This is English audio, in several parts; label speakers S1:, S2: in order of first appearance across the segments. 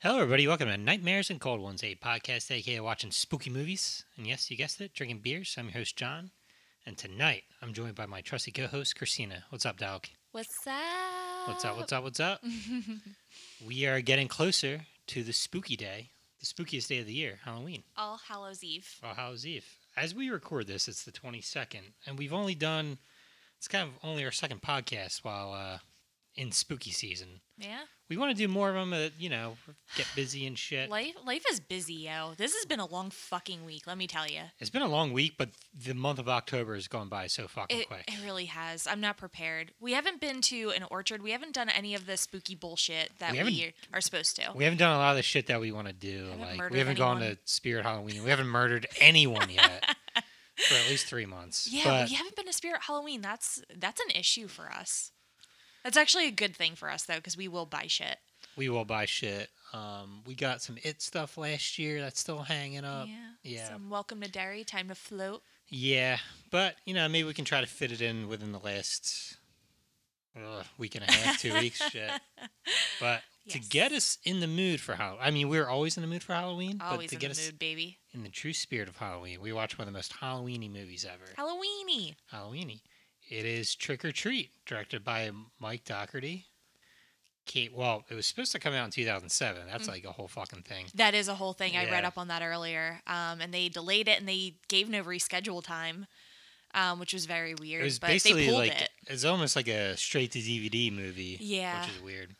S1: Hello, everybody. Welcome to Nightmares and Cold Ones, a podcast dedicated to watching spooky movies. And yes, you guessed it, drinking beers. I'm your host, John. And tonight, I'm joined by my trusty co host, Christina. What's up, dog?
S2: What's up?
S1: What's up? What's up? What's up? we are getting closer to the spooky day, the spookiest day of the year, Halloween,
S2: All Hallows Eve.
S1: All Hallows Eve. As we record this, it's the 22nd, and we've only done, it's kind of only our second podcast while uh, in spooky season.
S2: Yeah.
S1: We want to do more of them, uh, you know, get busy and shit.
S2: Life life is busy, yo. This has been a long fucking week, let me tell you.
S1: It's been a long week, but the month of October has gone by so fucking
S2: It,
S1: quick.
S2: it really has. I'm not prepared. We haven't been to an orchard. We haven't done any of the spooky bullshit that
S1: We
S2: we,
S1: haven't-
S2: are supposed to.
S1: We haven't done a lot of the shit that we want to do.
S2: Haven't
S1: Like
S2: murdered
S1: we haven't gone
S2: anyone.
S1: to Spirit Halloween. We haven't murdered anyone yet for at least three months.
S2: yeah,
S1: but
S2: we haven't been to Spirit Halloween. That's that's an issue for us. That's actually a good thing for us though, because we will buy shit.
S1: we will buy shit. Um, we got some it stuff last year that's still hanging up.
S2: yeah.
S1: Uh, yeah.
S2: Some welcome to dairy, time to float.
S1: Yeah, but you know maybe we can try to fit it in within the last uh, week and a half, two weeks, shit. But to
S2: Yes.
S1: get us in the mood for Halloween, I mean we're always in the mood for Halloween,
S2: Always
S1: but to
S2: in
S1: get
S2: the
S1: us
S2: mood, baby.
S1: In the true spirit of Halloween, we watch one of the most Halloweeny movies ever.
S2: Halloweeny.
S1: Halloweeny. It is Trick or Treat, directed by Mike Doherty. Kate, well, it was supposed to come out in 2007. That's
S2: Mm.
S1: like a whole fucking thing.
S2: That is a whole thing. I read
S1: Yeah.
S2: up on that earlier. Um, and they delayed it and they gave no reschedule time, um, which was very weird.
S1: It was
S2: but they
S1: basically
S2: pulled
S1: like
S2: it.
S1: it's almost like a straight to DVD movie.
S2: Yeah.
S1: which is weird.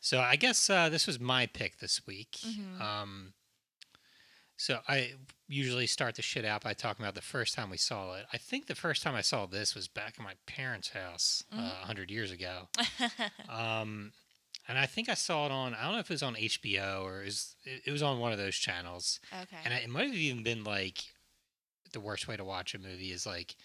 S1: So I guess uh, this was my pick this week.
S2: Mhm.
S1: Um, so I usually start the shit out by talking about the first time we saw it. I think the first time I saw this was back in my parents' house uh, a
S2: Mhm.
S1: hundred years ago. Um, and I think I saw it on. I don't know if it was on HBO or is it, it was on one of those channels. And
S2: okay.
S1: it might have even been like the worst way to watch a movie is like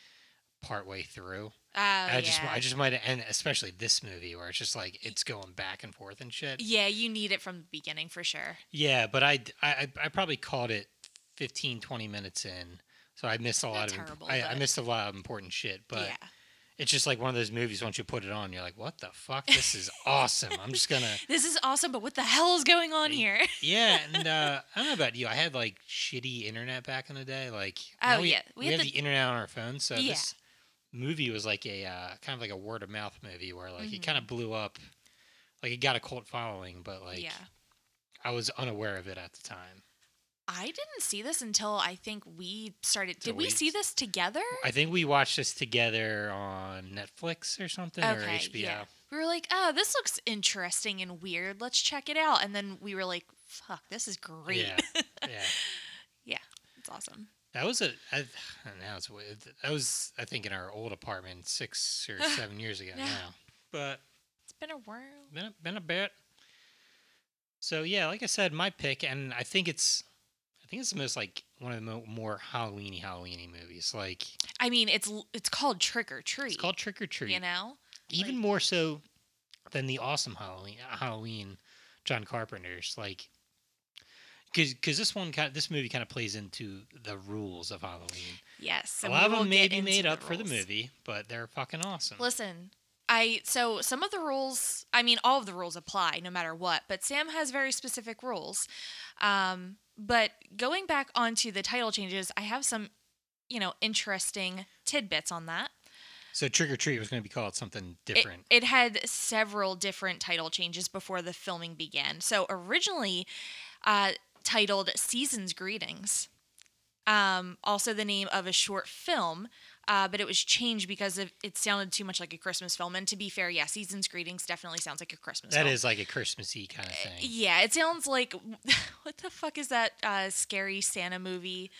S1: partway through.
S2: Oh,
S1: I
S2: yeah.
S1: just I just might and especially this movie where it's just like it's going back and forth and shit.
S2: yeah, you need it from the beginning for sure.
S1: Yeah, but I I, I probably caught it 15 20 minutes in. So I missed a lot
S2: Not
S1: of imp-
S2: terrible,
S1: I, I
S2: but-
S1: missed a lot of important shit, but
S2: yeah.
S1: it's just like one of those movies once you put it on you're like what the fuck this is awesome. I'm just going to
S2: This is awesome, but what the hell is going on
S1: Hey,
S2: here?
S1: Yeah, and uh, I don't know about you. I had like shitty internet back in the day. Like,
S2: Oh,
S1: now we,
S2: yeah.
S1: we,
S2: We
S1: had
S2: had
S1: the, internet on our phones. So
S2: Yeah.
S1: this movie was like a uh, kind of like a word of mouth movie where like it
S2: Mhm.
S1: kind of blew up. Like it got a cult following, but like
S2: yeah.
S1: I was unaware of it at the time.
S2: I didn't see this until I think we started.
S1: So
S2: Did we
S1: we-
S2: see this together?
S1: I think we watched this together on Netflix or something or
S2: Okay,
S1: HBO.
S2: yeah. we were like, oh, this looks interesting and weird. Let's check it out. And then we were like, fuck, this is great.
S1: Yeah, yeah.
S2: It's awesome.
S1: That was a I, now it's weird. That was I think in our old apartment six or seven years ago
S2: Yeah.
S1: now. But
S2: It's been a while.
S1: been a, been a bit. So yeah, like I said, my pick, and I think it's, I think it's the most like one of the mo- more Halloweeny Halloweeny movies. Like
S2: I mean, it's l- it's called Trick or Treat.
S1: it's called Trick or Treat,
S2: you know.
S1: even
S2: like-
S1: more so than the awesome Halloween Halloween John Carpenter's. Like, because because this one kind of, this movie kind of plays into the rules of Halloween.
S2: Yes.
S1: a
S2: and
S1: lot
S2: we
S1: of
S2: will
S1: them may
S2: get
S1: be
S2: into
S1: made
S2: the
S1: up for the
S2: rules.
S1: movie, but they're fucking awesome.
S2: Listen, I so some of the rules. I mean, all of the rules apply no matter what. But Sam has very specific rules. Um, but going back onto the title changes, I have some, you know, interesting tidbits on that.
S1: so Trick or Treat was going to be called something
S2: It-
S1: different.
S2: It, had several different title changes before the filming began. So originally uh, titled Season's Greetings, um, also the name of a short film, uh, but it was changed because of, it sounded too much like a Christmas film. And to be fair, yeah, Season's Greetings definitely sounds like a Christmas
S1: that
S2: film.
S1: is like a Christmassy kind of
S2: Eh,
S1: thing.
S2: Yeah, it sounds like what the fuck is that uh, scary Santa movie?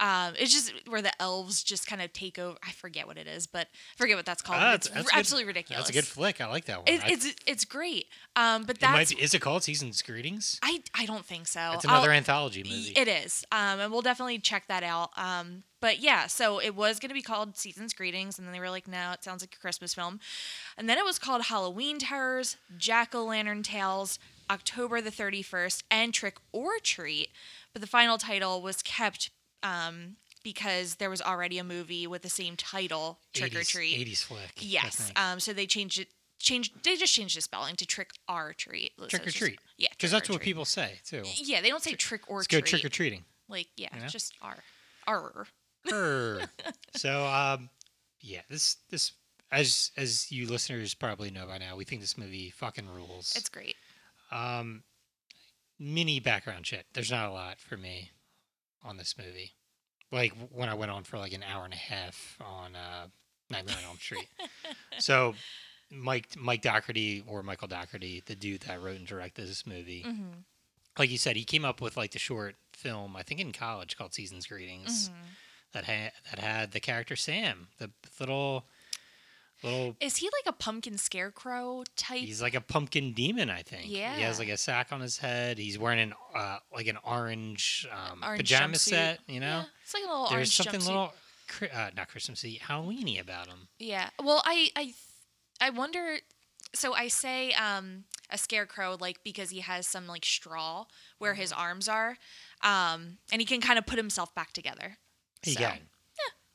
S2: Um, it's just where the elves just kind of take over. I forget what it is, but I forget what that's called.
S1: Ah,
S2: Oh, it's
S1: that's- that's
S2: r-
S1: good-
S2: absolutely ridiculous.
S1: That's a good flick. I like that one.
S2: It,
S1: I-
S2: it's it's great. Um, but
S1: it might
S2: that's Oh,
S1: be- is it called Season's Greetings?
S2: I I don't think so.
S1: It's
S2: I'll-
S1: another anthology movie.
S2: It is. Um, and we'll definitely check that out. Um, but yeah, so it was going to be called Season's Greetings, and then they were like, no, it sounds like a Christmas film. And then it was called Halloween Terrors, Jack O' Lantern Tales, October the 31st, and Trick or Treat. But the final title was kept um, because there was already a movie with the same title, Trick or
S1: 80s
S2: Treat.
S1: 80s flick. I
S2: Yes.
S1: think.
S2: Um, so they changed it changed. They just changed the spelling to trick or treat. So
S1: Trick or
S2: it's just-
S1: treat.
S2: Yeah,
S1: Because
S2: trick
S1: that's
S2: or
S1: what
S2: treat.
S1: people say too.
S2: Yeah, they don't say trick or
S1: Let's go
S2: treat.
S1: trick or treating.
S2: Like yeah,
S1: you know?
S2: just r r.
S1: Err. so um, yeah, this this as as you listeners probably know by now, we think this movie fucking rules.
S2: It's great.
S1: Um, mini background shit. There's not a lot for me on this movie. Like w- when I went on for like an hour and a half on uh, Nightmare on Elm Street. so Mike Mike Doherty or Michael Doherty, the dude that wrote and directed this movie,
S2: Mm-hmm.
S1: like you said, he came up with like the short film I think in college called Seasons Greetings
S2: Mm-hmm.
S1: that had that had the character Sam, the little little.
S2: Is he like a pumpkin scarecrow type?
S1: He's like a pumpkin demon, I think. He
S2: Yeah.
S1: has like a sack on his head. He's wearing an uh, like an orange, um,
S2: Orange
S1: pajama
S2: jumpsuit.
S1: set. You know,
S2: Yeah, it's like a little
S1: there's
S2: orange
S1: something
S2: jumpsuit.
S1: little cri- uh, not Christmassy, Halloweeny about him.
S2: Yeah. Well, I I th- I wonder. So I say um, a scarecrow like because he has some like straw where
S1: Mm-hmm.
S2: his arms are, um, and he can kind of put himself back together.
S1: He
S2: So,
S1: got him.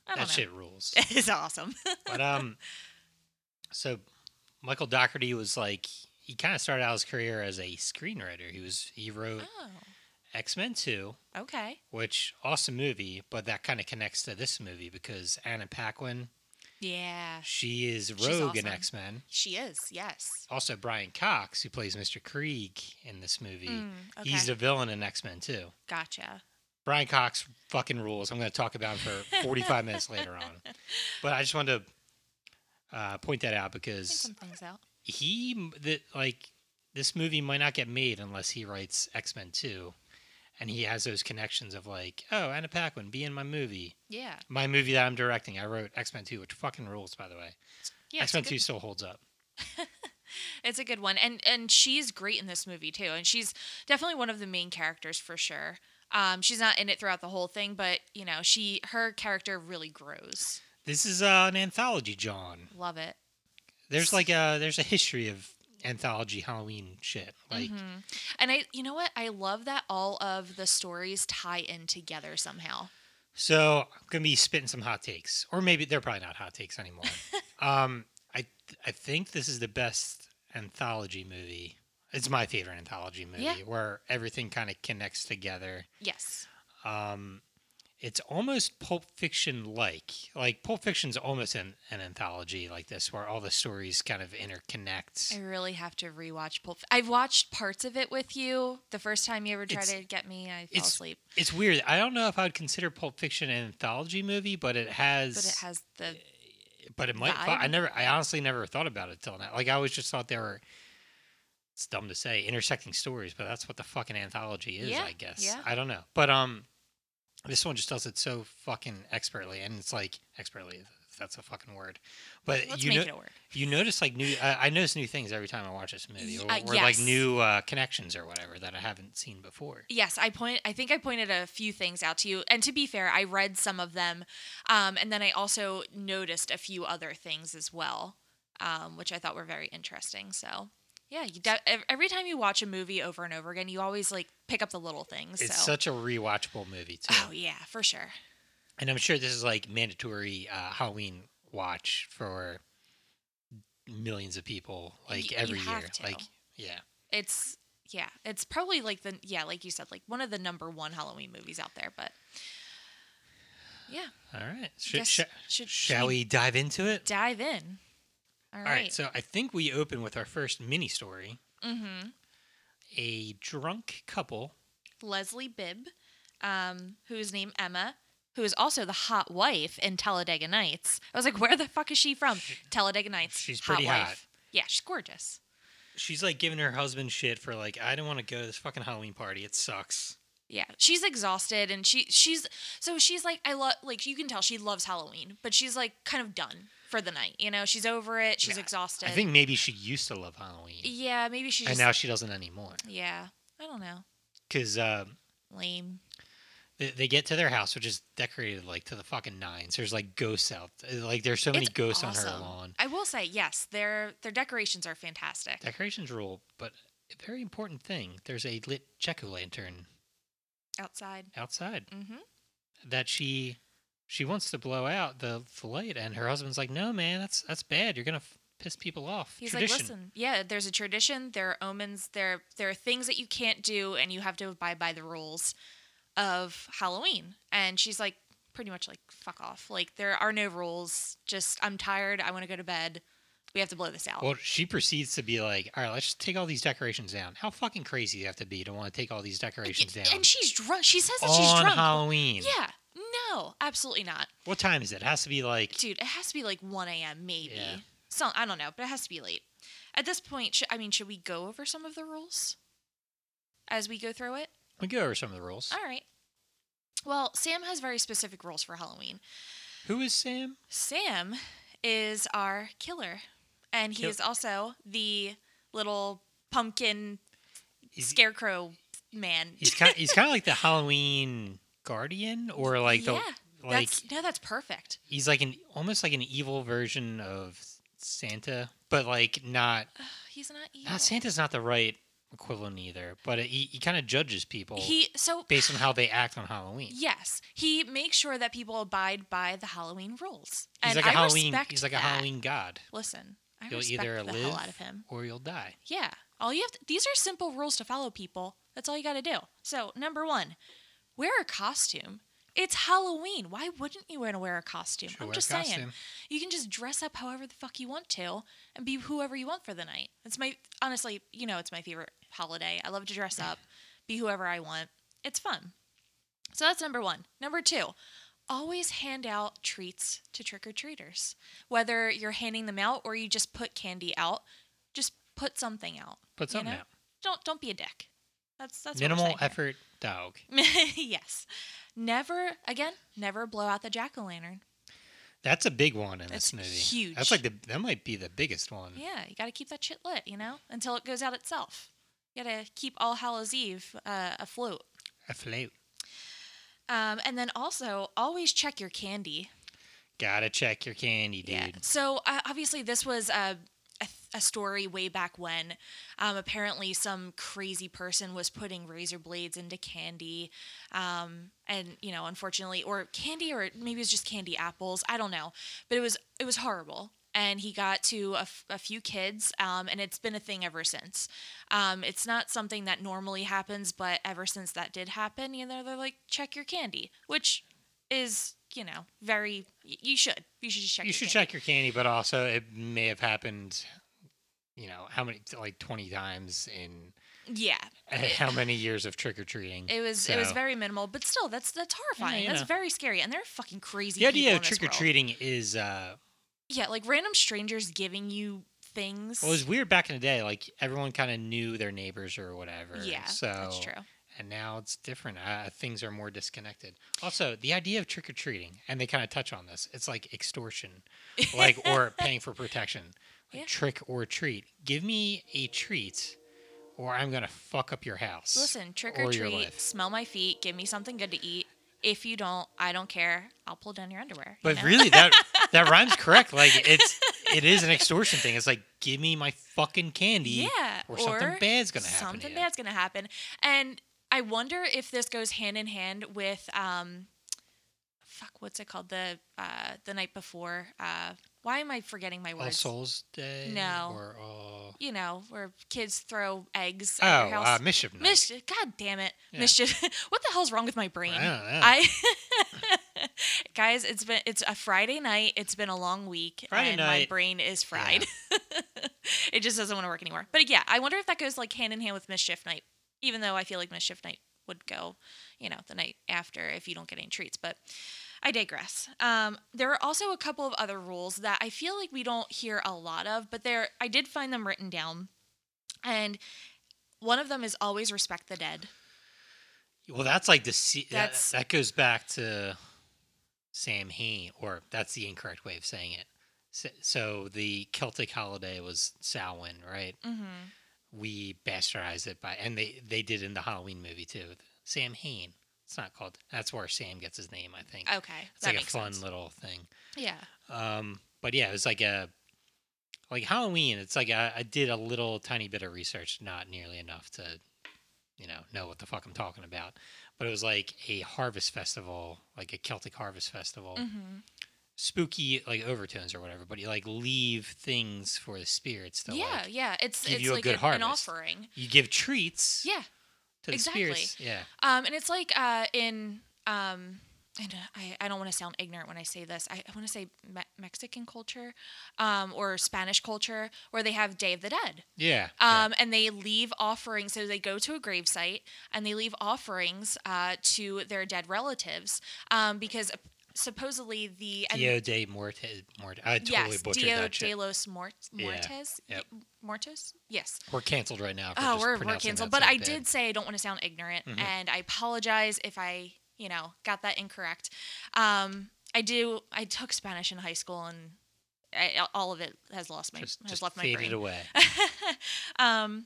S2: I
S1: that
S2: don't know.
S1: shit rules.
S2: It is awesome.
S1: But um, so Michael Doherty was like he kind of started out his career as a screenwriter. He was he wrote
S2: oh,
S1: X Men Two,
S2: okay.
S1: which awesome movie, but that kind of connects to this movie because Anna Paquin,
S2: Yeah,
S1: she is
S2: She's
S1: Rogue in
S2: awesome.
S1: X Men.
S2: she is. Yes.
S1: Also, Brian Cox, who plays Mr. Krieg in this movie,
S2: Mm, okay.
S1: he's the villain in X Men Two.
S2: gotcha.
S1: Brian Cox fucking rules. I'm going to talk about him for 45 minutes later on, but I just wanted to uh, point that out
S2: Think
S1: because
S2: some things out.
S1: he m- the, like this movie might not get made unless he writes X Men Two, and he has those connections of like, oh, Anna Paquin, be in my movie,
S2: Yeah.
S1: my movie that I'm directing. I wrote X Men Two, which fucking rules, by the way.
S2: Yeah.
S1: X
S2: It's a,
S1: Men
S2: good,
S1: Two still holds up.
S2: it's a good one, and and she's great in this movie too, and she's definitely one of the main characters for sure. Um, she's not in it throughout the whole thing, but you know, she her character really grows.
S1: This is uh, an anthology, John.
S2: Love it.
S1: There's like a there's a history of anthology Halloween shit. Like
S2: Mhm. And I, you know what? I love that all of the stories tie in together somehow.
S1: So I'm gonna be spitting some hot takes, or maybe they're probably not hot takes anymore. um, I I think this is the best anthology movie. It's my favorite anthology movie
S2: Yeah.
S1: where everything kind of connects together.
S2: Yes.
S1: Um, it's almost Pulp Fiction like. Like Pulp Fiction's almost an, an anthology like this where all the stories kind of interconnect.
S2: I really have to rewatch Pulp. I've watched parts of it with you. The first time you ever tried
S1: It's-
S2: to get me, I fell
S1: it's-
S2: asleep.
S1: It's weird. I don't know if I would consider Pulp Fiction an anthology movie, but it has
S2: But it has the
S1: But it might. fi- I
S2: vibe.
S1: never. I honestly never thought about it till now. Like I always just thought they were. It's dumb to say intersecting stories, but that's what the fucking anthology is,
S2: Yeah,
S1: I guess.
S2: yeah.
S1: I don't know, but um, this one just does it so fucking expertly, and it's like expertly. if That's a fucking word, but
S2: let's
S1: you
S2: make
S1: know,
S2: it a word.
S1: you notice like new. I I notice new things every time I watch this movie,
S2: Y-
S1: or,
S2: uh,
S1: or like
S2: yes.
S1: new uh, connections or whatever that I haven't seen before.
S2: Yes, I point. I think I pointed a few things out to you. And to be fair, I read some of them, um, and then I also noticed a few other things as well, um, which I thought were very interesting. So, yeah, you de- ev- every time you watch a movie over and over again, you always like pick up the little things.
S1: It's
S2: so.
S1: such a rewatchable movie too,
S2: Oh yeah, for sure.
S1: and I'm sure this is like mandatory uh, Halloween watch for millions of people, like
S2: you
S1: every
S2: have
S1: year.
S2: to.
S1: Like, yeah,
S2: It's yeah, it's probably like the yeah, like you said, like one of the number one Halloween movies out there. But yeah,
S1: all right.
S2: I
S1: Should,
S2: guess-
S1: sh-
S2: should-
S1: shall we dive into it?
S2: dive in? All
S1: all right. So I think we open with our first mini story.
S2: mm-hmm.
S1: A drunk couple.
S2: Leslie Bibb, um, who's named Emma, who is also the hot wife in Talladega Nights. I was like, where the fuck is she from? Talladega Nights.
S1: she's pretty
S2: wife.
S1: hot.
S2: Yeah, she's gorgeous.
S1: She's like giving her husband shit for like, I don't want to go to this fucking Halloween party. It sucks.
S2: Yeah, she's exhausted and she she's so she's like I love like you can tell she loves Halloween, but she's like kind of done for the night. You know, she's over it. She's
S1: Yeah,
S2: exhausted.
S1: I think maybe she used to love Halloween,
S2: Yeah, maybe she
S1: and
S2: just
S1: now she doesn't anymore.
S2: yeah. I don't know.
S1: Because uh,
S2: Lame.
S1: they, they get to their house, which is decorated like to the fucking nines. There's like ghosts out. Like there's so many
S2: It's
S1: ghosts on her
S2: awesome.
S1: lawn.
S2: I will say yes, their their decorations are fantastic.
S1: decorations rule, but a very important thing. There's a lit jack o' lantern
S2: Outside.
S1: outside
S2: Mm-hmm.
S1: that she she wants to blow out the, the light, and her husband's like, "No, man, that's that's bad. You're gonna f- piss people off.
S2: He's
S1: Tradition.
S2: like, listen, yeah, there's a tradition. There are omens. There, there are things that you can't do, and you have to abide by the rules of Halloween. And she's like, pretty much like, fuck off. Like, there are no rules. Just, I'm tired. I want to go to bed. We have to blow this out.
S1: Well, she proceeds to be like, all right, let's just take all these decorations down. How fucking crazy do you have to be to want to take all these decorations down
S2: and she's drunk. She says that
S1: on
S2: she's drunk.
S1: Halloween?
S2: Yeah. No, absolutely not,
S1: What time is it? It has to be like,
S2: dude. It has to be like 1 a.m. Maybe.
S1: Yeah.
S2: So I don't know, but it has to be late. At this point, sh- I mean, should we go over some of the rules as we go through it?
S1: we go over some of the rules.
S2: All right. Well, Sam has very specific rules for Halloween.
S1: Who is Sam?
S2: Sam is our killer, and he
S1: Kill-
S2: is also the little pumpkin
S1: He's,
S2: scarecrow man.
S1: he's kind he's kind of like the Halloween guardian or like the
S2: yeah,
S1: like
S2: that's no, that's perfect.
S1: he's like an almost like an evil version of Santa, but like not
S2: He's not evil.
S1: not Santa's not the right equivalent either, but he, he kind of judges people
S2: He so
S1: based on how they act on Halloween.
S2: yes, he makes sure that people abide by the Halloween rules,
S1: He's
S2: and
S1: like a
S2: I
S1: Halloween
S2: respect
S1: he's like a
S2: that.
S1: Halloween god.
S2: Listen, I
S1: You'll
S2: respect
S1: either
S2: the
S1: live
S2: hell out of him.
S1: or you'll die.
S2: Yeah. All you have to, these are simple rules to follow, people. That's all you got to do. So, number one, wear a costume. It's Halloween. Why wouldn't you want to wear a costume?
S1: Should
S2: I'm
S1: wear a
S2: just saying.
S1: costume.
S2: You can just dress up however the fuck you want to and be whoever you want for the night. It's my, honestly, you know, it's my favorite holiday. I love to dress up, be whoever I want. It's fun. So, that's number one. Number two, always hand out treats to trick or treaters. Whether you're handing them out or you just put candy out, just put something out.
S1: Put
S2: you
S1: something
S2: know?
S1: out.
S2: Don't don't be a dick. That's that's what we're
S1: Minimal
S2: saying here.
S1: effort dog.
S2: yes. Never again. Never blow out the jack o' lantern.
S1: That's a big one in
S2: That's
S1: this movie.
S2: huge.
S1: That's like the that might be the biggest one.
S2: Yeah, you got to keep that shit lit, you know, until it goes out itself. You got to keep All Hallows Eve uh, afloat.
S1: A float.
S2: Um, and then also always check your candy.
S1: Gotta check your candy, dude.
S2: So uh, obviously, this was a, a, a story way back when. Um, apparently, some crazy person was putting razor blades into candy, um, and you know, unfortunately, or candy, or maybe it was just candy apples. I don't know, but it was it was horrible. And he got to a, f- a few kids, um, and it's been a thing ever since. Um, it's not something that normally happens, but ever since that did happen, you know, they're like, check your candy, which is, you know, very, y- you should. You should just check
S1: you
S2: your
S1: should
S2: candy.
S1: check your candy, but also it may have happened, you know, how many like twenty times in
S2: Yeah,
S1: how many years of trick or treating.
S2: it was it was
S1: So,
S2: very minimal, but still, that's that's horrifying.
S1: you
S2: that's
S1: know.
S2: very scary, and they're fucking
S1: the
S2: crazy. people
S1: idea of
S2: in this
S1: trick or
S2: world.
S1: treating is uh
S2: Yeah, like random strangers giving you things.
S1: well, it was weird back in the day. Like everyone kind of knew their neighbors or whatever.
S2: yeah,
S1: so
S2: that's true.
S1: and now it's different. Uh, things are more disconnected. Also, the idea of trick or treating, and they kind of touch on this. It's like extortion, like or paying for protection, like
S2: Yeah.
S1: trick or treat. Give me a treat, or I'm gonna fuck up your house.
S2: Listen, trick
S1: or
S2: or
S1: your
S2: treat,
S1: life.
S2: smell my feet, give me something good to eat. If you don't, I don't care. I'll pull down your underwear. you
S1: But
S2: know?
S1: really, that that rhymes correct. Like it's it is an extortion thing. It's like give me my fucking candy,
S2: yeah,
S1: or something bad's gonna happen.
S2: Something
S1: to you.
S2: bad's gonna happen, and I wonder if this goes hand in hand with um, fuck, what's it called the uh the night before? Uh, why am I forgetting my
S1: All
S2: words?
S1: Souls Day.
S2: No.
S1: Or all.
S2: you know, where kids throw eggs
S1: Oh,
S2: at your
S1: uh,
S2: house.
S1: mischief. Night.
S2: Mischief. God damn it.
S1: Yeah.
S2: Mischief. what the hell's wrong with my brain?
S1: I don't know.
S2: I Guys, it's been it's a Friday night. It's been a long week
S1: Friday
S2: and my
S1: night.
S2: brain is fried. it just doesn't want to work anymore. But yeah, I wonder if that goes like hand in hand with mischief night, even though I feel like mischief night would go, you know, the night after if you don't get any treats, but I digress. Um, there are also a couple of other rules that I feel like we don't hear a lot of, but there I did find them written down. And one of them is always respect the dead.
S1: Well, that's like the se-
S2: That's-
S1: that, that goes back to Sam Heen, or that's the incorrect way of saying it. So, so the Celtic holiday was Samhain, right?
S2: Mm-hmm.
S1: We bastardized it by, and they they did in the Halloween movie too. Sam Heen. It's not called. That's where Sam gets his name, I think.
S2: Okay,
S1: it's
S2: that
S1: like a
S2: makes
S1: fun
S2: sense.
S1: little thing.
S2: Yeah,
S1: Um, but yeah, it was like a like Halloween. It's like I, I did a little tiny bit of research, not nearly enough to you know know what the fuck I'm talking about. But it was like a harvest festival, like a Celtic harvest festival.
S2: mm-hmm.
S1: spooky like overtones or whatever, but you like leave things for the spirits to
S2: yeah,
S1: like
S2: yeah. It's
S1: give
S2: it's
S1: you a
S2: like
S1: good
S2: an- an
S1: harvest.
S2: offering.
S1: you give treats
S2: Yeah.
S1: to the
S2: exactly.
S1: spirits. Yeah.
S2: Um, and it's like uh, in um, and uh, I, I don't want to sound ignorant when I say this. I, I want to say me- Mexican culture, um, or Spanish culture, where they have Day of the Dead.
S1: Yeah. yeah.
S2: Um, and they leave offerings. So they go to a gravesite and they leave offerings uh, to their dead relatives um, because supposedly the and-
S1: Dio de Morte. Morte. I totally
S2: yes
S1: butchered
S2: Dio
S1: that
S2: de
S1: shit.
S2: los Mort-
S1: Yeah,
S2: Mortes
S1: yep.
S2: Mortos yes
S1: We're canceled right now. For
S2: oh
S1: just
S2: we're, we're
S1: pronouncing
S2: canceled
S1: that
S2: but
S1: so
S2: I
S1: bad.
S2: did say I don't want to sound ignorant
S1: Mhm.
S2: and I apologize if I you know got that incorrect um, I do I took Spanish in high school and I, all of it has lost my
S1: Just,
S2: has
S1: just
S2: left my
S1: faded
S2: brain
S1: away.
S2: um,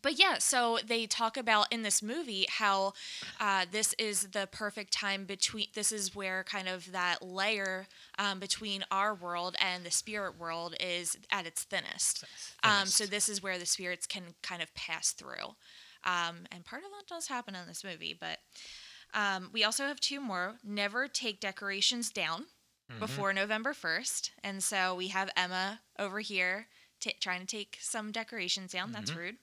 S2: but yeah, so they talk about in this movie how uh, this is the perfect time between. This is where kind of that layer um, between our world and the spirit world is at its thinnest. Um, so this is where the spirits can kind of pass through, um, and part of that does happen in this movie. But um, we also have two more. Never take decorations down
S1: Mhm.
S2: before November 1st. And so we have Emma over here t- trying to take some decorations down. That's
S1: Mhm.
S2: rude.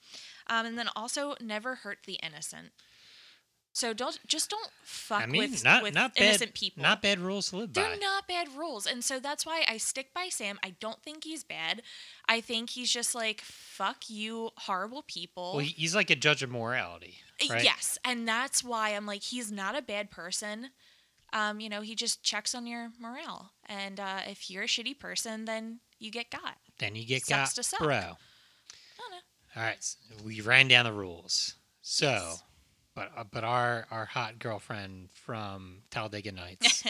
S2: Um, and then also never hurt the innocent. So don't just don't fuck
S1: I mean,
S2: with,
S1: not
S2: with
S1: not bad.
S2: innocent people.
S1: Not bad rules to live
S2: They're
S1: by.
S2: not bad rules. And so that's why I stick by Sam. I don't think he's bad. I think he's just like, fuck you, horrible people. Uh,
S1: Well, he- he's like a judge of morality, right?
S2: Yes, and that's why I'm like he's not a bad person. Um, you know, he just checks on your morale, and uh, if you're a shitty person, then you get got.
S1: Then you get
S2: Sucks
S1: got,
S2: to suck.
S1: bro. All
S2: dunno.
S1: right, s- we ran down the rules. So,
S2: Yes.
S1: but uh, but our our hot girlfriend from Talladega Nights,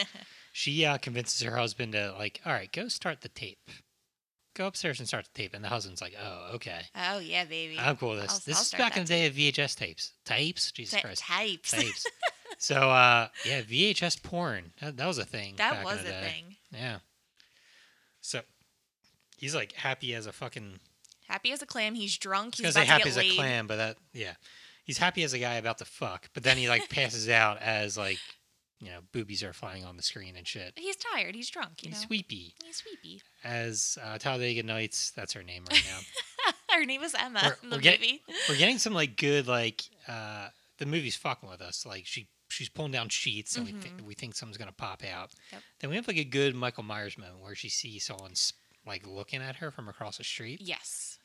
S1: she uh, convinces her husband to like, all right, go start the tape. Go upstairs and start the tape, and the husband's like, "Oh, okay,
S2: Oh yeah, baby.
S1: I'm cool with this.
S2: I'll-
S1: this
S2: I'll
S1: is
S2: start
S1: back in
S2: that
S1: the day of VHS tapes, tapes. Jesus
S2: Ta-
S1: Christ,
S2: types.
S1: tapes. so, uh, yeah, VHS porn. That, that was a thing. back
S2: that
S1: in
S2: was a
S1: the day.
S2: thing.
S1: Yeah. So he's like happy as a fucking.
S2: Happy as a clam. He's drunk.
S1: I
S2: He's
S1: was gonna say
S2: about to
S1: happy
S2: get
S1: as
S2: laid.
S1: a clam, but that yeah, he's happy as a guy about to fuck, but then he like passes out as like you know boobies are flying on the screen and shit.
S2: He's tired. He's drunk. You
S1: He's
S2: know.
S1: weepy
S2: He's weepy.
S1: as uh, Talladega Nights. That's her name right now.
S2: Her name was Emma
S1: We're-
S2: in the
S1: we're getting-
S2: movie.
S1: We're getting some like good like uh, the movie's fucking with us. Like she she's pulling down sheets and we think we think something's gonna pop out.
S2: Mm-hmm. Yep.
S1: Then we have like a good Michael Myers moment where she sees someone s- like looking at her from across the street.
S2: Yes.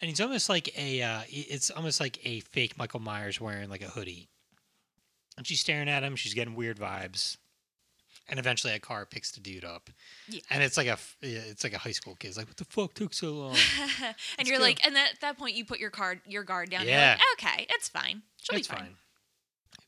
S1: And he's almost like a uh, i- it's almost like a fake Michael Myers wearing like a hoodie. And she's staring at him, she's getting weird vibes. And eventually a car picks the dude up.
S2: Yeah.
S1: And it's like a f- yeah, it's like a high school kid's like what the fuck took so long?
S2: and
S1: Let's
S2: you're
S1: go.
S2: like, and that, at that point, you put your card, your guard down.
S1: Yeah.
S2: You're like, okay, it's fine. She'll
S1: That's
S2: be
S1: fine.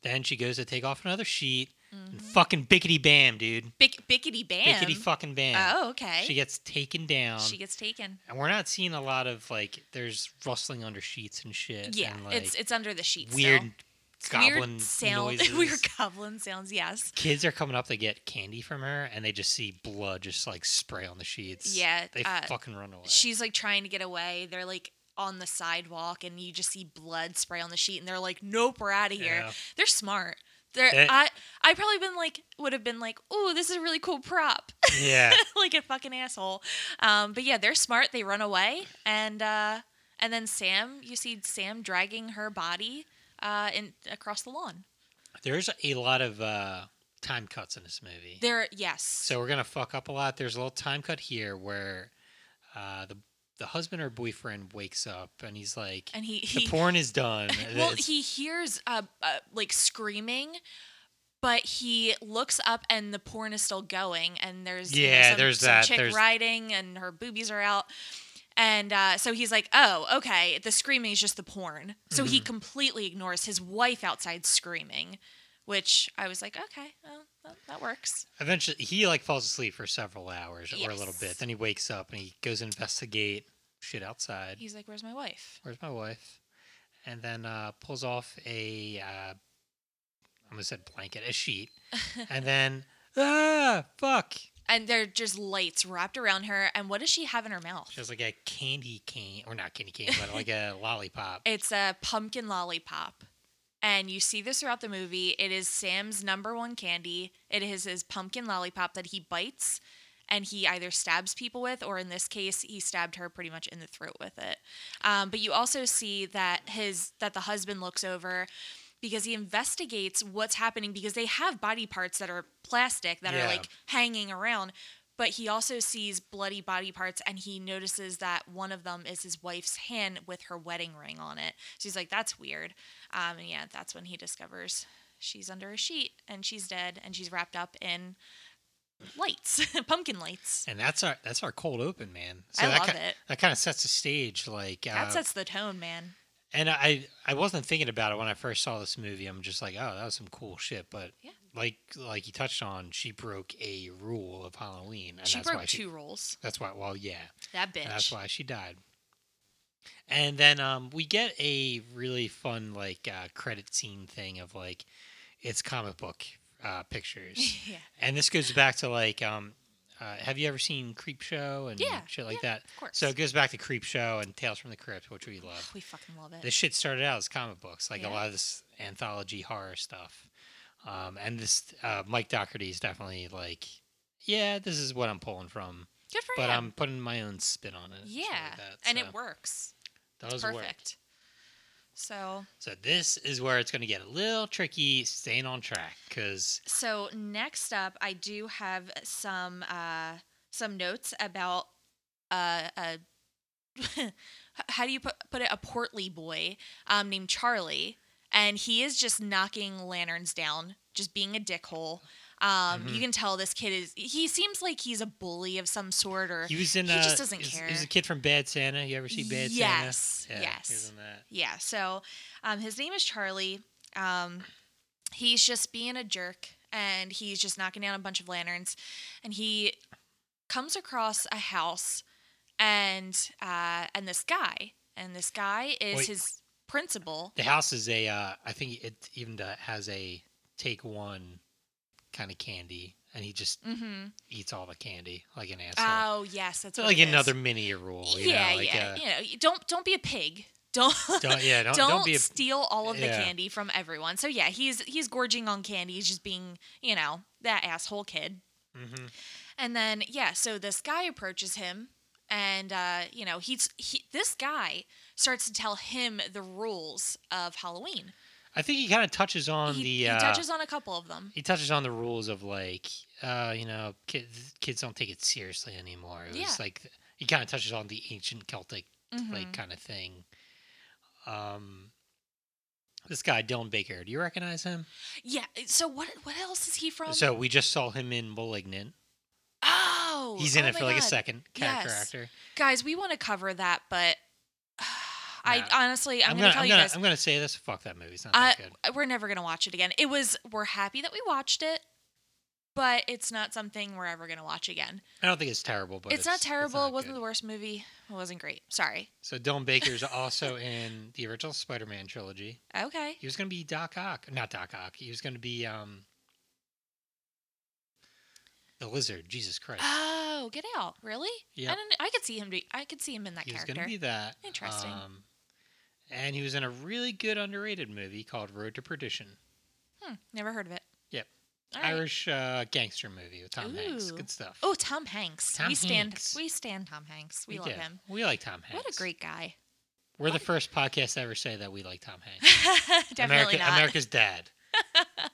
S1: Then she goes to take off another sheet
S2: Mhm.
S1: and fucking bickety bam, dude.
S2: Bick, bickety bam.
S1: Bickety fucking bam.
S2: Oh, okay.
S1: She gets taken down.
S2: she gets taken.
S1: and we're not seeing a lot of like there's rustling under sheets and shit.
S2: Yeah,
S1: and, like,
S2: it's it's under the sheet.
S1: weird
S2: still.
S1: goblin
S2: weird sound,
S1: noises.
S2: weird goblin sounds. Yes,
S1: kids are coming up to get candy from her and they just see blood just like spray on the sheets.
S2: Yeah,
S1: They
S2: uh,
S1: fucking run away.
S2: she's like trying to get away. They're like on the sidewalk, and you just see blood spray on the sheet, and they're like, "Nope, we're out of here."
S1: Yeah.
S2: They're smart. They're
S1: Eh.
S2: I I probably been like would have been like, "Oh, this is a really cool prop,"
S1: yeah.
S2: like a fucking asshole. Um, but yeah, they're smart. They run away, and uh, and then Sam, you see Sam dragging her body uh, in across the lawn.
S1: There's a lot of uh, time cuts in this movie.
S2: They're yes.
S1: so we're going to fuck up a lot. There's a little time cut here where uh, the the husband or boyfriend wakes up and he's like,
S2: and he,
S1: the
S2: he
S1: porn is done.
S2: well
S1: It's-
S2: he hears uh, uh like screaming but he looks up and the porn is still going and there's you know,
S1: Yeah,
S2: some,
S1: there's
S2: some
S1: that.
S2: chick
S1: There's-
S2: riding and her boobies are out and uh, so he's like oh okay the screaming is just the porn so
S1: Mm-hmm.
S2: he completely ignores his wife outside screaming which i was like okay well, that, that works
S1: Eventually, he like falls asleep for several hours or a little
S2: Yes.
S1: bit. Then he wakes up and he goes investigate shit outside.
S2: he's like where's my wife
S1: Where's my wife? And then uh, pulls off a, uh, I almost said blanket, a sheet. and then, ah, fuck.
S2: and there are just lights wrapped around her and what does she have in her mouth
S1: She has like a candy cane, or not candy cane, but like a lollipop.
S2: it's a pumpkin lollipop And you see this throughout the movie. It is Sam's number one candy. It is his pumpkin lollipop that he bites and he either stabs people with, or in this case, he stabbed her pretty much in the throat with it. Um, but you also see that his that the husband looks over because he investigates what's happening because they have body parts that are plastic that
S1: Yeah.
S2: are like hanging around. But he also sees bloody body parts and he notices that one of them is his wife's hand with her wedding ring on it. So he's like, that's weird. Um, and yeah, that's when he discovers she's under a sheet and she's dead and she's wrapped up in lights, pumpkin lights.
S1: And that's our that's our cold open, man.
S2: I
S1: that
S2: love
S1: ki-
S2: it.
S1: That kind of sets the stage, like uh,
S2: That sets the tone, man.
S1: and I I wasn't thinking about it when I first saw this movie. I'm just like, oh, that was some cool shit. But
S2: Yeah.
S1: like like you touched on, she broke a rule of Halloween, and
S2: She
S1: that's why
S2: broke
S1: she,
S2: two rules.
S1: That's why. Well, yeah,
S2: That bitch.
S1: and that's why she died. And then um, we get a really fun like uh, credit scene thing of like it's comic book uh, pictures.
S2: yeah.
S1: And this goes back to like, um, uh, have you ever seen Creep Show and
S2: Yeah,
S1: shit like that?
S2: Of course.
S1: So it goes back to Creep Show and Tales from the Crypt, which we love.
S2: we fucking love it.
S1: This shit started out as comic books, like a
S2: Yeah.
S1: lot of this anthology horror stuff. Um, and this uh, Mike Doherty is definitely like, yeah, this is what I'm pulling from,
S2: Good for
S1: but
S2: him.
S1: I'm putting my own spin on it. and shit
S2: yeah.
S1: like that.
S2: And
S1: So
S2: it works.
S1: That was
S2: It's
S1: work.
S2: perfect. So
S1: So this is where it's going to get a little tricky staying on track because
S2: so next up I do have some uh some notes about uh a how do you put, put it a portly boy um named Charlie and he is just knocking lanterns down just being a dickhole um you
S1: Mhm.
S2: can tell this kid is he seems like he's a bully of some sort or
S1: he was in.
S2: He just
S1: uh,
S2: doesn't
S1: he was-
S2: care.
S1: He was a kid from Bad Santa. You ever see Bad Santa?
S2: Yes,
S1: Yeah, He
S2: yes.
S1: was in that.
S2: Yeah. So um, his name is Charlie. Um, he's just being a jerk and he's just knocking down a bunch of lanterns. And he comes across a house and uh, and this guy and this guy is
S1: Wait.
S2: his principal.
S1: The house is a. Uh, I think it even da- has a take one kind of candy, and he just
S2: Mm-hmm.
S1: eats all the candy like an asshole.
S2: Oh yes, that's
S1: so
S2: what
S1: like
S2: it is.
S1: another mini rule. You
S2: yeah,
S1: know, like,
S2: yeah.
S1: uh,
S2: you know, you don't don't be a pig. Don't
S1: Don't yeah. Don't,
S2: don't,
S1: be a.
S2: steal all of the
S1: yeah.
S2: candy from everyone. So yeah, he's he's gorging on candy. He's just being you know that asshole kid.
S1: Mhm.
S2: And then yeah, so this guy approaches him, and uh, you know he's he, this guy starts to tell him the rules of Halloween.
S1: I think he kind of touches on
S2: he,
S1: the.
S2: he
S1: uh,
S2: touches on a couple of them.
S1: he touches on the rules of like uh you know kids kids don't take it seriously anymore it was
S2: Yeah.
S1: like th- he kind of touches on the ancient celtic like
S2: Mhm.
S1: kind of thing um this guy dylan baker do you recognize him
S2: yeah. eh, So what what else is he from?
S1: so we just saw him in malignant
S2: oh,
S1: he's in
S2: oh
S1: it
S2: my
S1: for like a
S2: God.
S1: second character
S2: Yes.
S1: actor
S2: Guys, we want to cover that, but I
S1: Nah.
S2: honestly I'm, gonna, tell
S1: I'm
S2: you
S1: gonna,
S2: guys.
S1: I'm gonna say this fuck that movie it's not
S2: I-
S1: that good
S2: we're never gonna watch it again. It was we're happy that we watched it, but it's not something we're ever gonna watch again.
S1: i don't think it's terrible but
S2: It's, not terrible.
S1: not
S2: it wasn't
S1: good.
S2: the worst movie. It wasn't great. Sorry.
S1: so dylan baker's also in the original spider-man trilogy
S2: Okay.
S1: He was going to be Doc Ock, not Doc Ock. He was going to be um the lizard. Jesus Christ!
S2: Oh, get out! Really?
S1: Yep.
S2: I don't. I could see him. Do, I could see him in that
S1: he was
S2: character.
S1: going to be that.
S2: Interesting.
S1: Um, and he was in a really good underrated movie called Road to Perdition,
S2: hmm, never heard of it.
S1: Yep.
S2: All right.
S1: Irish uh, gangster movie with Tom Hanks.
S2: Ooh.
S1: Good stuff.
S2: Oh, Tom Hanks.
S1: Tom
S2: we stand.
S1: Hanks.
S2: We stand Tom Hanks. We, love
S1: do.
S2: him.
S1: We like Tom Hanks.
S2: What a great guy.
S1: We're the
S2: what a-
S1: first podcast to ever say that we like Tom Hanks.
S2: Definitely
S1: America,
S2: not.
S1: America's dad.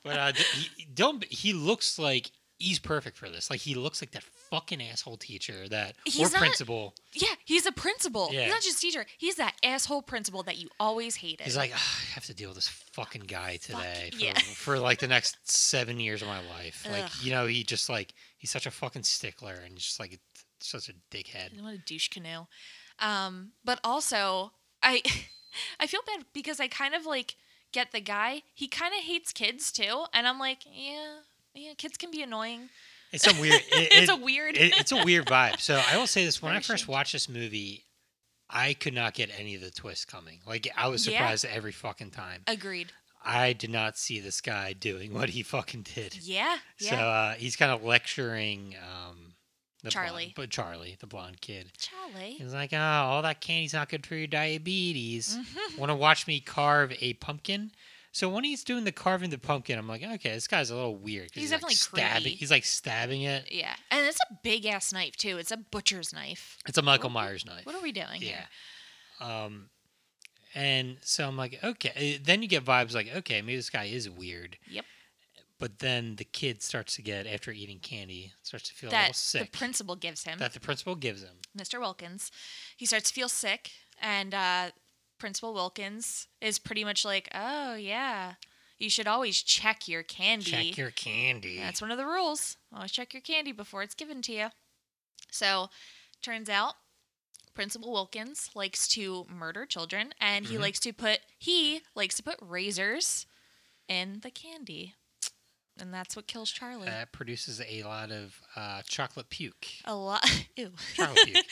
S1: but uh, d- he, don't. He looks like he's perfect for this. Like he looks like that fucking asshole teacher that
S2: He's
S1: or
S2: not-
S1: principal.
S2: Yeah, he's a principal.
S1: Yeah.
S2: He's not just a teacher. He's that asshole principal that you always hated.
S1: He's like, "Ugh, I have to deal with this fucking guy today for,
S2: yeah.
S1: for like the next seven years of my life. Like,
S2: Ugh.
S1: you know, he just like he's such a fucking stickler and just like such a dickhead.
S2: what a douche canoe. Um, but also, I I feel bad because I kind of like get the guy. He kind of hates kids too, and I'm like, yeah, yeah, kids can be annoying.
S1: It's some weird. It, it-
S2: it's a weird.
S1: it- it's a weird vibe. So I will say this: when I
S2: Very
S1: first
S2: strange.
S1: watched this movie, I could not get any of the twists coming. Like I was
S2: Yeah.
S1: surprised every fucking time.
S2: Agreed.
S1: I did not see this guy doing what he fucking did.
S2: Yeah. Yeah.
S1: So uh, he's kind of lecturing um, the blonde-
S2: Charlie.
S1: but Charlie, the blonde kid.
S2: Charlie.
S1: He's like, oh,
S2: Mm-hmm.
S1: all that candy's not good for your diabetes. Want to watch me carve a pumpkin? So when he's doing the carving the pumpkin, I'm like, okay, this guy's a little weird. 'cause
S2: He's
S1: like,
S2: definitely
S1: stabbing.
S2: creepy.
S1: He's like stabbing it.
S2: Yeah, and it's a big ass knife too. It's a butcher's knife.
S1: It's a Michael
S2: What-
S1: Myers knife.
S2: What are we doing?
S1: Yeah.
S2: here?
S1: Um, and so I'm like, okay. Uh, Then you get vibes like, okay, maybe this guy is weird.
S2: Yep.
S1: But then the kid starts to get after eating candy starts to feel a little
S2: that the
S1: sick
S2: principal gives him,
S1: that the principal gives him.
S2: Mr. Wilkins. He starts to feel sick, and uh, Principal Wilkins is pretty much like, "Oh yeah, you should always check your candy.
S1: Check your candy.
S2: That's one of the rules. Always check your candy before it's given to you." So, turns out. Principal Wilkins likes to murder children and he
S1: Mhm.
S2: likes to put he likes to put razors in the candy. And that's what kills Charlie.
S1: that produces a lot of uh, chocolate puke.
S2: a lot ew.
S1: Chocolate puke.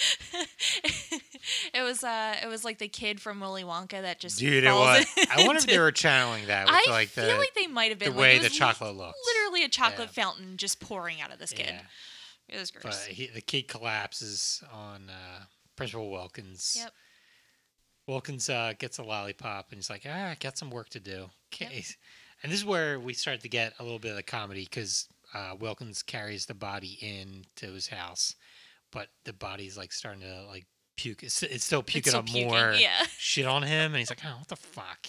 S2: it was uh it was like the kid from Willy Wonka that just
S1: Dude, it
S2: falls
S1: was. I wonder if they
S2: into-
S1: were channeling that with
S2: I
S1: like the
S2: feel like they might have been
S1: the
S2: like,
S1: way
S2: it
S1: the
S2: was li-
S1: chocolate looks.
S2: Literally a chocolate
S1: Yeah.
S2: fountain just pouring out of this kid.
S1: Yeah,
S2: It was
S1: but
S2: gross.
S1: he, the kid collapses on uh, Principal Wilkins.
S2: Yep.
S1: Wilkins uh, gets a lollipop and he's like, "Ah, I got some work to do."
S2: Yep.
S1: Okay, and this is where we start to get a little bit of the comedy because uh, Wilkins carries the body in to his house, but the body's like starting to like puke. It's, it's still puking
S2: it's still
S1: up
S2: puking.
S1: more
S2: Yeah.
S1: shit on him, and he's like, "Oh, what the fuck?"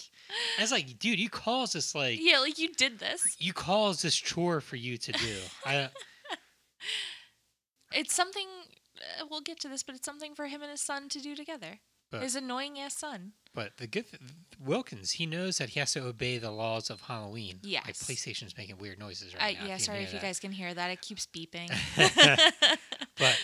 S1: And it's like, dude, you caused this like
S2: Yeah, like you did this.
S1: you caused this chore for you to do. I
S2: It's something uh, we'll get to this, but it's something for him and his son to do together.
S1: But-
S2: his annoying ass son.
S1: But the good th- Wilkins, he knows that he has to obey the laws of Halloween. Like
S2: Yes.
S1: PlayStation's making weird noises
S2: Uh,
S1: right now.
S2: yeah,
S1: can
S2: sorry
S1: hear
S2: if you
S1: that.
S2: guys can hear that. It keeps beeping.
S1: But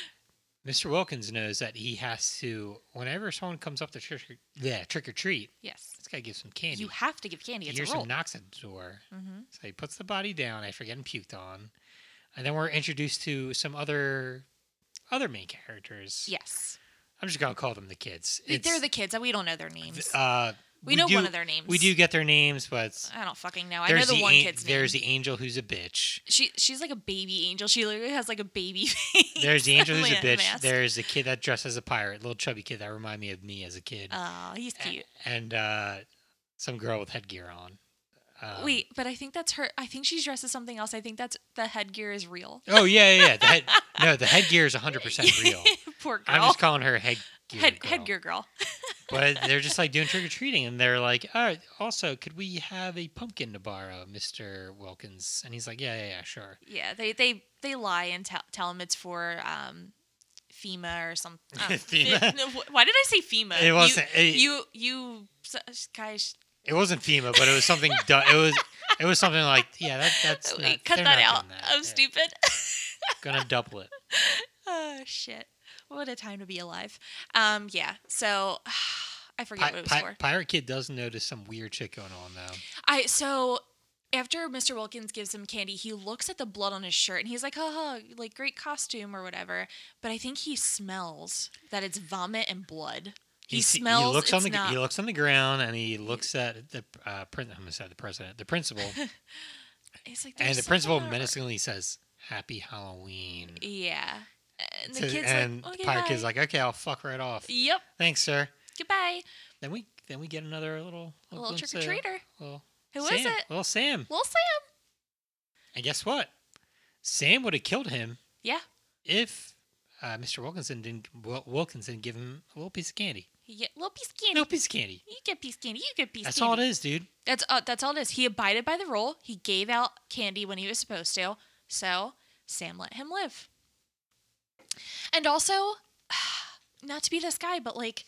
S1: Mr. Wilkins knows that he has to. Whenever someone comes up to trick or, yeah, trick or treat,
S2: yes.
S1: this guy gives some candy.
S2: You have to give candy.
S1: he
S2: It's a
S1: hears
S2: rule.
S1: some knocks at the door,
S2: mm-hmm.
S1: so he puts the body down after getting puked on, and then we're introduced to some other other main characters.
S2: Yes.
S1: I'm just gonna call them the kids.
S2: They're
S1: It's-
S2: the kids. We don't know their names.
S1: Uh,
S2: we, know
S1: do,
S2: one of their names.
S1: We do get their names, but it's-
S2: I don't fucking know. I know the, one
S1: an-
S2: kid's name.
S1: There's the angel who's a bitch.
S2: she she's like a baby angel. She literally has like a baby face.
S1: There's the angel who's a
S2: Like
S1: bitch.
S2: mask.
S1: There's the kid that dressed as a pirate, little chubby kid that reminded me of me as a kid,
S2: Oh, he's
S1: A-
S2: cute.
S1: and uh, some girl with headgear on. Um,
S2: Wait, but I think that's her. I think she's dressed as something else. I think that's the headgear is real.
S1: Oh yeah, yeah, yeah. The head, no, the headgear is 100 percent real.
S2: Poor girl.
S1: I'm just calling her headgear.
S2: Head,
S1: girl.
S2: headgear girl.
S1: But they're just like doing trick or treating, and they're like, "All right, also, could we have a pumpkin to borrow, Mister Wilkins?" And he's like, "Yeah, yeah, yeah, sure."
S2: Yeah, they they they lie and tell tell him it's for um FEMA or something.
S1: FEMA.
S2: Why did I say FEMA?
S1: It wasn't. it-
S2: Uh, You you, you guys
S1: It wasn't FEMA, but it was something. du- it was it was something like yeah. That, that's
S2: Oh, wait,
S1: not,
S2: uh, cut
S1: they're
S2: that
S1: not
S2: out.
S1: doing that.
S2: I'm
S1: Yeah.
S2: stupid.
S1: Gonna double it.
S2: Oh shit! What a time to be alive. Um, yeah. So I forget
S1: Pi-
S2: what it was
S1: pi-
S2: for.
S1: Pirate Kid does notice some weird shit going on though.
S2: I so after Mr. Wilkins gives him candy, he looks at the blood on his shirt and he's like, "Ha ha! Like great costume or whatever." But I think he smells that it's vomit and blood. He,
S1: se-
S2: smells.
S1: He looks
S2: it's
S1: on the
S2: not,
S1: he looks on the ground and he looks at the uh, prin- I'm gonna say the president, the principal,
S2: he's like,
S1: and
S2: "There's
S1: the principal
S2: something not right."
S1: menacingly says, "Happy Halloween."
S2: Yeah. And the
S1: To-
S2: kid's
S1: and
S2: like, "Oh, okay,
S1: Pirate
S2: bye.
S1: Kid's like, "Okay, I'll fuck right off.
S2: "Yep,
S1: Thanks, sir."
S2: goodbye,
S1: Then we then we get another little
S2: little
S1: glimpse
S2: trick
S1: of
S2: or treater."
S1: little
S2: Who is
S1: Sam,
S2: it?
S1: Little Sam.
S2: Little Sam.
S1: And guess what? Sam would have killed him.
S2: Yeah.
S1: If uh, Mr. Wilkinson didn't Wil- Wilkinson give him a little piece of candy.
S2: You get little piece of candy.
S1: No piece of candy.
S2: You get piece of candy. You get piece.
S1: That's
S2: of candy.
S1: all it is, dude.
S2: That's uh, that's all it is. He abided by the rule. He gave out candy when he was supposed to. So Sam let him live. And also, not to be this guy, but like,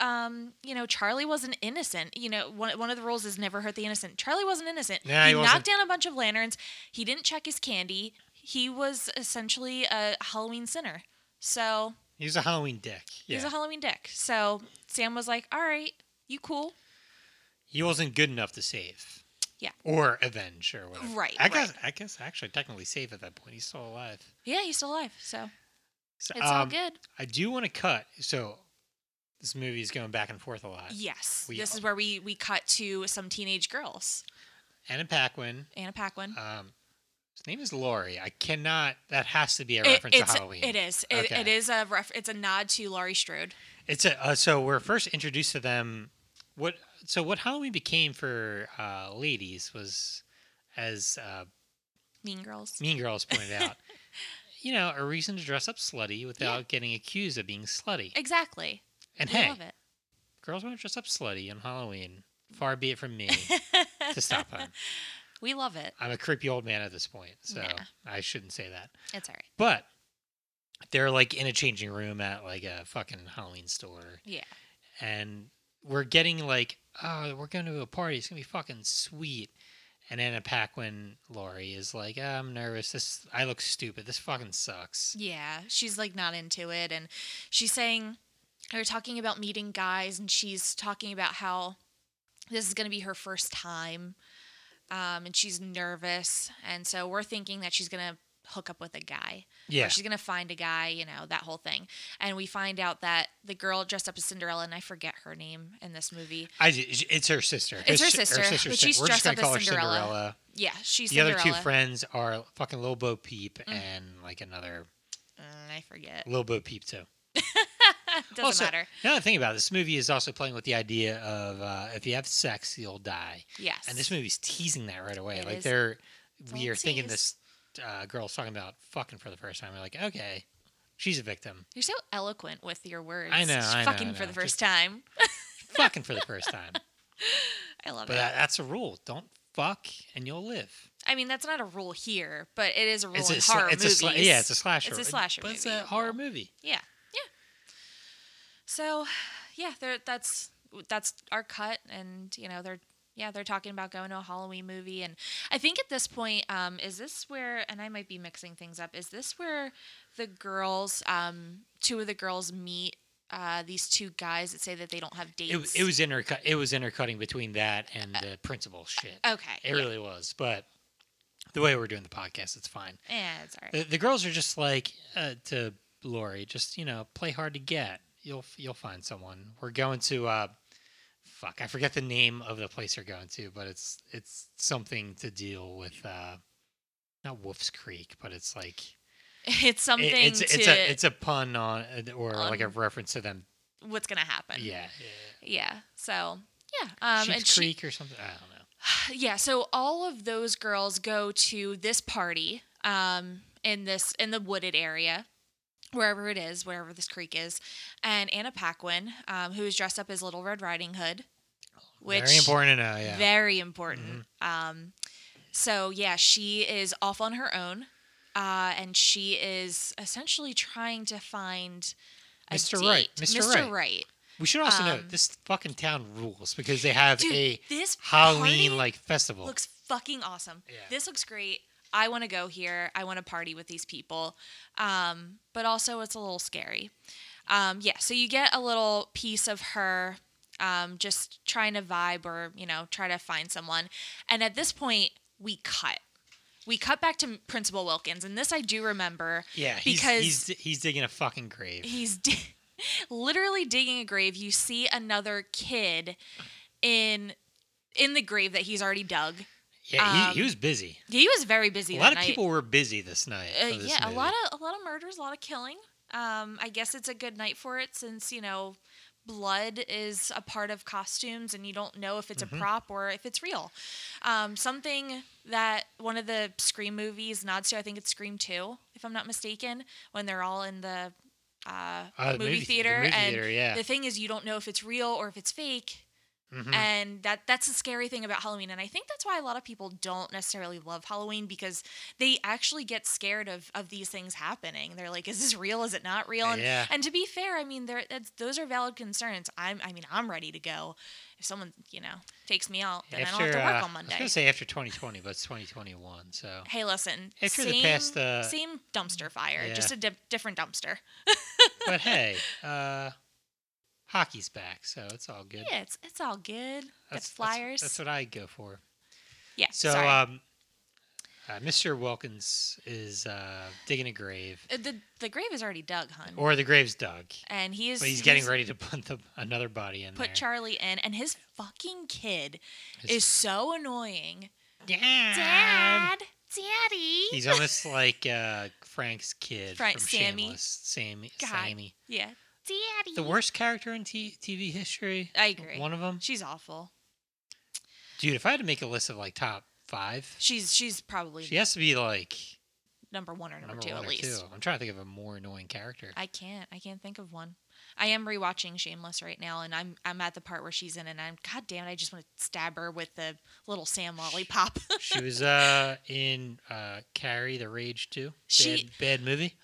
S2: um, you know, Charlie wasn't innocent. You know, one one of the rules is never hurt the innocent. Charlie wasn't innocent.
S1: Nah, he wasn't.
S2: knocked down a bunch of lanterns. He didn't check his candy. He was essentially a Halloween sinner. So
S1: He's a Halloween dick. Yeah.
S2: he's a Halloween dick. So Sam was like, "All right, you cool."
S1: he wasn't good enough to save.
S2: Yeah.
S1: Or avenge or whatever.
S2: Right,
S1: I guess I guess actually technically save at that point. He's still alive.
S2: Yeah, he's still alive. So
S1: So,
S2: it's all
S1: um,
S2: good.
S1: I do want to cut. So this movie is going back and forth a lot.
S2: Yes.
S1: We-
S2: this is where we we cut to some teenage girls.
S1: Anna Paquin.
S2: Anna Paquin.
S1: Um, his name is Laurie. I cannot. That has to be a
S2: It-
S1: reference
S2: it's,
S1: to Halloween.
S2: it is. It,
S1: Okay.
S2: it is a ref, it's a nod to Laurie Strode.
S1: It's a uh, so we're first introduced to them. What so what Halloween became for uh, ladies was, as uh,
S2: Mean Girls.
S1: Mean Girls pointed out, you know, a reason to dress up slutty without getting accused of being slutty.
S2: Exactly.
S1: And
S2: I
S1: hey,
S2: love it.
S1: girls want to dress up slutty on Halloween. Far be it from me to stop them.
S2: We love it.
S1: I'm a creepy old man at this point, so
S2: Nah.
S1: I shouldn't say that.
S2: It's all right.
S1: But they're like in a changing room at like a fucking Halloween store,
S2: Yeah.
S1: and we're getting like, oh, we're going to a party. It's gonna be fucking sweet. And Anna Paquin, Lori is like, "Ah, I'm nervous. This I look stupid. This fucking sucks.
S2: Yeah. She's like not into it. And she's saying, they're talking about meeting guys, and she's talking about how this is going to be her first time. Um, and she's nervous. And so we're thinking that she's going to hook up with a guy.
S1: Yeah,
S2: Or she's going to find a guy, you know, that whole thing. And we find out that the girl dressed up as Cinderella, and I forget her name in this movie.
S1: I, it's her sister.
S2: It's her
S1: si-
S2: sister, but she's
S1: We're just gonna
S2: dressed up as
S1: call her
S2: Cinderella.
S1: Cinderella.
S2: Yeah, she's
S1: the
S2: Cinderella.
S1: other two friends are fucking Lil Bo Peep and like another
S2: Mm, I forget.
S1: Lil Bo Peep too.
S2: Doesn't
S1: Also-
S2: matter.
S1: Another thing about it, this movie is also playing with the idea of uh, if you have sex, you'll die,
S2: Yes.
S1: and this movie's teasing that right away.
S2: It
S1: like
S2: is.
S1: they're
S2: a
S1: we
S2: little
S1: are thinking
S2: tease.
S1: this uh, girl's talking about fucking for the first time. We're like, okay, she's a victim,
S2: You're so eloquent with your words.
S1: I know, I know,
S2: fucking
S1: I
S2: for
S1: know.
S2: the
S1: Just-
S2: first time.
S1: fucking for the first time.
S2: I love
S1: But
S2: it.
S1: that, that's a rule: don't fuck and you'll live.
S2: I mean, that's not a rule here, but it is a rule
S1: It's
S2: in
S1: a, sla-
S2: horror
S1: it's a
S2: movies.
S1: sla- yeah, it's a slasher.
S2: It's a
S1: It-
S2: slasher
S1: but it's
S2: movie.
S1: a horror movie.
S2: yeah, yeah. So, yeah, they're, that's that's our cut, and you know they're yeah they're talking about going to a Halloween movie, and I think at this point, um, is this where? And I might be mixing things up. Is this where the girls, um, two of the girls meet? Uh, these two guys that say that they don't have dates.
S1: It, it was intercut. It was intercutting between that
S2: Uh,
S1: and the principal shit.
S2: okay.
S1: It really was. But the way we're doing the podcast, it's fine.
S2: yeah. yeah, it's all right.
S1: The, the girls are just like uh, to Lori, just you know, play hard to get. You'll you'll find someone. We're going to uh, fuck. I forget the name of the place you're going to, but it's it's something to deal with. Uh, not Wolf's Creek, but it's like
S2: It's something
S1: it- it's
S2: to
S1: it's a it's a pun on uh, or like a
S2: on-
S1: reference to them.
S2: what's gonna happen.
S1: Yeah,
S2: Yeah. So yeah. Um, and
S1: Sheep's
S2: she,
S1: Creek or something. I don't know.
S2: yeah. So all of those girls go to this party um, in this in the wooded area, wherever it is, wherever this creek is, and Anna Paquin, um, who is dressed up as Little Red Riding Hood, which
S1: Very important to know. Yeah, Mm-hmm.
S2: very important. Um, so yeah, she is off on her own, uh, and she is essentially trying to find a
S1: Mr.
S2: date.
S1: Right, Mr. Right.
S2: Right.
S1: we should also know
S2: um,
S1: this fucking town rules because they have
S2: Dude,
S1: a
S2: this party
S1: Halloween like festival.
S2: looks fucking awesome.
S1: Yeah.
S2: This looks great. I want to go here. I want to party with these people. Um, but also, it's a little scary. Um, yeah, so you get a little piece of her um, just trying to vibe or, you know, try to find someone. And at this point, we cut. We cut back to Principal Wilkins. And this I do remember.
S1: Yeah, he's,
S2: because
S1: he's he's digging a fucking grave.
S2: he's di- literally digging a grave you see another kid in in the grave that he's already dug
S1: Yeah, he, he
S2: um,
S1: was busy.
S2: he was very busy
S1: A lot
S2: that
S1: of
S2: night.
S1: people were busy this night.
S2: uh,
S1: for this
S2: yeah a
S1: movie.
S2: lot of a lot of murders a lot of killing um i guess it's a good night for it since you know blood is a part of costumes and you don't know if it's
S1: Mm-hmm.
S2: a prop or if it's real um something that one of the scream movies nods to i think it's scream 2 if i'm not mistaken when they're all in the uh,
S1: Uh, the
S2: movie,
S1: movie- the
S2: theater
S1: movie
S2: and
S1: theater, yeah.
S2: the thing is you don't know if it's real or if it's fake
S1: Mhm.
S2: and that that's the scary thing about Halloween. And I think that's why a lot of people don't necessarily love Halloween because they actually get scared of of these things happening. They're like, is this real? Is it not real? And,
S1: Yeah.
S2: and to be fair, I mean, there that's, those are valid concerns. I'm I mean, I'm ready to go. If someone you know takes me out, then I don't have to work
S1: uh,
S2: on
S1: I was
S2: Monday.
S1: gonna say after 2020, but it's 2021. So
S2: Hey, listen.
S1: If you're the
S2: same,
S1: past, uh,
S2: same dumpster fire,
S1: yeah.
S2: just a di- different dumpster.
S1: but hey, uh, hockey's back, so it's all good.
S2: Yeah, it's it's all good. That's,
S1: that's
S2: flyers.
S1: That's, what I go for.
S2: yeah.
S1: So
S2: sorry.
S1: um, uh, Mr. Wilkins is uh, digging a grave,
S2: Uh, the the grave is already dug, hun,
S1: or the grave's dug,
S2: and he is.
S1: but he's getting ready to put the, another body in
S2: put
S1: there.
S2: Charlie in, and his fucking kid
S1: His-
S2: is so annoying.
S1: Dad.
S2: Dad, Daddy.
S1: He's almost like uh, Frank's kid
S2: Frank-
S1: from
S2: Sammy.
S1: Shameless. Sammy.
S2: God.
S1: Sammy.
S2: yeah, Daddy.
S1: The worst character in t- TV history.
S2: I agree.
S1: One of them.
S2: She's awful.
S1: Dude, if I had to make a list of like top five,
S2: She's she's probably
S1: she has to be like
S2: number one or number,
S1: number
S2: two
S1: one
S2: at
S1: or
S2: least.
S1: two. I'm trying to think of a more annoying character.
S2: I can't. I can't think of one. I am rewatching Shameless right now, and I'm I'm at the part where she's in, and I'm God damn it, I just want to stab her with the little Sam lollipop.
S1: she was uh in uh Carrie the Rage too.
S2: She-
S1: bad, bad movie.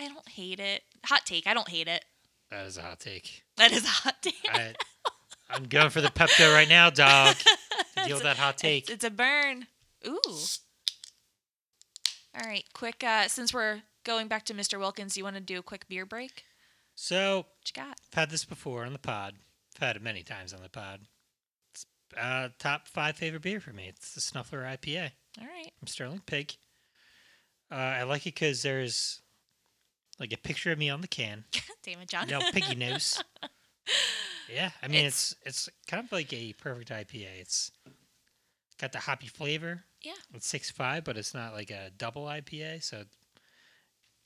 S2: I don't hate it. Hot take. I don't hate it.
S1: That is a hot take.
S2: That is a hot take.
S1: I, I'm going for the Pepto right now, dog. To deal
S2: It's
S1: with that hot
S2: It's,
S1: take.
S2: it's a burn. Ooh. All right, quick. Uh, since we're going back to Mr. Wilkins, you want to do a quick beer break?
S1: So
S2: What you got?
S1: I've had this before on the pod. I've had it many times on the pod. It's uh, top five favorite beer for me. It's the Snuffler IPA
S2: All right.
S1: from Sterling Pig. Uh, I like it because there's like a picture of me on the can.
S2: Damn it, John.
S1: No piggy nose. Yeah, I mean it's, it's kind of like a perfect IPA. It's got the hoppy flavor.
S2: Yeah.
S1: It's six five, but it's not like a double IPA, so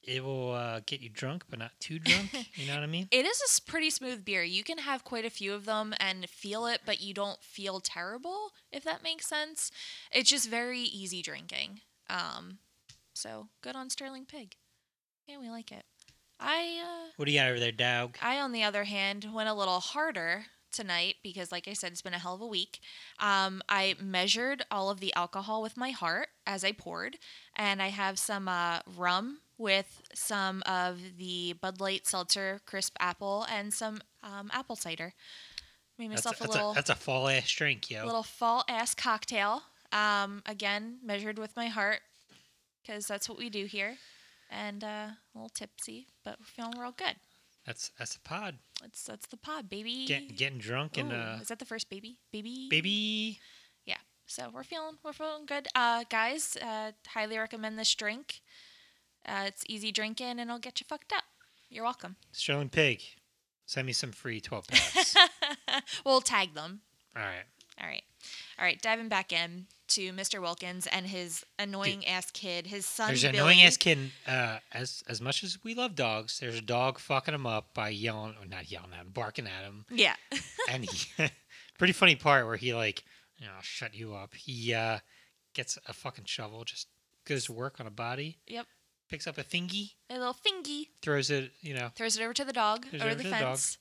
S1: it will uh, get you drunk, but not too drunk. you know what I mean?
S2: It is a s- pretty smooth beer. You can have quite a few of them and feel it, but you don't feel terrible, if that makes sense. It's just very easy drinking. Um, so good on Sterling Pig. Yeah, we like it. I uh,
S1: What do you got over there, dog?
S2: I, on the other hand, went a little harder tonight because, like I said, it's been a hell of a week. Um, I measured all of the alcohol with my heart as I poured, and I have some uh, rum with some of the Bud Light Seltzer Crisp Apple and some um, apple cider. Made
S1: That's
S2: myself
S1: a,
S2: a
S1: that's,
S2: little
S1: a, that's a fall ass drink, yo.
S2: little fall ass cocktail. Um, again, measured with my heart because that's what we do here. And uh, a little tipsy, but we're feeling real good.
S1: That's that's a pod.
S2: That's that's the pod, baby.
S1: Get, getting drunk and
S2: Ooh,
S1: uh,
S2: is that the first baby? Baby.
S1: baby.
S2: Yeah. So we're feeling we're feeling good, uh, guys. Uh, highly recommend this drink. Uh, it's easy drinking and it'll get you fucked up. You're welcome.
S1: Sterling Pig, send me some free twelve packs.
S2: we'll tag them.
S1: All right.
S2: All right. All right. Diving back in to Mr. Wilkins and his annoying ass kid, his son.
S1: There's an
S2: Billy.
S1: annoying ass kid. Uh, as as much as we love dogs, there's a dog fucking him up by yelling, or not yelling at him, barking at him.
S2: Yeah.
S1: and he, pretty funny part where he like, you know, I'll shut you up. He uh, gets a fucking shovel, just goes to work on a body,
S2: Yep.
S1: picks up a thingy,
S2: A little fingy.
S1: throws it, you know,
S2: throws it over to the dog
S1: Throws it
S2: over
S1: over
S2: the
S1: to the dog.
S2: fence.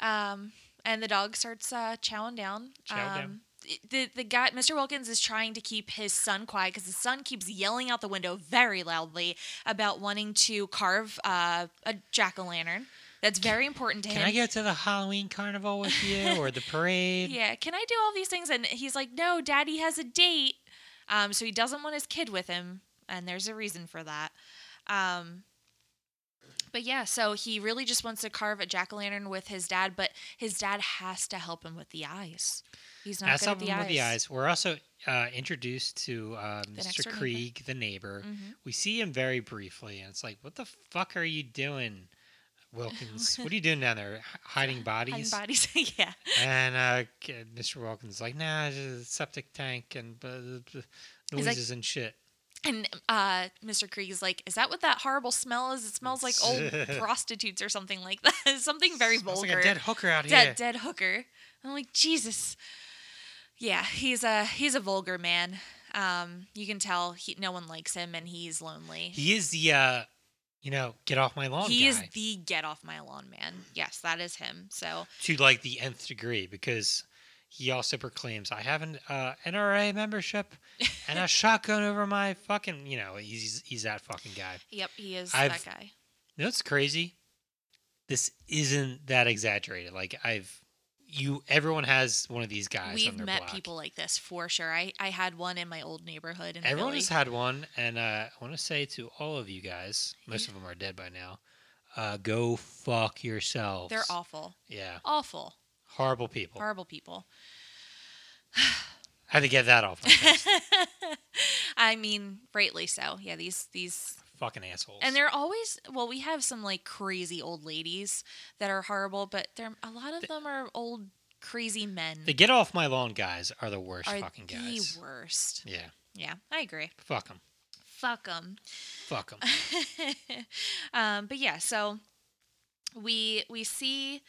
S2: Um, and the dog starts uh, chowing down.
S1: Chow down.
S2: Um, it- The, the guy, Mr. Wilkins, is trying to keep his son quiet because his son keeps yelling out the window very loudly about wanting to carve uh, a jack o' lantern. That's very important to
S1: can
S2: him.
S1: I go to the Halloween carnival with you or the parade?
S2: yeah, can I do all these things? And he's like, no, daddy has a date. Um, so he doesn't want his kid with him. And there's a reason for that. Um, but yeah, so he really just wants to carve a jack o' lantern with his dad, but his dad has to help him with the eyes. He's not
S1: That's
S2: good at
S1: something
S2: the
S1: with
S2: eyes.
S1: the eyes. We're also uh, introduced to uh,
S2: next
S1: Mr.
S2: door neighbor.
S1: Krieg, the neighbor.
S2: Mhm.
S1: We see him very briefly, and it's like, what the fuck are you doing, Wilkins? what are you doing down there, H- hiding
S2: Hiding
S1: bodies?
S2: bodies. yeah.
S1: And uh, k- Mr. Wilkins is like, nah, it's just a septic tank and blah, blah, blah,
S2: like-
S1: noises and shit.
S2: And uh, Mr. Krieg's like, is that what that horrible smell is? It smells like old prostitutes or something like that. something very
S1: Smells
S2: vulgar.
S1: like a dead hooker out
S2: dead
S1: here.
S2: dead hooker. I'm like Jesus. Yeah, he's a he's a vulgar man. Um, you can tell he, no one likes him, and he's lonely.
S1: He is the, uh, you know, get off my lawn
S2: He
S1: guy
S2: is the get off my lawn man. Yes, that is him. So
S1: to like the nth degree because he also proclaims, I have an uh, NRA membership and a shotgun over my fucking, you know, he's he's that fucking guy.
S2: yep, he is
S1: I've-
S2: that guy.
S1: You know what's crazy? This isn't that exaggerated. Like I've, you, everyone has one of these guys. on
S2: We've
S1: their
S2: met
S1: block.
S2: people like this for sure. I I had one in my old neighborhood in
S1: Everyone
S2: Philly.
S1: has had one, and uh, I want to say to all of you guys, most
S2: Mm-hmm.
S1: of them are dead by now. Uh, go fuck yourselves.
S2: They're awful,
S1: Yeah,
S2: awful,
S1: horrible people.
S2: horrible people.
S1: I had to get that off. My chest.
S2: I mean, rightly so. Yeah, these these
S1: Fucking assholes.
S2: And they're always well. We have some like crazy old ladies that are horrible, but they're a lot of them are old crazy men.
S1: the get off my lawn guys are the worst
S2: are
S1: fucking
S2: the
S1: guys.
S2: worst.
S1: Yeah,
S2: Yeah, I agree.
S1: fuck them.
S2: Fuck them.
S1: Fuck them.
S2: um, but yeah, so we we see.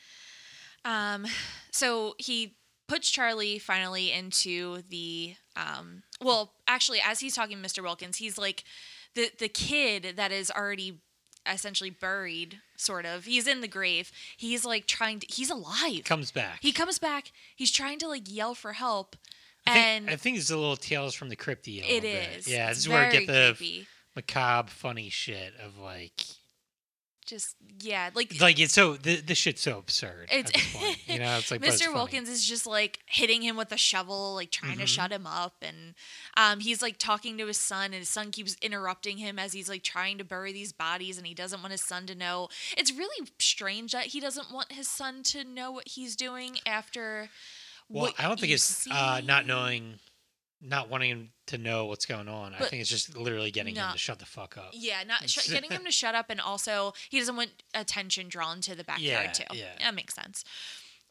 S2: Um, so he puts Charlie finally into the um well, actually as he's talking to Mr. Wilkins, he's like the the kid that is already essentially buried sort of. He's in the grave. He's like trying to he's alive.
S1: Comes back.
S2: He comes back. He's trying to like yell for help
S1: I think,
S2: and
S1: I think it's a little tales from the crypt. a little
S2: it
S1: bit.
S2: is.
S1: Yeah, this
S2: It's
S1: is where I get
S2: very
S1: the
S2: creepy.
S1: macabre, funny shit of like,
S2: just yeah, like
S1: like it's so the this shit's so absurd.
S2: It's-
S1: at this point. you know, it's like but it's
S2: Mr.
S1: funny.
S2: Wilkins is just like hitting him with a shovel, like trying to
S1: Mhm.
S2: shut him up, and um, he's like talking to his son, and his son keeps interrupting him as he's like trying to bury these bodies, and he doesn't want his son to know. It's really strange that he doesn't want his son to know what he's doing after.
S1: Well,
S2: what
S1: I don't think
S2: you
S1: it's uh, not
S2: see.
S1: knowing, not wanting him to know what's going on. I
S2: But-
S1: think it's just literally getting
S2: No.
S1: him to shut the fuck up.
S2: Yeah, not sh- getting him to shut up, and also he doesn't want attention drawn to the backyard
S1: Yeah,
S2: too.
S1: yeah.
S2: That makes sense.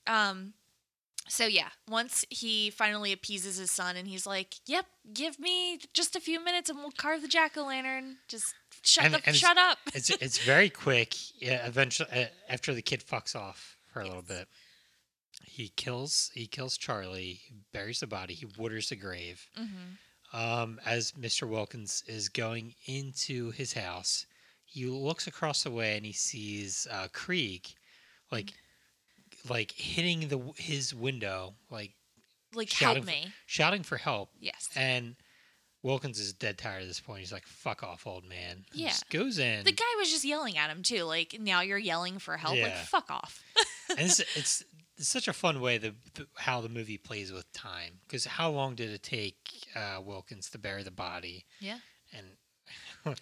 S2: Um, so yeah, once he finally appeases his son, and he's like, "Yep, give me just a few minutes, and we'll carve the jack o' lantern. Just shut
S1: And-
S2: the
S1: and-
S2: shut up."
S1: It's it's very quick. Yeah, eventually, uh, after the kid fucks off for a little bit, he kills he kills Charlie, he buries the body, he waters the grave.
S2: Mhm.
S1: um, as Mr. Wilkins is going into his house, he looks across the way and he sees uh, Krieg, like,
S2: Mm.
S1: like hitting the w- his window, like
S2: Like,
S1: Shout
S2: help
S1: him for-
S2: me.
S1: shouting for help.
S2: Yes.
S1: And Wilkins is dead tired at this point. He's like, "Fuck off, old man." He
S2: Yeah.
S1: just goes in.
S2: The guy was just yelling at him too. Like, now you're yelling for help. Like,
S1: Yeah.
S2: fuck off.
S1: and it's, it's it's such a fun way the, the how the movie plays with time because how long did it take uh, Wilkins to bury the body?
S2: Yeah.
S1: And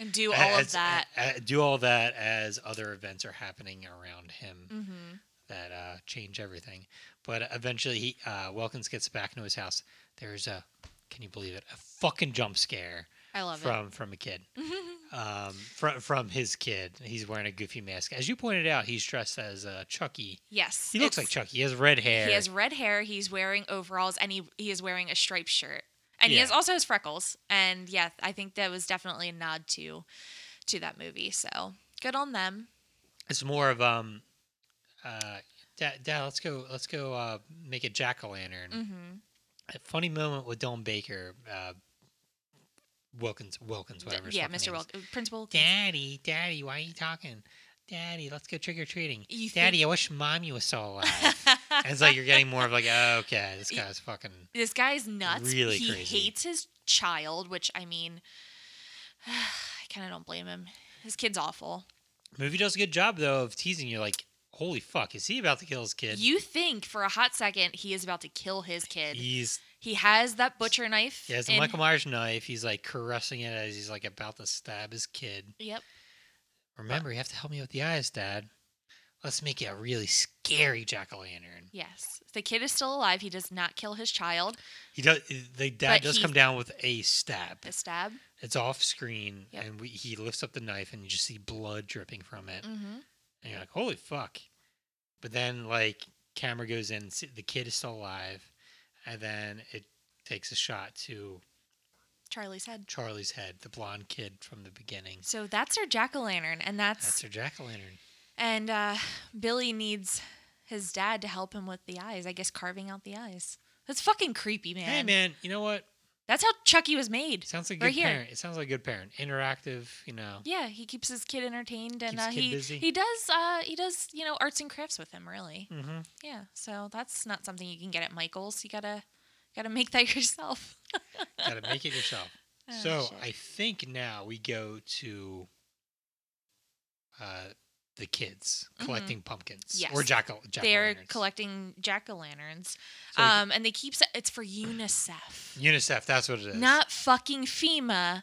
S2: And do all of
S1: as-
S2: that.
S1: uh, uh, do all that as other events are happening around him
S2: mm-hmm.
S1: that uh, change everything. But eventually, he uh, Wilkins gets back into his house. There's a, can you believe it, a fucking jump scare
S2: I love
S1: from from a kid,
S2: it.
S1: um, from from his kid. He's wearing a goofy mask, as you pointed out. He's dressed as uh, Chucky.
S2: yes.
S1: He looks
S2: it's-
S1: like Chucky. He has red hair.
S2: He has red hair. He's wearing overalls, and he he is wearing a striped shirt, and he
S1: Yeah.
S2: has also has freckles. And yeah, I think that was definitely a nod to to that movie. So good on them.
S1: it's more of um, uh, dad, dad, let's go, let's go uh, make a jack o' lantern.
S2: Mm-hmm.
S1: a funny moment with Don Baker, uh, Wilkins, Wilkins, whatever. his
S2: yeah,
S1: fucking
S2: Mr.
S1: name is.
S2: Wilk, uh, Principal.
S1: Daddy, Daddy, why are you talking? Daddy, let's go trick or treating.
S2: You
S1: Daddy, I wish mommy was still alive. And it's like you're getting more of like, oh, okay, this guy's fucking.
S2: This guy's nuts.
S1: Really
S2: he
S1: crazy.
S2: hates his child, which I mean, I kind of don't blame him. His kid's awful.
S1: Movie does a good job though of teasing you, like, holy fuck, is he about to kill his kid?
S2: You think for a hot second he is about to kill his kid.
S1: He's
S2: He has that butcher knife.
S1: he has a
S2: in-
S1: Michael Myers knife. He's like caressing it as he's like about to stab his kid.
S2: Yep.
S1: Remember, you have to help me with the eyes, Dad. Let's make it a really scary jack o' lantern.
S2: Yes. The kid is still alive. He does not kill his child.
S1: He does. eh, The dad
S2: But
S1: does
S2: he-
S1: come down with a stab.
S2: The stab.
S1: It's off screen,
S2: Yep.
S1: and we, he lifts up the knife, and you just see blood dripping from it.
S2: Mm-hmm.
S1: And you're like, "Holy fuck!" But then, like, camera goes in. See, the kid is still alive, and then it takes a shot to
S2: Charlie's head.
S1: Charlie's head, the blonde kid from the beginning.
S2: So that's our jack o' lantern, and that's,
S1: That's her jack o' lantern.
S2: and uh, Billy needs his dad to help him with the eyes. I guess carving out the eyes. That's fucking creepy, man.
S1: Hey, man, you know what?
S2: That's how Chucky was made.
S1: Sounds like a
S2: Right
S1: good
S2: here.
S1: parent. It sounds like a good parent. Interactive, you know.
S2: Yeah, he keeps his kid entertained, and
S1: Keeps
S2: uh,
S1: kid
S2: he
S1: busy.
S2: he does uh, he does you know arts and crafts with him. Really,
S1: hmm
S2: yeah. So that's not something you can get at Michael's. You gotta gotta make that yourself.
S1: Gotta make it yourself.
S2: Oh,
S1: so
S2: shit.
S1: I think now we go to uh, the kids
S2: Mhm.
S1: collecting pumpkins or
S2: Yes.
S1: jack o' jack
S2: they're collecting jack o' lanterns. Um, and they keep sa- it's for UNICEF,
S1: UNICEF. That's what it is.
S2: not fucking FEMA.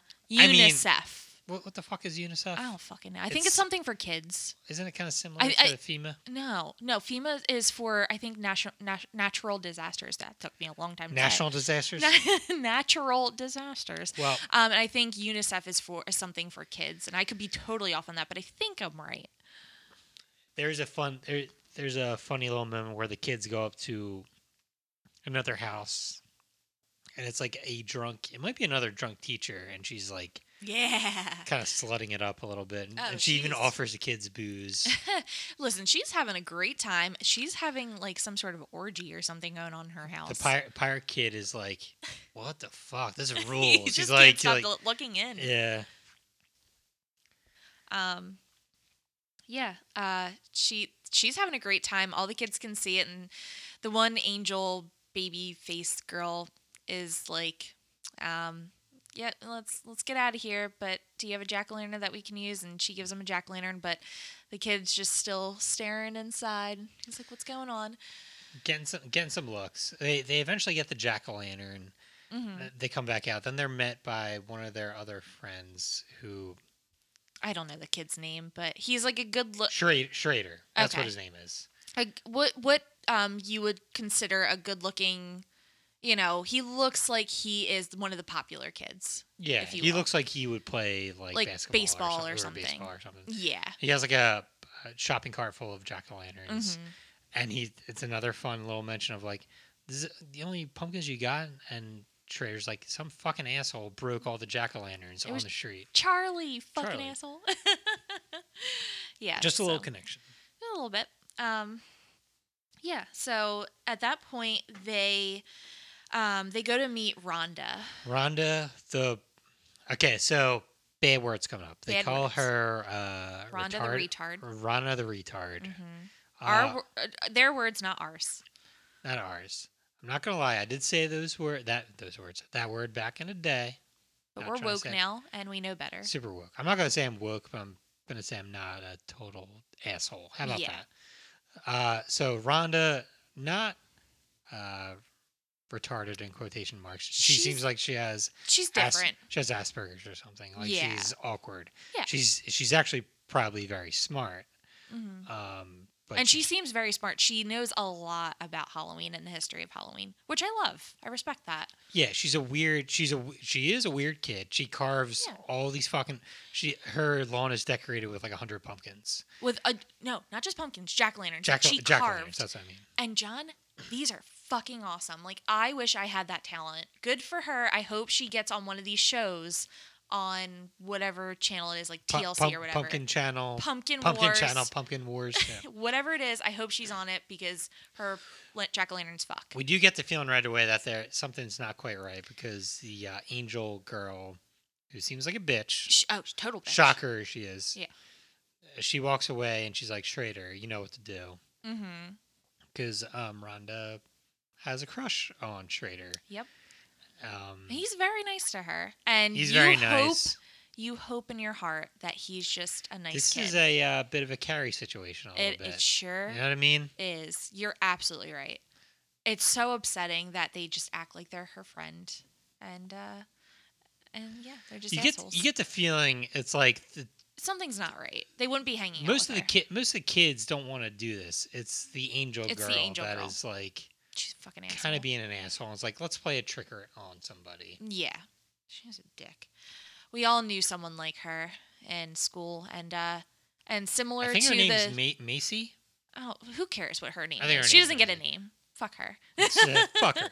S1: I mean-
S2: UNICEF.
S1: what, what the fuck is UNICEF?
S2: I don't fucking know. I think it's
S1: It's-
S2: something for kids.
S1: Isn't it kind of similar
S2: Oh. I-
S1: to
S2: I-
S1: FEMA?
S2: No, no. FEMA is for I think national nat- natural disasters. That took me a long time. to say.
S1: National disasters.
S2: Na- natural disasters.
S1: well,
S2: Um, and I think UNICEF is for is something for kids. And I could be totally off on that, but I think I'm right.
S1: there's a fun there, there's a funny little moment where the kids go up to another house and it's like a drunk it might be another drunk teacher and she's like
S2: Yeah.
S1: kind of slutting it up a little bit. And,
S2: Oh,
S1: and she even
S2: she's-
S1: offers the kids booze.
S2: Listen, she's having a great time. She's having like some sort of orgy or something going on in her house.
S1: the pirate, pirate kid is like, "What the fuck? This is a rule."
S2: You
S1: She's
S2: just
S1: like,
S2: can't stop
S1: she's like
S2: lo- looking in.
S1: "Yeah,
S2: Um, yeah, uh, she she's having a great time. All the kids can see it, and the one angel baby face girl is like, um, yeah, let's let's get out of here. But do you have a jack o' lantern that we can use? And she gives him a jack o' lantern, but the kid's just still staring inside. He's like, what's going on?
S1: getting some getting some looks." They they eventually get the jack o' lantern.
S2: hmm
S1: They come back out. Then they're met by one of their other friends who
S2: I don't know the kid's name, but he's like a good look.
S1: Schrader. Schrader. That's what
S2: Okay.
S1: his name is.
S2: a, what what um you would consider a good looking you know he looks like he is one of the popular kids
S1: Yeah,
S2: If you
S1: he
S2: will.
S1: looks like he would play like,
S2: Like
S1: basketball,
S2: baseball
S1: or,
S2: or
S1: something.
S2: something.
S1: baseball or something.
S2: yeah
S1: He has like a, a shopping cart full of jack o' lanterns.
S2: Mhm.
S1: and he it's another fun little mention of like this is the only pumpkins you got and Trader's like some fucking asshole broke all the jack o' lanterns
S2: It
S1: on
S2: was
S1: the street.
S2: charlie fucking
S1: Charlie.
S2: asshole yeah
S1: Just a little
S2: so-
S1: connection.
S2: a little bit um yeah so at that point they um they go to meet rhonda
S1: Rhonda the okay, so bad words coming up. They
S2: Bad
S1: call
S2: words.
S1: her uh,
S2: rhonda
S1: retard-
S2: the retard
S1: Rhonda the retard.
S2: Mhm.
S1: Uh,
S2: Our, wor- uh, their words not ours
S1: not ours. I'm not gonna lie. I did say those word that those words that word back in the day.
S2: but
S1: Not
S2: we're
S1: trying to
S2: woke
S1: say-
S2: now and we know better
S1: Super woke. I'm not gonna say I'm woke, but I'm gonna say I'm not a total asshole. How about
S2: Yeah.
S1: that? Uh, so Rhonda, not uh, retarded in quotation marks. She
S2: She's
S1: seems like she has
S2: she's
S1: as-
S2: different
S1: she has Asperger's or something. Like
S2: Yeah.
S1: she's awkward.
S2: Yeah.
S1: She's she's actually probably very smart.
S2: Mhm.
S1: Um, but
S2: and she
S1: she's-
S2: seems very smart. She knows a lot about Halloween and the history of Halloween, which I love. I respect that.
S1: yeah, she's a weird. She's a w- she is a weird kid. She carves
S2: Yeah.
S1: all these fucking. She her lawn is decorated with like a hundred pumpkins.
S2: With a no, not just pumpkins, jack o' lanterns.
S1: Jack
S2: she
S1: jack
S2: carved.
S1: That's what I mean.
S2: And John, these are fucking awesome. Like I wish I had that talent. Good for her. I hope she gets on one of these shows on whatever channel it is, like
S1: Pu-
S2: TLC
S1: pump-
S2: or whatever.
S1: Pumpkin Channel.
S2: Pumpkin
S1: Pumpkin
S2: Wars.
S1: Channel. Pumpkin Wars. yeah.
S2: Whatever it is, I hope she's on it because her jack o' lanterns fuck.
S1: we do get the feeling right away that there something's not quite right because the uh, angel girl, who seems like a bitch,
S2: Sh- oh, total bitch.
S1: shocker she is.
S2: Yeah.
S1: She walks away and she's like, Schrader, you know what to do.
S2: Mm-hmm.
S1: Because um, Rhonda has a crush on Schrader.
S2: Yep.
S1: Um,
S2: He's very nice to her, and
S1: he's
S2: you
S1: very
S2: hope
S1: nice.
S2: you hope in your heart that he's just a nice
S1: this
S2: kid.
S1: is a uh, bit of a carry situation a
S2: it,
S1: little
S2: it
S1: bit.
S2: sure
S1: You know what I mean?
S2: is. You're absolutely right. It's so upsetting that they just act like they're her friend, and uh, and yeah, they're just
S1: You get,
S2: assholes.
S1: you get the feeling it's like the
S2: Something's not right. They wouldn't be hanging out.
S1: most of
S2: with
S1: the
S2: her.
S1: kid most of the kids don't want to do this it's the angel
S2: It's
S1: girl
S2: the
S1: that is
S2: angel girl.
S1: like
S2: She's a fucking asshole.
S1: kind of being an asshole it's like let's play a trick or on somebody
S2: Yeah, she's a dick. We all knew someone like her in school, and uh, and similar
S1: i think
S2: to
S1: her name's
S2: the
S1: Ma- macy
S2: oh, who cares what her name
S1: think her
S2: is? She
S1: name's
S2: doesn't get a
S1: Rosie.
S2: name. Fuck her.
S1: It's, uh, fuck her.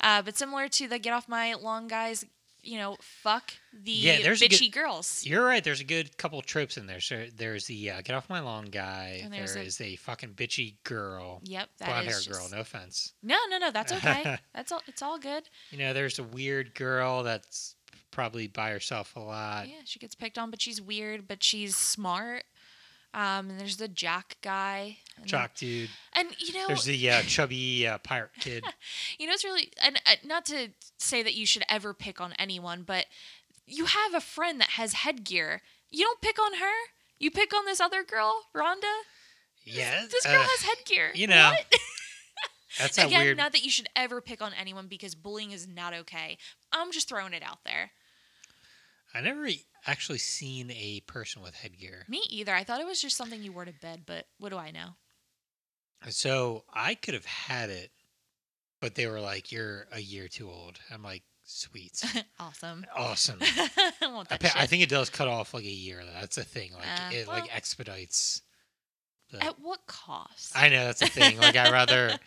S2: Uh, but similar to the get off my lawn guys, you know, fuck the
S1: Yeah, there's a
S2: bitchy
S1: good-
S2: girls.
S1: you're right there's a good couple tropes in there so there's the uh, get off my lawn guy
S2: And
S1: there
S2: there's
S1: is
S2: a-
S1: a... fucking bitchy girl
S2: Yep, that
S1: blonde hair
S2: is
S1: girl
S2: just...
S1: no offense
S2: no, no, no. That's okay. that's all. It's all good.
S1: you know there's a weird girl that's probably by herself a lot
S2: Yeah, she gets picked on, but she's weird, but she's smart. Um, and there's the jock guy. And,
S1: jock dude
S2: And you know,
S1: there's the uh, chubby uh, pirate kid
S2: you know, it's really and uh, not to say that you should ever pick on anyone, but you have a friend that has headgear. You don't pick on her. You pick on this other girl, Rhonda.
S1: yeah
S2: This
S1: uh,
S2: girl has headgear.
S1: you know
S2: What?
S1: that's a
S2: Again,
S1: weird
S2: not that you should ever pick on anyone because bullying is not okay. I'm just throwing it out there.
S1: I never e- actually seen a person with headgear.
S2: Me either. I thought it was just something you wore to bed, but what do I know?
S1: So I could have had it, but they were like, "You're a year too old." I'm like, "Sweet,
S2: Awesome.
S1: awesome."
S2: I want
S1: I,
S2: that
S1: pa- I
S2: shit.
S1: think it does cut off like a year. though. That's a thing. Like
S2: Uh,
S1: it
S2: well. Oh.
S1: like expedites. The,
S2: At what cost?
S1: I know that's a thing. Like I'd rather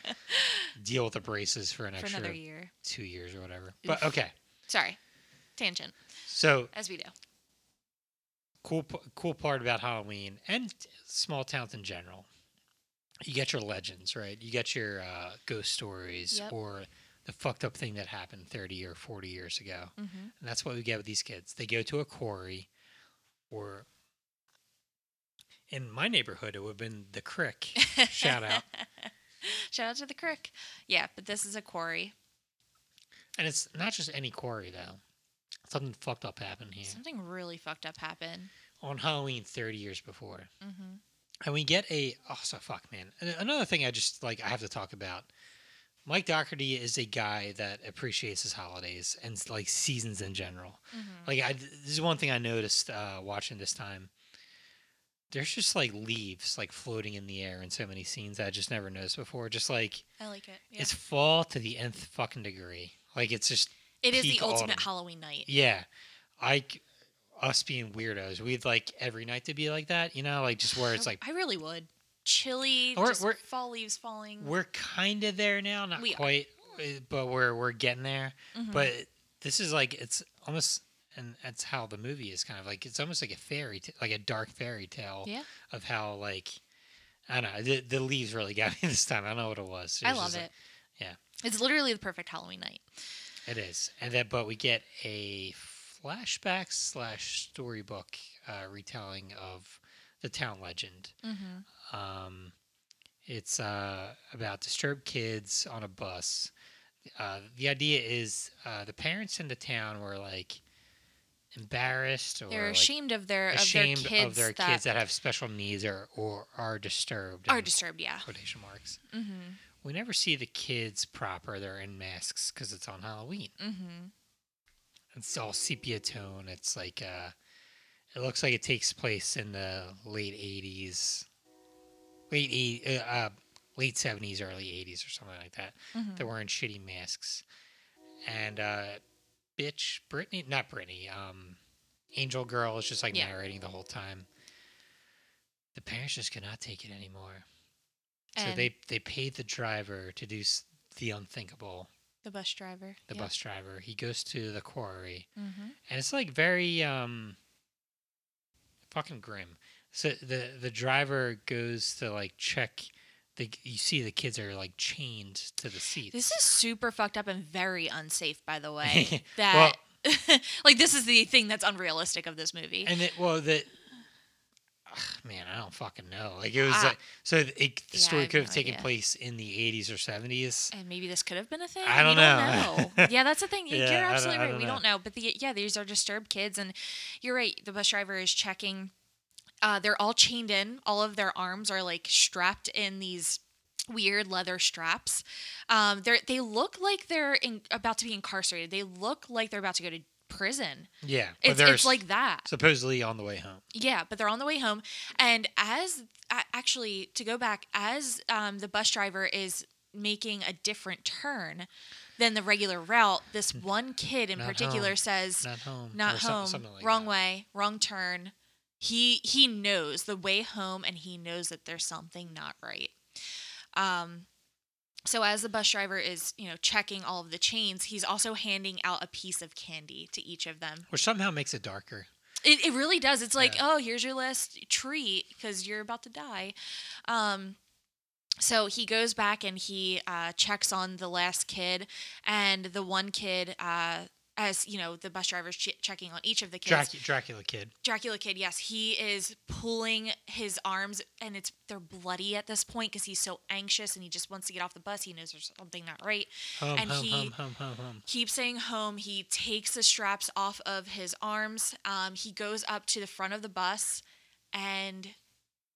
S1: deal with the braces for an
S2: For
S1: extra
S2: another year.
S1: two years or whatever. But
S2: Oof.
S1: okay,
S2: Sorry. Tangent,
S1: so
S2: as we do.
S1: cool p- cool part about Halloween and small towns in general. You get your legends, right? You get your uh, ghost stories
S2: Yep.
S1: or the fucked up thing that happened 30 or 40 years ago.
S2: Mm-hmm.
S1: And that's what we get with these kids. They go to a quarry or in my neighborhood it would have been the crick. Shout out.
S2: Shout out to the crick. Yeah, but this is a quarry.
S1: And it's not just any quarry though. Something fucked up happened here.
S2: Something really fucked up happened.
S1: On Halloween 30 years before.
S2: Mm-hmm.
S1: and we get a oh so fuck man A- another thing i just like i have to talk about mike doherty is a guy that appreciates his holidays and like seasons in general
S2: Mm-hmm.
S1: like i this is one thing i noticed uh watching this time there's just like leaves like floating in the air in so many scenes that i just never noticed before just like
S2: I like it. Yeah.
S1: it's fall to the nth fucking degree like it's just
S2: It is the
S1: peak
S2: ultimate
S1: autumn.
S2: Halloween night.
S1: yeah i c- us being weirdos we'd like every night to be like that you know like just where it's
S2: I-
S1: like
S2: I really would. Chilly,
S1: Or-
S2: just
S1: or-
S2: fall leaves falling.
S1: we're kind of there now, not
S2: We are.
S1: quite, uh, but we're we're getting there.
S2: Mhm.
S1: But this is like it's almost, and that's how the movie is kind of like it's almost like a fairy, t- like a dark fairy tale
S2: Yeah.
S1: of how like I don't know the, the leaves really got me this time. I don't know what it was.
S2: I
S1: was
S2: love
S1: just
S2: it.
S1: like- yeah.
S2: It's literally the perfect Halloween night.
S1: it is, and then but we get a flashback slash storybook uh, retelling of the town legend.
S2: Mm-hmm.
S1: Um, it's uh, about disturbed kids on a bus. Uh, the idea is uh, the parents in the town were like embarrassed or
S2: They're
S1: like,
S2: ashamed of their
S1: ashamed
S2: of their kids, that,
S1: kids that have special needs or, or are disturbed.
S2: are
S1: in
S2: disturbed. Yeah.
S1: quotation marks.
S2: Mm-hmm.
S1: We never see the kids proper. They're in masks because it's on Halloween.
S2: Mm-hmm.
S1: It's all sepia tone. It's like uh, it looks like it takes place in the late '80s, late eight, uh, uh, late '70s, early '80s, or something like that.
S2: Mm-hmm. Mm.
S1: They're wearing shitty masks, and uh, bitch, Brittany, not Brittany, um, Angel Girl is just like
S2: Yeah.
S1: narrating the whole time. The parents just cannot take it anymore, so
S2: And
S1: they they paid the driver to do s- the unthinkable.
S2: the bus driver.
S1: The bus driver, he goes to the quarry
S2: Mm-hmm.
S1: and it's like very um fucking grim so the the driver goes to like check the you see the kids are like chained to the seats
S2: This is super fucked up and very unsafe, by the way. That like this is the thing that's unrealistic of this movie.
S1: and it well the Ugh, man i don't fucking know like it was
S2: Ah.
S1: like so it, the
S2: Yeah, I
S1: story
S2: have
S1: could have
S2: no
S1: taken
S2: idea.
S1: place in the 80s or 70s
S2: And maybe this could have been a thing.
S1: I don't
S2: we
S1: know.
S2: Don't know. yeah, that's the thing.
S1: Yeah, I
S2: You're
S1: don't-
S2: absolutely
S1: I
S2: right.
S1: don't
S2: we
S1: know.
S2: don't know. But the yeah, these are disturbed kids, and you're right. The bus driver is checking. Uh, they're all chained in. All of their arms are like strapped in these weird leather straps. Um, they they look like they're in, about to be incarcerated. They look like they're about to go to prison.
S1: yeah but
S2: It's,
S1: they're
S2: it's like that.
S1: supposedly on the way home
S2: Yeah, but they're on the way home. And as a- actually, to go back, as um, the bus driver is making a different turn than the regular route, this one kid in
S1: Hmm. Not
S2: particular
S1: home.
S2: says,
S1: not home
S2: "Not
S1: or some-
S2: home,
S1: something like
S2: wrong
S1: that.
S2: way, wrong turn." He he knows the way home, and he knows that there's something not right. Um, so as the bus driver is you know checking all of the chains, he's also handing out a piece of candy to each of them.
S1: which somehow makes it darker
S2: It, it really does. It's like,
S1: Yeah.
S2: oh, here's your last treat because you're about to die. Um, so he goes back and he uh, checks on the last kid, and the one kid, uh, as you know, the bus driver's ch- checking on each of the kids.
S1: Dracu- dracula kid
S2: Dracula Kid, yes, he is pulling his arms, and it's they're bloody at this point because he's so anxious and he just wants to get off the bus. He knows there's something not right
S1: home
S2: And
S1: home,
S2: he-
S1: home home home home
S2: keeps saying home. He takes the straps off of his arms. Um, he goes up to the front of the bus and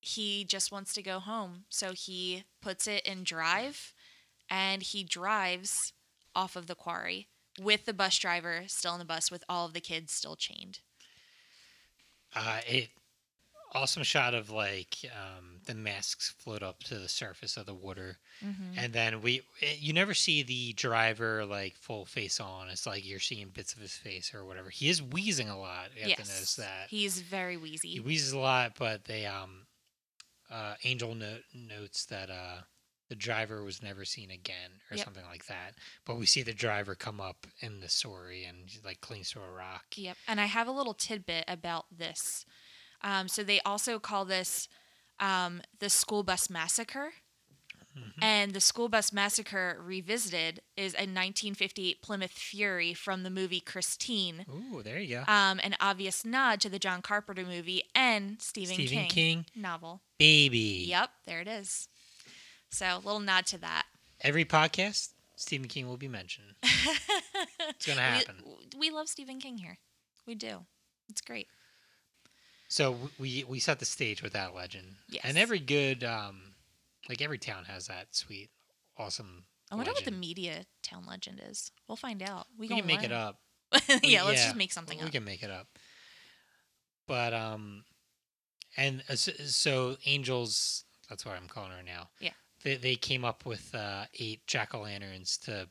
S2: he just wants to go home. So he puts it in drive and he drives off of the quarry with the bus driver still in the bus with all of the kids still chained.
S1: Uh, it awesome shot of like um, the masks float up to the surface of the water,
S2: Mm-hmm.
S1: and then we it, you never see the driver like full face on. It's like you're seeing bits of his face or whatever. He is wheezing a lot. You have to notice that
S2: He's very wheezy.
S1: he wheezes a lot, but they um uh, Angel no- notes that uh the driver was never seen again or
S2: Yep.
S1: something like that. But we see the driver come up in the story and like clings to a rock.
S2: Yep. And I have a little tidbit about this. Um, so they also call this um, the School Bus Massacre. And the School Bus Massacre Revisited is a 1958 Plymouth Fury from the movie Christine,
S1: Ooh, there you go.
S2: um, an obvious nod to the John Carpenter movie and Stephen,
S1: Stephen King.
S2: King, novel.
S1: baby.
S2: Yep, there it is. So, a little nod to that.
S1: Every podcast, Stephen King will be mentioned. It's gonna happen.
S2: We, we love Stephen King here. We do. It's great.
S1: So w- we we set the stage with that legend.
S2: Yes.
S1: And every good, um, like every town has that sweet, awesome.
S2: I wonder what the
S1: legend.
S2: media town legend is. We'll find out. We,
S1: We can
S2: gonna
S1: make it
S2: learn.
S1: up. We-
S2: yeah, let's just make something
S1: we
S2: up.
S1: can make it up. But um, and uh, so, so angels. That's what I'm calling her now.
S2: Yeah.
S1: They they came up with uh, eight jack o' lanterns to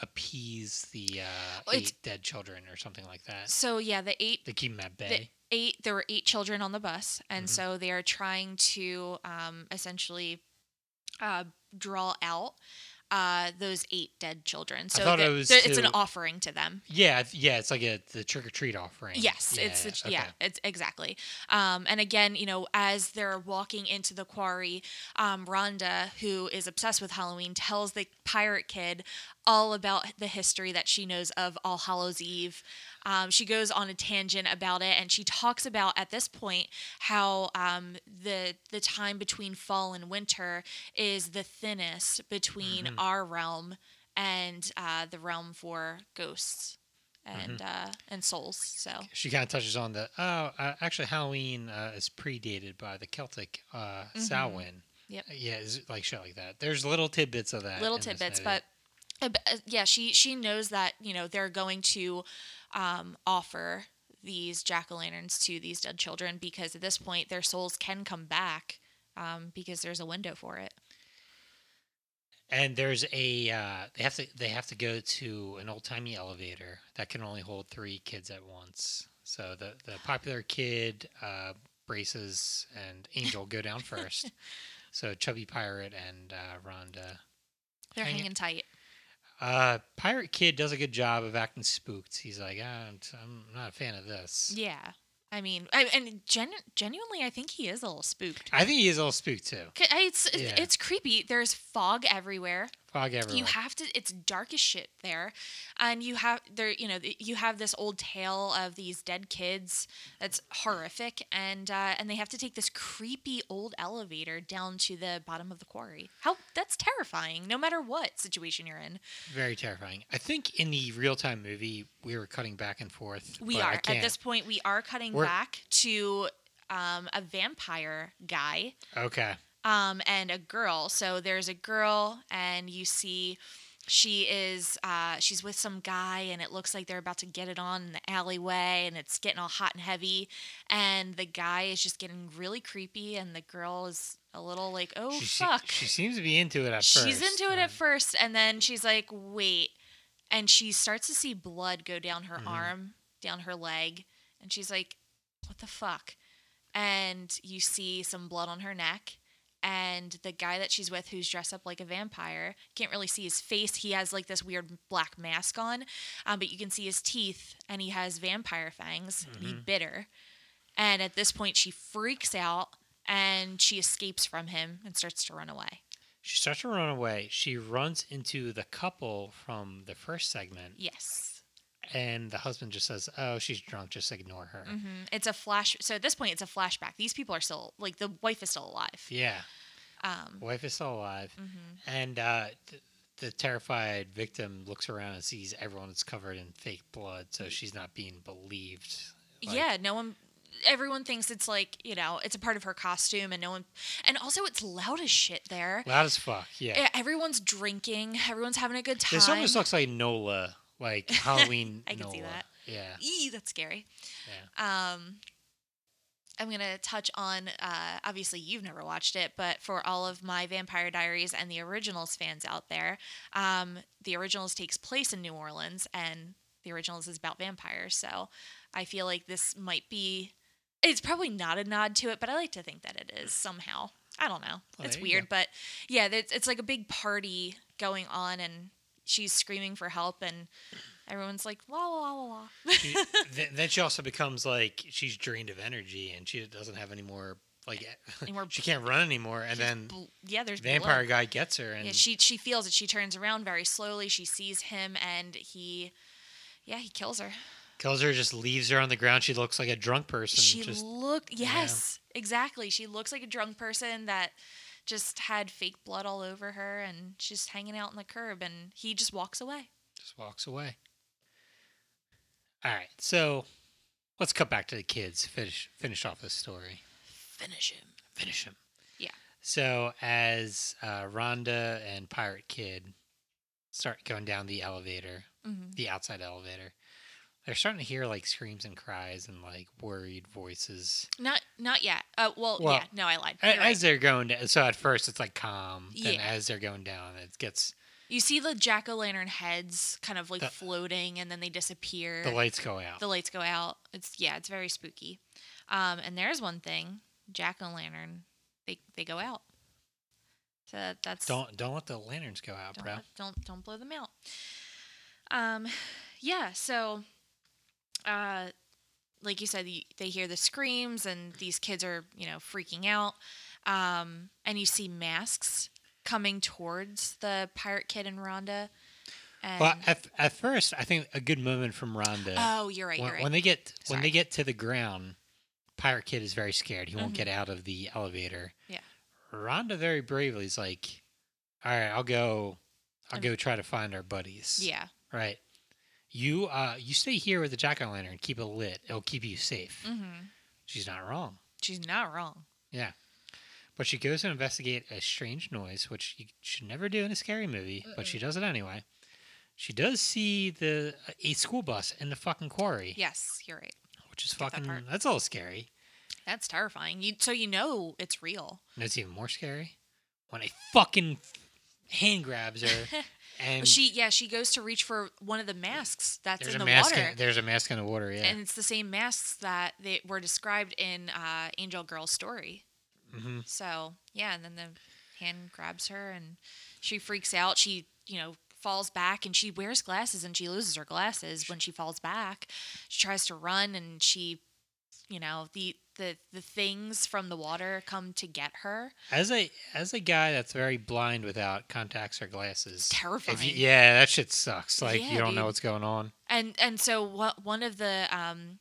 S1: appease the uh,
S2: Oh, it's-
S1: eight dead children or something like that.
S2: So yeah, the eight
S1: They keep them at bay.
S2: the eight there were eight children on the bus and
S1: Mhm.
S2: so they are trying to um, essentially uh, draw out uh, those eight dead children so
S1: thought it
S2: they're-
S1: was
S2: they're- it's an
S1: to-
S2: offering to them
S1: yeah, it's- yeah. It's like a the trick or treat offering.
S2: Yes, it's the, yeah,
S1: okay.
S2: it's exactly. Um, and again, you know, as they're walking into the quarry, um, Rhonda, who is obsessed with Halloween, tells the pirate kid all about the history that she knows of All Hallows Eve. Um, she goes on a tangent about it, and she talks about at this point how um, the the time between fall and winter is the thinnest between
S1: Mhm.
S2: our realm and uh, the realm for ghosts and uh, and souls. So
S1: She kind of touches on the oh, uh, actually Halloween uh, is predated by the Celtic uh, Samhain.
S2: Mm-hmm.
S1: Uh,
S2: Yep.
S1: Yeah, it's like shit like that. There's little tidbits of that.
S2: little
S1: in this
S2: tidbits,
S1: movie.
S2: but uh, b- uh, yeah, she she knows that you know they're going to um, offer these jack o' lanterns to these dead children because at this point their souls can come back um, because there's a window for it.
S1: and there's a uh, they have to they have to go to an old timey elevator that can only hold three kids at once. So the the popular kid, uh, braces and Angel go down first. so chubby pirate and uh, Rhonda.
S2: They're
S1: Hang it.
S2: hanging tight.
S1: Uh, pirate kid does a good job of acting spooked. He's like, "Ah, I'm, t- I'm not a fan of this.
S2: Yeah, I mean, I, and genu- genuinely, I think he is a little spooked.
S1: I think he is a little spooked too.
S2: 'Cause I- It's
S1: Yeah.
S2: it's creepy. There's fog everywhere.
S1: Fog everywhere.
S2: you have to it's dark as shit there and you have there you know you have this old tale of these dead kids that's horrific and uh, and they have to take this creepy old elevator down to the bottom of the quarry how that's terrifying no matter what situation you're in
S1: Very terrifying. I think in the real time movie we were cutting back and forth.
S2: we
S1: but I
S2: are at
S1: can't-
S2: this point we are cutting
S1: We're-
S2: back to um, a vampire guy
S1: Okay.
S2: um, and a girl. So there's a girl, and you see she is uh, she's with some guy, and it looks like they're about to get it on in the alleyway, and it's getting all hot and heavy, and the guy is just getting really creepy, and the girl is a little like, oh
S1: she, se-
S2: fuck,
S1: She, seems to be into it at first.
S2: she's into it at
S1: um,
S2: first, and then she's like, wait, and she starts to see blood go down her
S1: Mhm.
S2: arm, down her leg, and she's like, what the fuck? And you see some blood on her neck, and the guy that she's with, who's dressed up like a vampire, can't really see his face. He has like this weird black mask on, um, but you can see his teeth, and he has vampire fangs. and He
S1: Mhm.
S2: bit her, and at this point, she freaks out. And she escapes from him and starts to run away.
S1: She starts to run away. She runs into the couple from the first segment,
S2: Yes.
S1: and the husband just says, "Oh, she's drunk. Just ignore her."
S2: hmm It's a flash. So at this point, it's a flashback. These people are still like the wife is still alive.
S1: Yeah,
S2: Um,
S1: wife is still alive,
S2: mhm.
S1: and uh, th- the terrified victim looks around and sees everyone is covered in fake blood,
S2: Mm.
S1: so she's not being believed. Like,
S2: yeah, no one. Everyone thinks it's like you know it's a part of her costume, and no one. And also, it's loud as shit there.
S1: loud as fuck. Yeah,
S2: E- Everyone's drinking. Everyone's having a good time.
S1: this almost looks like Nola, like Halloween.
S2: I can see
S1: Nola.
S2: that.
S1: Yeah,
S2: Eee, that's scary.
S1: yeah.
S2: Um, I'm gonna touch on. Uh, obviously, you've never watched it, but for all of my Vampire Diaries and the Originals fans out there, um, the Originals takes place in New Orleans, and the Originals is about vampires. So, I feel like this might be. It's probably not a nod to it, but I like to think that it is somehow. I don't know.
S1: Well,
S2: it's
S1: there you go.
S2: weird, but yeah, it's, it's like a big party going on, and she's screaming for help, and everyone's like la la la la. la.
S1: She, th- then she also becomes like she's drained of energy and she doesn't have any more like
S2: Anymore
S1: she can't run anymore. And
S2: There's
S1: then
S2: bl- yeah, there's blood.
S1: vampire guy gets her and
S2: Yeah, she she feels it. She turns around very slowly. She sees him, and he, yeah, he kills her.
S1: kills her. Just leaves her on the ground. She looks like a drunk person.
S2: she
S1: just
S2: looked yes, exactly. She looks like a drunk person that just had fake blood all over her, and she's hanging out on the curb, and he just walks away.
S1: just walks away. All right, so let's cut back to the kids. Finish finish off this story.
S2: Finish him.
S1: Finish him.
S2: Yeah.
S1: So as uh, Rhonda and Pirate Kid start going down the elevator,
S2: hmm
S1: the outside elevator, they're starting to hear like screams and cries and like worried voices.
S2: Not not yet. Uh, well,
S1: Well,
S2: yeah. No, I lied.
S1: A-
S2: You're
S1: As
S2: right.
S1: they're going down, so at first it's like calm, and
S2: Yeah.
S1: as they're going down, it gets
S2: You see the jack o' lantern heads kind of like
S1: The-
S2: floating, and then they disappear.
S1: Uh, the lights go out.
S2: the lights go out. It's yeah, it's very spooky. Um, and there's one thing, jack o' lantern, they they go out. So that, that's
S1: don't don't let the lanterns go out,
S2: don't,
S1: bro.
S2: let- don't don't blow them out. Um, yeah. So, uh, like you said, the- they hear the screams and these kids are you know freaking out. Um, and you see masks coming towards the pirate kid and Rhonda. And,
S1: Well, at, at first, I think a good moment from Rhonda.
S2: oh, you're right.
S1: when,
S2: You're right.
S1: when they get when
S2: Sorry.
S1: they get to the ground, Pirate Kid is very scared. He won't
S2: Mhm.
S1: get out of the elevator.
S2: Yeah.
S1: Rhonda very bravely is like, "All right, I'll go. I'll
S2: Um,
S1: go try to find our buddies."
S2: yeah.
S1: Right. You uh you stay here with the jack o' lantern. Keep it lit. It'll keep you safe.
S2: hmm
S1: She's not wrong.
S2: She's not wrong.
S1: But she goes to investigate a strange noise, which you should never do in a scary movie, but
S2: Uh-uh.
S1: she does it anyway. She does see the uh, a school bus in the fucking quarry,
S2: Yes, you're right.
S1: which is
S2: that
S1: fucking
S2: part.
S1: that's a little scary.
S2: That's terrifying. You so you know it's real.
S1: And it's even more scary when a fucking hand grabs her and
S2: she yeah, she goes to reach for one of the masks that's
S1: there's
S2: in
S1: a
S2: the
S1: mask
S2: water.
S1: in, there's a mask in the water, yeah.
S2: And it's the same masks that they were described in uh, Angel Girl's story.
S1: hmm
S2: So yeah, and then the hand grabs her and she freaks out. She you know falls back and she wears glasses and she loses her glasses when she falls back. She tries to run and she you know the the the things from the water come to get her.
S1: As a as a guy that's very blind without contacts or glasses.
S2: Terrifying.
S1: If you, yeah, that shit sucks. Like
S2: Yeah,
S1: you don't know
S2: dude.
S1: what's going on.
S2: And and so what one of the um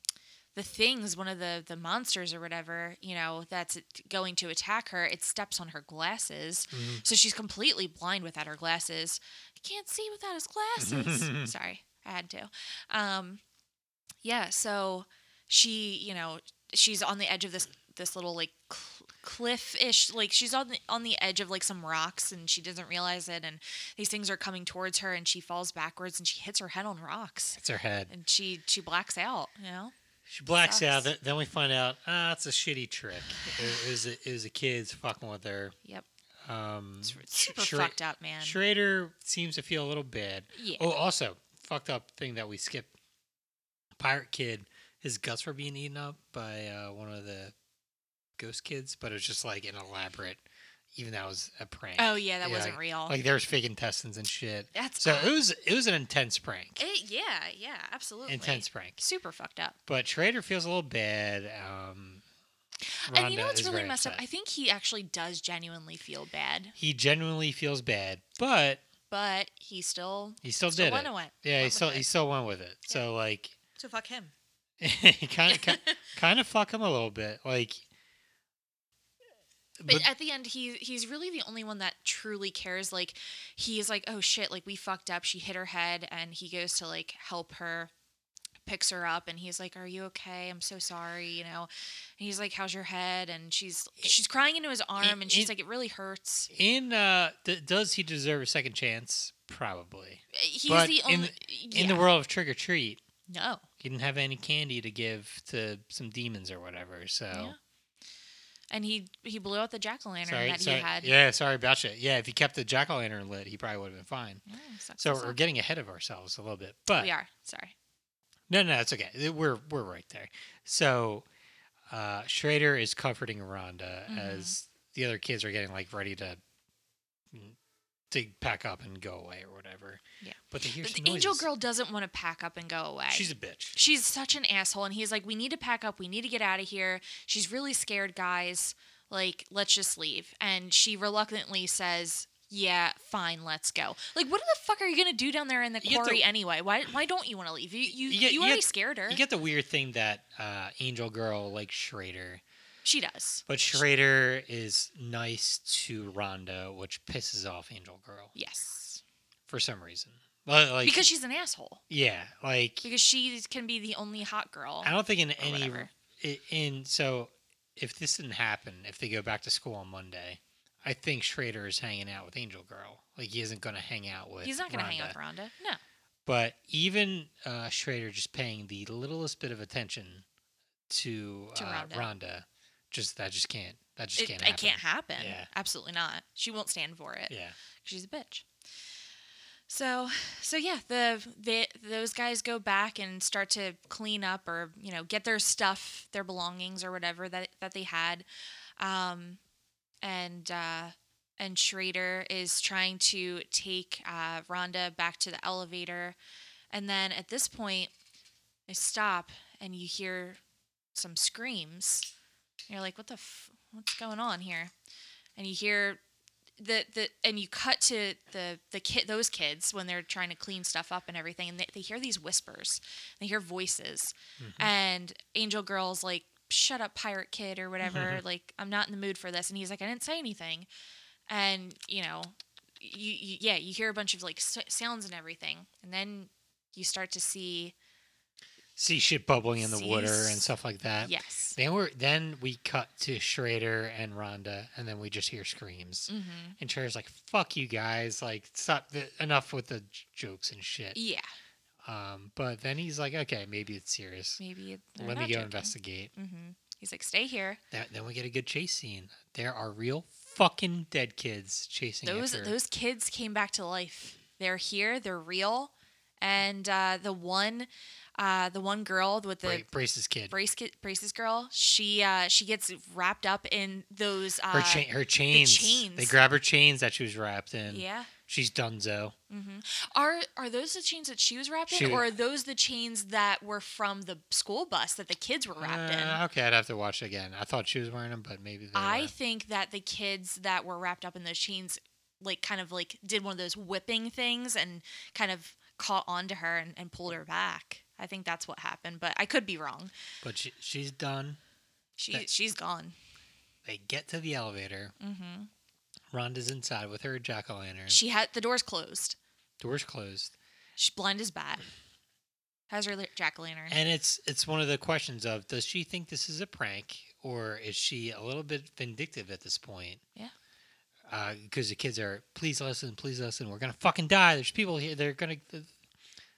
S2: the things one of the the monsters or whatever you know that's going to attack her it steps on her glasses so she's completely blind without her glasses can't see without his glasses sorry i had to um yeah so she you know she's on the edge of this this little like cl- cliff-ish like she's on the on the edge of like some rocks and she doesn't realize it and these things are coming towards her and she falls backwards and she hits her head on rocks
S1: It's her head.
S2: and she she blacks out you know
S1: She blacks out.
S2: Sucks.
S1: th- Then we find out, ah, it's a shitty trick. It, it was a, it was a kid's fucking with her.
S2: yep
S1: Um,
S2: it's super
S1: Schra-
S2: fucked up man
S1: Schrader seems to feel a little bad.
S2: yeah
S1: Oh, also fucked up thing that we skipped. Pirate kid, his guts were being eaten up by uh, one of the ghost kids, but it was just like an elaborate. Even that was a prank.
S2: oh yeah that
S1: Yeah,
S2: wasn't real
S1: Like there was fake intestines and shit.
S2: that's
S1: So it was it was an intense prank.
S2: It, yeah, yeah, absolutely.
S1: Intense prank.
S2: Super fucked up.
S1: But Schrader feels a little bad. Um,
S2: and you
S1: Rhonda
S2: know what's
S1: is
S2: really
S1: very
S2: messed up?
S1: upset.
S2: I think he actually does genuinely feel bad,
S1: he genuinely feels bad, but
S2: but he still
S1: he still,
S2: still
S1: did
S2: went
S1: it.
S2: away.
S1: Yeah,
S2: went
S1: he
S2: with
S1: still
S2: it.
S1: he still went with it. So like,
S2: So fuck him.
S1: kind of kind of fuck him a little bit. Like,
S2: But,
S1: but
S2: at the end, he he's really the only one that truly cares. Like he is like, oh shit, like we fucked up. She hit her head, and he goes to like help her, picks her up, and he's like, "Are you okay? I'm so sorry," you know. And he's like, "How's your head?" And she's she's crying into his arm, and she's
S1: it-
S2: like, "It really hurts."
S1: in uh, th- does he deserve a second chance? Probably.
S2: He's
S1: But
S2: the
S1: in
S2: only
S1: In the
S2: yeah.
S1: world of trick or treat,
S2: No.
S1: he didn't have any candy to give to some demons or whatever. So.
S2: Yeah. And he he blew out the jack o' lantern
S1: Sorry,
S2: that
S1: sorry-
S2: he had.
S1: Yeah, sorry about you. Yeah, if he kept the jack o' lantern lit, he probably would have been fine.
S2: Yeah, sucks
S1: So
S2: us
S1: we're
S2: up.
S1: getting ahead of ourselves a little bit, but
S2: we are sorry.
S1: No, no, it's okay. Th- We're we're right there. So uh Schrader is comforting Rhonda
S2: Mhm.
S1: as the other kids are getting like ready to mm, to pack up and go away or whatever.
S2: Yeah.
S1: But they hear
S2: But
S1: some
S2: the angel
S1: noises.
S2: girl doesn't want to pack up and go away.
S1: She's a bitch.
S2: She's such an asshole. And he's like, we need to pack up. We need to get out of here. She's really scared, guys. Like, let's just leave. And she reluctantly says, yeah, fine, let's go. Like, what the fuck are you going to do down there in the
S1: You get the-
S2: quarry anyway? Why, why don't you want to leave? You, you,
S1: You
S2: you,
S1: get- you
S2: already
S1: get-
S2: scared her.
S1: You get the weird thing that uh, Angel Girl likes Schrader,
S2: she does.
S1: but Schrader is nice to Rhonda, which pisses off Angel Girl
S2: Yes.
S1: for some reason. Li- Like
S2: because she's an asshole.
S1: yeah, like
S2: Because she can be the only hot girl.
S1: I don't think in
S2: or
S1: any
S2: whatever.
S1: i- in so if this didn't happen, if they go back to school on Monday, I think Schrader is hanging out with Angel Girl. Like he isn't going to hang out with.
S2: He's not going to hang
S1: Rhonda.
S2: out with Rhonda. No.
S1: But even uh, Schrader just paying the littlest bit of attention to,
S2: To
S1: uh,
S2: Rhonda.
S1: Rhonda. just that just can't. That just
S2: It,
S1: can't.
S2: it
S1: Happen.
S2: can't happen.
S1: Yeah.
S2: Absolutely not. She won't stand for it.
S1: Yeah,
S2: she's a bitch. So, so yeah, the, the those guys go back and start to clean up or you know get their stuff, their belongings or whatever that that they had, um, and uh, and Schrader is trying to take uh, Rhonda back to the elevator, and then at this point, they stop and you hear some screams. You're like, what the f- what's going on here? And you hear the the and you cut to the the kid those kids when they're trying to clean stuff up and everything and they, they hear these whispers they hear voices
S1: Mm-hmm.
S2: and angel girls like shut up pirate kid or
S1: Mm-hmm.
S2: whatever like i'm not in the mood for this and he's like i didn't say anything and you know you, you yeah you hear a bunch of like s- sounds and everything and then you start to see
S1: see shit bubbling in the
S2: See
S1: water
S2: s-
S1: and stuff like that.
S2: yes
S1: Then we're then we cut to Schrader and Rhonda, and then we just hear screams.
S2: mm-hmm.
S1: And Schrader's like, "Fuck you guys! Like, stop the, enough with the j- jokes and shit."
S2: yeah
S1: Um, but then he's like, "Okay, maybe it's serious.
S2: maybe it- they're
S1: Let me
S2: not
S1: go
S2: joking.
S1: investigate."
S2: mm-hmm. he's like stay here
S1: That, then we get a good chase scene. There are real fucking dead kids chasing
S2: those
S1: after.
S2: those kids came back to life. They're here. They're real. And uh, the one, uh, the one girl with the
S1: Bra- braces kid.
S2: brace braces girl, she uh, she gets wrapped up in those. Uh,
S1: her chain, her chains. They
S2: chains.
S1: grab her chains that she was wrapped in.
S2: Yeah.
S1: she's donezo.
S2: hmm Are are those the chains that she was wrapped in,
S1: She-
S2: or are those the chains that were from the school bus that the kids were wrapped in?
S1: Uh, okay, I'd have to watch again. I thought she was wearing them, but maybe they
S2: I
S1: were.
S2: think that the kids that were wrapped up in those chains, like, kind of like did one of those whipping things and kind of caught onto her and, and pulled her back. I think that's what happened, but I could be wrong.
S1: But she, she's done.
S2: She
S1: That-
S2: she's gone.
S1: They get to the elevator.
S2: hmm
S1: Rhonda's inside with her jack o' lantern.
S2: She had the doors closed.
S1: Doors closed,
S2: She's blind as bat. Has her jack o' lantern.
S1: and it's it's one of the questions of does she think this is a prank or is she a little bit vindictive at this point?
S2: Yeah.
S1: Because the kids are please listen, please listen. We're gonna fucking die. There's people here. They're gonna. The,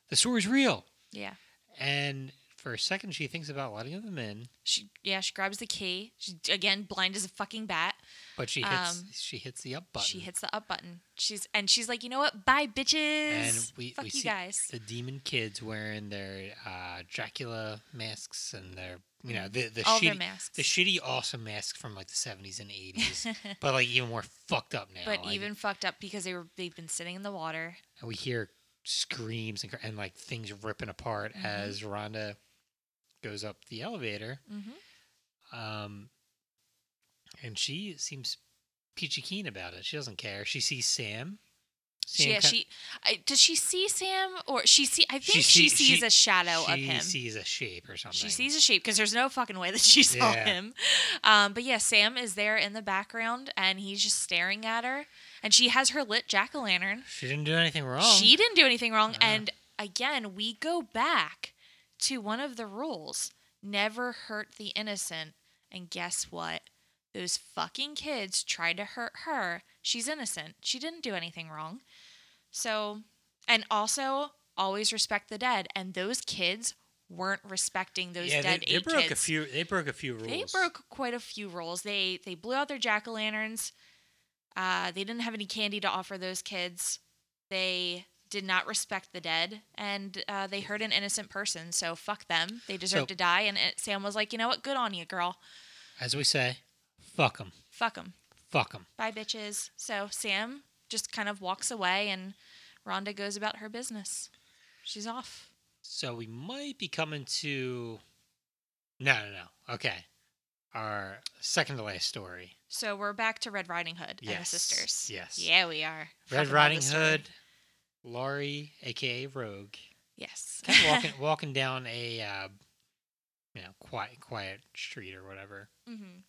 S1: the story's real.
S2: Yeah.
S1: And for a second, she thinks about letting them in,
S2: She yeah she grabs the key. She again blind as a fucking bat.
S1: but she hits
S2: Um,
S1: she hits the up button.
S2: She hits the up button. She's and she's like, you know what? Bye, bitches.
S1: and we,
S2: Fuck
S1: we
S2: you
S1: see
S2: guys.
S1: the demon kids wearing their uh, Dracula masks and their you know the the
S2: All
S1: shitty
S2: their masks.
S1: the shitty awesome masks from like the seventies and eighties, but like even more fucked up now.
S2: but
S1: like,
S2: even fucked up because they were they've been sitting in the water.
S1: and we hear screams and, cr- and like things ripping apart
S2: Mhm.
S1: as Rhonda goes up the elevator.
S2: Mm-hmm.
S1: Um, and she seems peachy keen about it. She doesn't care. She sees Sam. Sam
S2: yeah,
S1: co-
S2: she I, does she see Sam or she see? I
S1: She
S2: think she,
S1: see-
S2: sees
S1: she-
S2: a shadow of
S1: she
S2: him.
S1: sees a shape or something.
S2: she sees a shape because there's no fucking way that she saw
S1: Yeah.
S2: him. Um, but yeah, Sam is there in the background and he's just staring at her. And she has her lit jack o' lantern.
S1: She didn't do anything wrong.
S2: She didn't do anything wrong.
S1: Yeah.
S2: And again, we go back to one of the rules never hurt the innocent. And guess what? Those fucking kids tried to hurt her. She's innocent. She didn't do anything wrong. So, and also always respect the dead. And those kids weren't respecting those
S1: yeah,
S2: dead
S1: they, they
S2: eight
S1: broke a
S2: kids.
S1: few. They broke a few rules.
S2: They broke quite a few rules. They they blew out their jack o' lanterns. Uh, they didn't have any candy to offer those kids. They did not respect the dead, and uh, they hurt an innocent person. So fuck them. They deserve
S1: So-
S2: to die. And it, Sam was like, you know what? Good on you, girl.
S1: as we say. Fuck them.
S2: Fuck them.
S1: Fuck them.
S2: Bye, bitches. So Sam just kind of walks away, and Rhonda goes about her business. She's off.
S1: So we might be coming to. No, no, no. Okay. Our second to last story.
S2: So we're back to Red Riding Hood and the
S1: Yes,
S2: sisters.
S1: yes.
S2: Yeah, we are. Fucking
S1: Red
S2: love
S1: Riding
S2: this story.
S1: Hood, Laurie, aka Rogue,
S2: Yes.
S1: kind of walking walking down a uh, you know quiet quiet street or whatever,
S2: Mhm.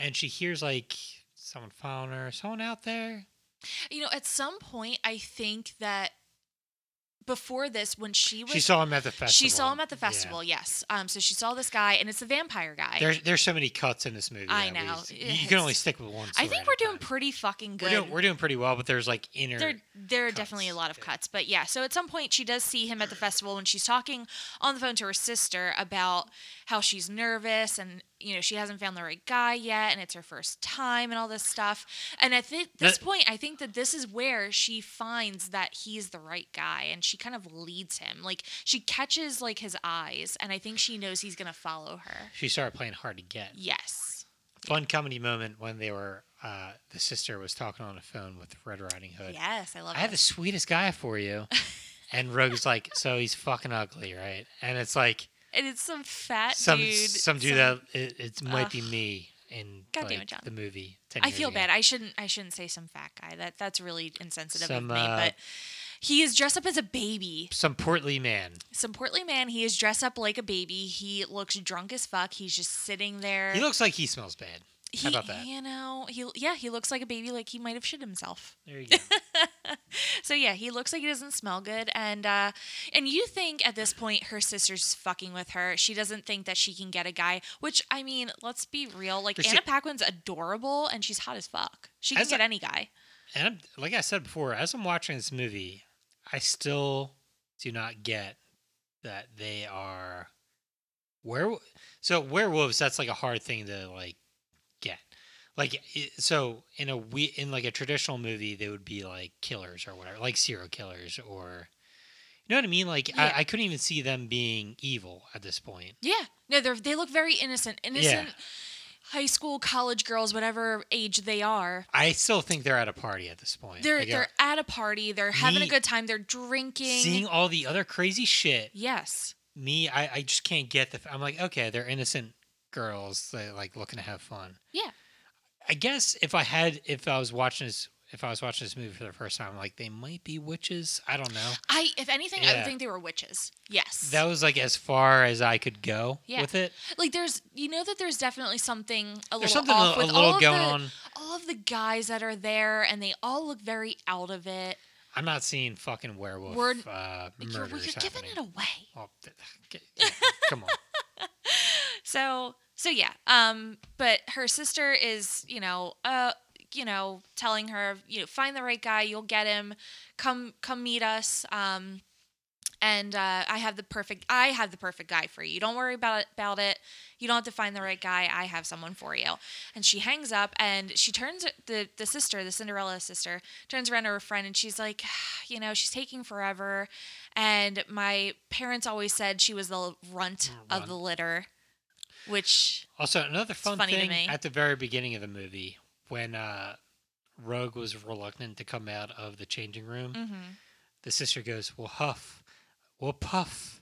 S1: and she hears like someone following her, someone out there.
S2: You know, at some point, I think that before this, when she was
S1: She saw him at the festival.
S2: She saw him at the
S1: Yeah.
S2: festival, yes. Um, so she saw this guy, and it's the vampire guy.
S1: There's there's so many cuts in this movie.
S2: I
S1: that we
S2: know.
S1: just- you- you can only
S2: It's-
S1: stick with one.
S2: I
S1: story
S2: think
S1: at
S2: we're
S1: a
S2: doing
S1: time.
S2: pretty fucking
S1: We're
S2: good.
S1: doing, we're doing pretty well, but there's like inner.
S2: there, there are
S1: cuts,
S2: definitely a lot of
S1: yeah.
S2: cuts, but yeah. So at some point, she does see him at the festival when she's talking on the phone to her sister about how she's nervous and you know she hasn't found the right guy yet, and it's her first time and all this stuff. And at thi- this
S1: That-
S2: point, I think that this is where she finds that he's the right guy, and she kind of leads him. Like she catches like his eyes, and I think she knows he's gonna follow her.
S1: she started playing hard to get.
S2: Yes.
S1: Fun comedy moment when they were uh, the sister was talking on the phone with Red Riding Hood.
S2: Yes, I love
S1: I have
S2: it.
S1: the sweetest guy for you. And Rogue's like, so he's fucking ugly, right? And it's like
S2: and it's some fat
S1: some
S2: dude.
S1: some dude that it, it might be me in
S2: God damn
S1: like,
S2: it, John.
S1: the movie. 10
S2: I
S1: years
S2: feel
S1: ago.
S2: bad. I shouldn't. I shouldn't say some fat guy. That that's really insensitive
S1: Some,
S2: of me.
S1: uh,
S2: but he is dressed up as a baby.
S1: Some portly man.
S2: Some portly man. He is dressed up like a baby. He looks drunk as fuck. He's just sitting there.
S1: He looks like he smells bad.
S2: He-
S1: how about that?
S2: You know. He yeah. He looks like a baby. Like he might have shit himself.
S1: There you go.
S2: So yeah, he looks like he doesn't smell good, and uh, and you think at this point her sister's fucking with her. She doesn't think that she can get a guy. Which I mean, let's be real. Like
S1: But she-
S2: Anna Paquin's adorable, and she's hot as fuck. She can
S1: As
S2: get
S1: a-
S2: any guy.
S1: and I'm, like I said before, as I'm watching this movie, I still do not get that they are were so werewolves. That's like a hard thing to like get. Like i- so in a we in like a traditional movie, they would be like killers or whatever, like serial killers or you know what I mean. Like
S2: Yeah.
S1: I, I couldn't even see them being evil at this point.
S2: Yeah, no, they are they look very innocent, innocent high school, college girls, whatever age they are.
S1: I still think they're at a party at this point.
S2: They're
S1: Like, uh,
S2: they're at a party. They're having a
S1: Me-
S2: good time. They're drinking.
S1: seeing all the other crazy shit
S2: yes.
S1: me, I, I just can't get the. f- I'm like, okay, they're innocent girls, they like looking to have fun.
S2: Yeah.
S1: I guess if I had, if I was watching this, if I was watching this movie for the first time, like they might be witches. I don't know.
S2: I if anything, I would
S1: Yeah.
S2: think they were witches. Yes.
S1: That was like as far as I could go
S2: Yeah.
S1: with it.
S2: like there's you know that there's definitely something a little
S1: There's something
S2: off
S1: a, a
S2: with all
S1: little
S2: of
S1: going
S2: the,
S1: on.
S2: all of the guys that are there and they all look very out of it
S1: I'm not seeing fucking werewolf
S2: We're-
S1: uh,
S2: like you're,
S1: murders
S2: well, you're giving
S1: happening.
S2: it away
S1: Well, th- th- yeah, come on.
S2: so so yeah um but her sister is you know uh you know telling her you know find the right guy you'll get him come come meet us um and uh, I have the perfect I have the perfect guy for you. Don't worry about it, about it. You don't have to find the right guy. I have someone for you. And she hangs up and she turns the the sister, the Cinderella sister, turns around to her friend and she's like, you know, she's taking forever. And my parents always said she was the runt of
S1: Runt.
S2: the litter, which
S1: Also, another fun
S2: funny to
S1: thing
S2: me.
S1: at the very beginning of the movie when uh, Rogue was reluctant to come out of the changing room.
S2: mm-hmm.
S1: the sister goes, "Well, huff, well, puff."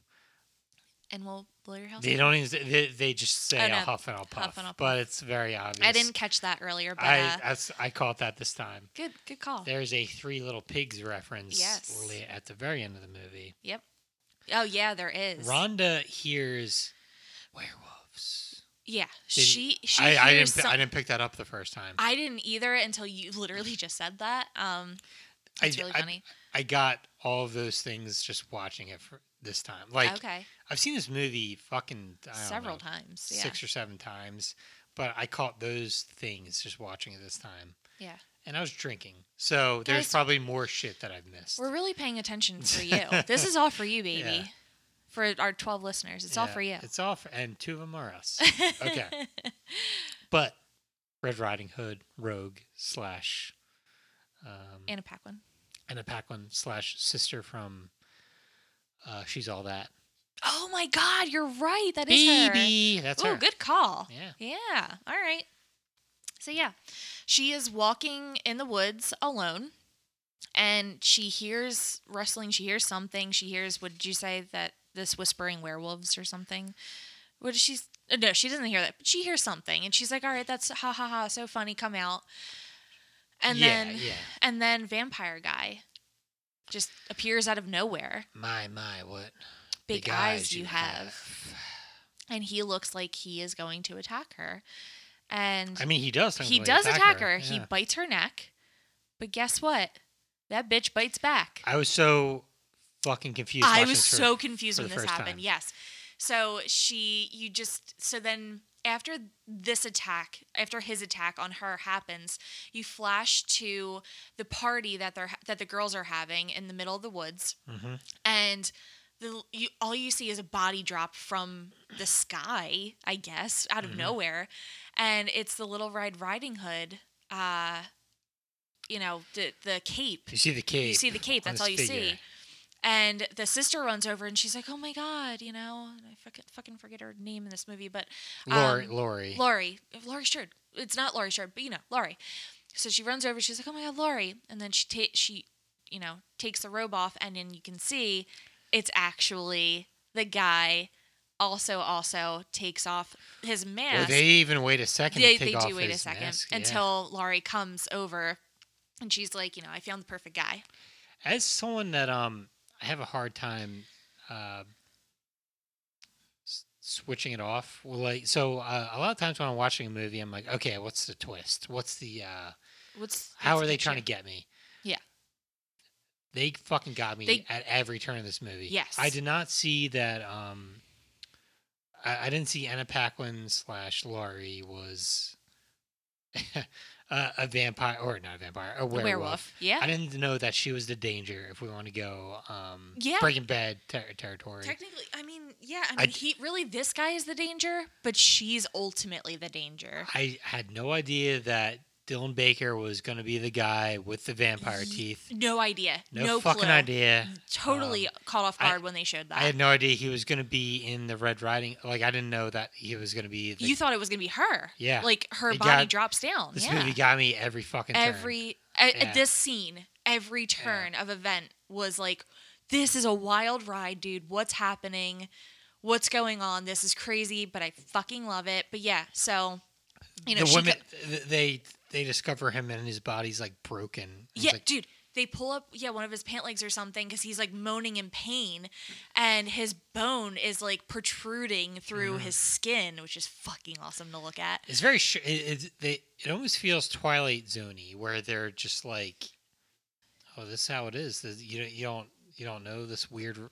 S2: and we'll blow your house.
S1: They
S2: up.
S1: don't even. They, they just say,
S2: Oh, no.
S1: "I'll huff and I'll puff,",
S2: and I'll
S1: but it's very obvious.
S2: I didn't catch that earlier, but
S1: I
S2: uh,
S1: that's, I caught that this time.
S2: good good call.
S1: There's a Three Little Pigs reference
S2: Yes.
S1: la- at the very end of the movie.
S2: Yep. Oh yeah, there is.
S1: Rhonda hears werewolves.
S2: Yeah,
S1: Did-
S2: she she
S1: I,
S2: hears
S1: I didn't. pi-
S2: some- Ah,
S1: I didn't pick that up the first time.
S2: I didn't either until you literally just said that. Um,
S1: I-
S2: it's really
S1: I-
S2: funny.
S1: I got all of those things just watching it for this time. Like
S2: okay,
S1: I've seen this movie fucking I don't
S2: several
S1: know,
S2: times. Yeah,
S1: six or seven times, but I caught those things just watching it this time.
S2: yeah.
S1: And I was drinking, so there's
S2: Guys-
S1: probably more shit that I've missed.
S2: We're really paying attention for you. this is all for you, baby.
S1: Yeah.
S2: For our twelve listeners, it's all
S1: Yeah,
S2: for you.
S1: It's all for, and two of them are us. Okay, but Red Riding Hood, Rogue slash, um,
S2: Anna Paquin.
S1: Anna Paquin slash sister from, uh, she's all that
S2: Oh my God, you're right. That is her.
S1: baby. That's
S2: Ooh,
S1: her.
S2: good call.
S1: Yeah.
S2: Yeah. All right. So yeah, she is walking in the woods alone, and she hears rustling. She hears something. She hears. What did you say that this whispering werewolves or something? What does she? s- uh, No, she doesn't hear that. But she hears something, and she's like, "All right, that's ha ha ha, so funny. Come out." And
S1: yeah,
S2: then,
S1: yeah.
S2: and then vampire guy just appears out of nowhere.
S1: My, my, what
S2: Big, eyes, you have. and he looks like he is going to attack her. And
S1: I mean, he does.
S2: he
S1: technically
S2: does attack her. He
S1: yeah.
S2: bites her neck. But guess what? That bitch bites back.
S1: I was so fucking confused.
S2: I
S1: watching
S2: was
S1: this for-
S2: so confused
S1: for
S2: when
S1: the
S2: this
S1: first
S2: happened.
S1: time.
S2: Yes. So she, you just, so then after this attack, after his attack on her happens, you flash to the party that they're that the girls are having in the middle of the woods,
S1: Mhm.
S2: and the you all you see is a body drop from the sky, I guess, out of
S1: Mhm.
S2: nowhere, and it's the Little Red Riding Hood, uh, you know, the the cape
S1: You see the cape.
S2: you see the cape.
S1: on
S2: That's
S1: his
S2: all you
S1: figure.
S2: see. And the sister runs over and she's like, "Oh my god," you know. And I fucking fucking forget her name in this movie, but
S1: Lori.
S2: um,
S1: Lori.
S2: Lori, Lori Sherd. It's not Lori Sherd, but you know, Lori. So she runs over. She's like, "Oh my god, Lori!" And then she ta- she, you know, takes the robe off, and then you can see it's actually the guy. Also, also takes off his
S1: Well,
S2: mask
S1: they even wait a second.
S2: they,
S1: to take
S2: they
S1: off
S2: do wait a
S1: his
S2: second
S1: mask, yeah.
S2: until Laurie comes over and she's like, you know, I found the perfect guy.
S1: As someone that um, I have a hard time uh, s- switching it off. Well, like so, uh, a lot of times when I'm watching a movie, I'm like, okay, what's the twist? What's the uh,
S2: What's
S1: how
S2: what's
S1: are they
S2: next
S1: trying
S2: year?
S1: to get me?
S2: Yeah.
S1: They fucking got me
S2: They-
S1: at every turn of this movie.
S2: Yes.
S1: I did not see that. Um, I, I didn't see Anna Paquin slash Laurie was a, a vampire or not a vampire, a
S2: The
S1: werewolf.
S2: Yeah.
S1: I didn't know that she was the danger. If we want to go, um,
S2: Yeah.
S1: Breaking Bad ter- territory.
S2: Technically, I mean, yeah, I
S1: I-
S2: mean, he really this guy is the danger, but she's ultimately the danger.
S1: I had no idea that Dylan Baker was going to be the guy with the vampire
S2: Ye-
S1: teeth.
S2: No idea.
S1: No,
S2: No,
S1: fucking
S2: clue.
S1: idea. Um,
S2: Totally caught off
S1: I-
S2: guard when they showed that.
S1: I had no idea he was going to be in the Red Riding. Like I didn't know that he was going to be. The,
S2: you thought it was gonna be her.
S1: yeah.
S2: Like her
S1: It
S2: body
S1: got-
S2: drops down.
S1: this
S2: yeah.
S1: movie got me every fucking turn.
S2: every at,
S1: Yeah.
S2: this scene, every turn of event was like, this is a wild ride, dude. What's happening? What's going on? This is crazy, but I fucking love it. But yeah, so you know,
S1: the
S2: she
S1: women
S2: go-
S1: th- they they discover him and his body's like broken. I was
S2: Yeah,
S1: like,
S2: dude, they pull up yeah one of his pant legs or something because he's like moaning in pain, and his bone is like protruding through his skin, which is fucking awesome to look at.
S1: it's very. Sh- it, it, they, it almost feels Twilight Zoney where they're just like, oh, this is how it is. This- you don't- you don't you don't know this weird r-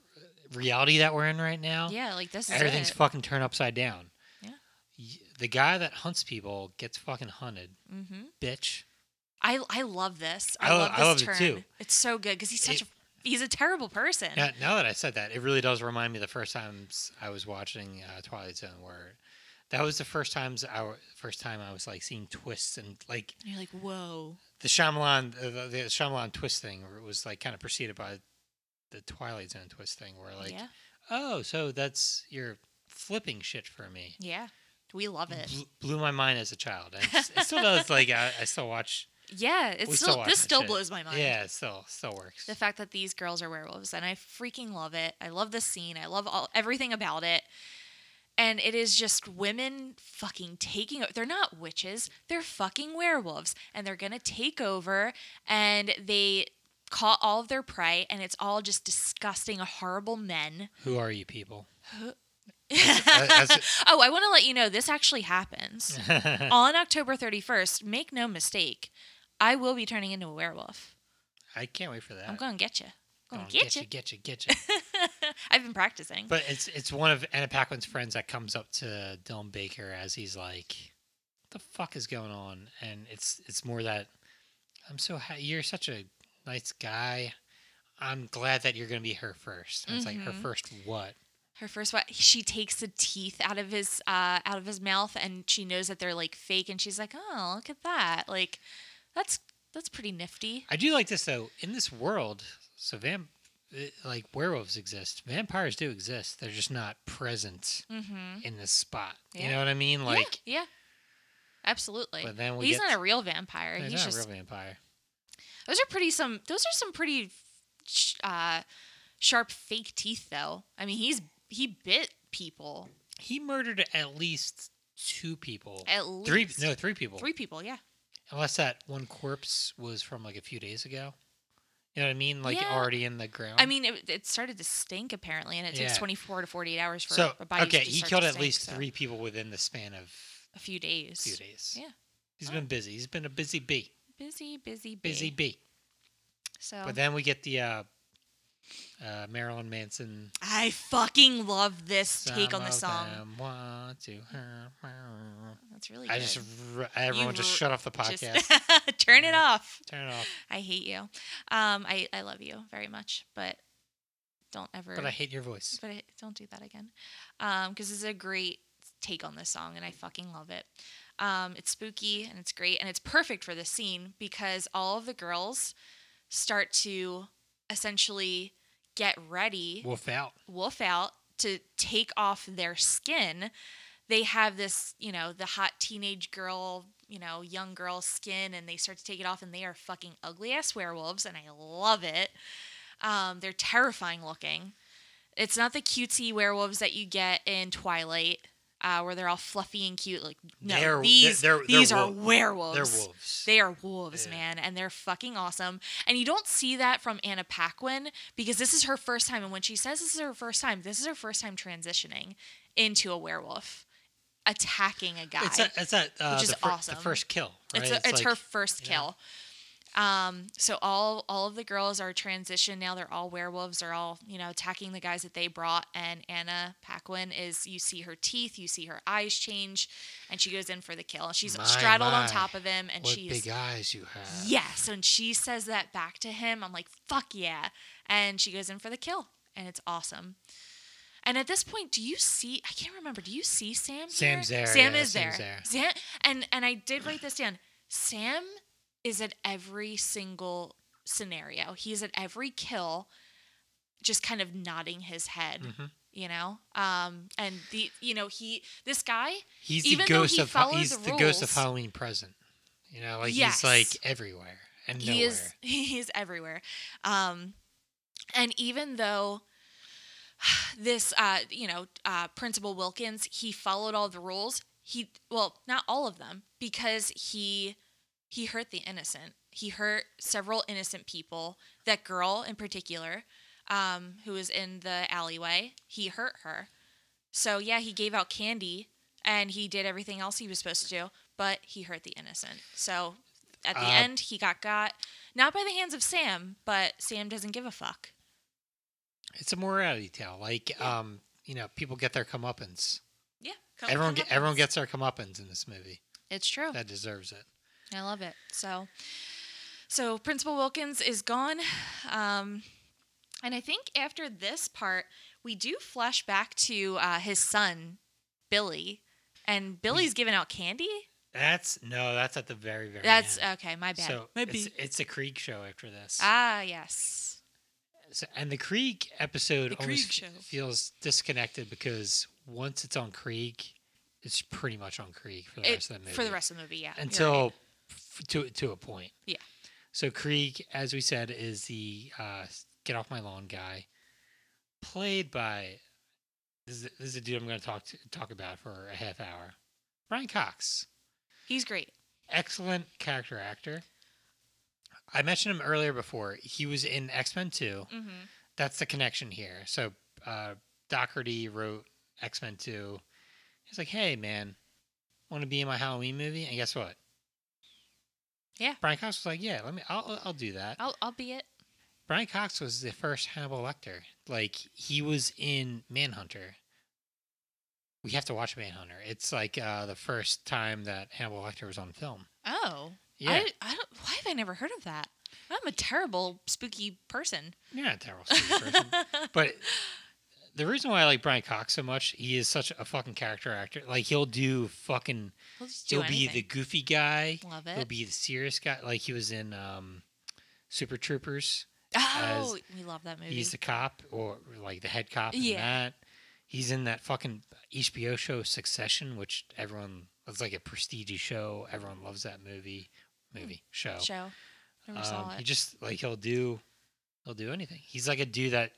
S1: reality that we're in right now.
S2: Yeah, like this is
S1: everything's
S2: it.
S1: fucking turned upside down.
S2: Yeah.
S1: Y- The guy that hunts people gets fucking hunted,
S2: hmm
S1: bitch.
S2: I I love this. I,
S1: I lo-
S2: love
S1: I
S2: this
S1: love it
S2: turn.
S1: too.
S2: It's so good because he's such
S1: It-
S2: a he's a terrible person.
S1: Now, now that I said that, it really does remind me of the first times I was watching uh, Twilight Zone, where that was the first times I wa- first time I was like seeing twists and like
S2: And you're like, whoa.
S1: the Shyamalan uh, the, the Shyamalan twist thing was like kind of preceded by the Twilight Zone twist thing, where like
S2: yeah,
S1: oh, so that's you're flipping shit for me.
S2: yeah. We love it.
S1: Bl- blew my mind as a child, and it's- it still does. Like I, I still watch.
S2: Yeah, it's
S1: we
S2: still,
S1: watch
S2: this
S1: that
S2: still
S1: shit.
S2: blows my mind.
S1: Yeah, it still still works.
S2: the fact that these girls are werewolves and i freaking love it i love this scene i love all everything about it and it is just women fucking taking over they're not witches they're fucking werewolves and they're gonna take over and they caught all of their prey and it's all just disgusting horrible men
S1: Who are you people? that's-
S2: oh i want to let you know this actually happens on october 31st make no mistake i will be turning into a werewolf
S1: I can't wait for that.
S2: i'm gonna get you Uh, gonna,
S1: Gonna
S2: get you
S1: get you, get you.
S2: I've been practicing.
S1: But it's it's one of Anna Paquin's friends that comes up to Dylan Baker as he's like, "What the fuck is going on?" And it's it's more that I'm so ha- you're such a nice guy. I'm glad that you're gonna be her first. And It's like her
S2: Mhm.
S1: first what?
S2: her first wife, she takes the teeth out of his uh, out of his mouth, and she knows that they're like fake, and she's like, "Oh, look at that! Like, that's that's pretty nifty."
S1: I do like this though. In this world, so vamp eh, like werewolves exist. Vampires do exist. They're just not present
S2: Mm-hmm.
S1: in this spot. You
S2: Yeah.
S1: know what I mean? Like
S2: yeah, Absolutely.
S1: But then we
S2: he's
S1: get
S2: not a real vampire.
S1: He's
S2: He's,
S1: not
S2: just
S1: a real vampire.
S2: those are pretty some those are some pretty sh- uh, sharp fake teeth though. I mean, he's he bit people
S1: He murdered at least two people.
S2: at least
S1: three no, three people.
S2: three people. Yeah.
S1: Unless that one corpse was from like a few days ago. You know what I mean? Like
S2: Yeah.
S1: already in the ground.
S2: I mean, it, it started to stink apparently, and it takes
S1: Oh. Yeah.
S2: 24 to 48 hours for
S1: so
S2: a body
S1: okay,
S2: to
S1: he
S2: start
S1: killed
S2: to
S1: at
S2: stink,
S1: least
S2: so
S1: three people within the span of
S2: a few days.
S1: a few days.
S2: Yeah.
S1: He's
S2: Oh.
S1: been busy. He's been a busy bee.
S2: Busy, busy, bee.
S1: Busy bee.
S2: So
S1: But then we get the uh, uh, Marilyn Manson
S2: I fucking love this take
S1: Some
S2: on the
S1: of
S2: song.
S1: them want to hurt me.
S2: That's really
S1: I
S2: good.
S1: just r- everyone just
S2: r-
S1: shut off the
S2: Just-
S1: podcast.
S2: turn it
S1: Yeah.
S2: off.
S1: Turn it off.
S2: I hate you. Um, I I love you very much, but don't ever.
S1: But I hate your voice.
S2: but I- don't do that again. Um, because it's a great take on this song, and I fucking love it. Um, it's spooky and it's great, and it's perfect for this scene because all of the girls start to essentially get ready
S1: Wolf out.
S2: wolf out to take off their skin they have this you know the hot teenage girl you know young girl skin and they start to take it off and they are fucking ugly ass werewolves and i love it um, they're terrifying looking it's not the cutesy werewolves that you get in twilight uh, where they're all fluffy and cute like no
S1: They're-
S2: these
S1: they're- they're
S2: these are
S1: wolf-
S2: werewolves
S1: They're wolves.
S2: they are wolves,
S1: Yeah.
S2: man, and they're fucking awesome. And you don't see that from Anna Paquin because this is her first time. And when she says this is her first time, this is her first time transitioning into a werewolf, attacking a guy.
S1: it's a, it's a, uh,
S2: Which is
S1: the, fir-
S2: awesome.
S1: the first kill. Right?
S2: It's, a, it's, her
S1: like-
S2: first
S1: yeah.
S2: kill. Um, so all all of the girls are transitioned now. They're all werewolves. They're all you know attacking the guys that they brought. And Anna Paquin is you see her teeth, you see her eyes change, and she goes in for the kill. She's
S1: My,
S2: straddled on
S1: my.
S2: top of him, and
S1: what
S2: she's
S1: big eyes you have.
S2: Yes. And she says that back to him. I'm like, fuck yeah. And she goes in for the kill. And it's awesome. And at this point, do you see? I can't remember. Do you see Sam? here?
S1: Sam's there,
S2: Sam
S1: yeah,
S2: is there.
S1: Sam's there.
S2: Sam, and and I did write this down. Sam is at every single scenario. He's at every kill, just kind of nodding his head.
S1: Mhm.
S2: You know, um, and the you know he this guy
S1: He's
S2: Even
S1: the
S2: though
S1: ghost
S2: he
S1: of Ha-
S2: follows
S1: he's
S2: the
S1: the, ghost of
S2: rules-
S1: Halloween present. You know, like
S2: Yes.
S1: he's like everywhere and nowhere.
S2: he is he is everywhere um and even though this uh you know uh principal wilkins he followed all the rules he well not all of them because he he hurt the innocent he hurt several innocent people that girl in particular um who was in the alleyway he hurt her so yeah he gave out candy and he did everything else he was supposed to do but he hurt the innocent so at the
S1: Uh,
S2: end he got got not by the hands of Sam, but Sam doesn't give a fuck.
S1: It's a morality tale. Like, um, you know, people get their comeuppance.
S2: Yeah,
S1: everyone, get, everyone gets their comeuppance in this movie.
S2: It's true.
S1: That deserves it.
S2: I love it. So, so Principal Wilkins is gone, um, and I think after this part, we do flash back to uh, his son, Billy, and Billy's giving out candy.
S1: Oh, That's no, that's at the very, very.
S2: That's
S1: end.
S2: okay. My bad.
S1: So
S2: my
S1: it's,
S2: bad.
S1: it's a Krieg show after this.
S2: Ah, yes.
S1: So, and the Krieg episode
S2: The
S1: always
S2: Krieg
S1: f-
S2: show.
S1: feels disconnected because once it's on Krieg, it's pretty much on Krieg for the
S2: It-
S1: rest of the movie.
S2: for the rest of the movie, yeah. you're
S1: until
S2: right.
S1: f- to to a point.
S2: Yeah.
S1: So Krieg, as we said, is the uh, get off my lawn guy, played by this is, this is a dude I'm going to talk to, talk about for a half hour, Brian Cox
S2: he's great.
S1: excellent character actor. I mentioned him earlier before. He was in X Men 2.
S2: hmm
S1: That's the connection here. So uh, Doherty wrote X Men 2. He's like, hey, man, want to be in my Halloween movie? And guess what?
S2: Yeah.
S1: Brian Cox was like, yeah, let me, I'll, I'll do that.
S2: I'll, I'll be it.
S1: Brian Cox was the first Hannibal Lecter. Like, he was in Manhunter. We have to watch Manhunter. It's like uh, the first time that Hannibal Lecter was on film.
S2: Oh,
S1: Yeah.
S2: I, I don't, why have I never heard of that? I'm a terrible spooky person.
S1: You're not a terrible Steve person. but the reason why I like Brian Cox so much, he is such a fucking character actor. Like he'll do fucking
S2: We'll just do
S1: he'll be the goofy guy.
S2: the love
S1: He'll
S2: it.
S1: be the serious guy. Like he was in um Super Troopers.
S2: oh, we love that movie.
S1: He's the cop or like the head cop in
S2: Yeah.
S1: that. He's in that fucking HBO show Succession, which everyone It's like a prestigious show. Everyone loves that movie. Movie show.
S2: show. Never
S1: Um,
S2: saw
S1: He
S2: it.
S1: just like he'll do, he'll do anything. He's like a dude that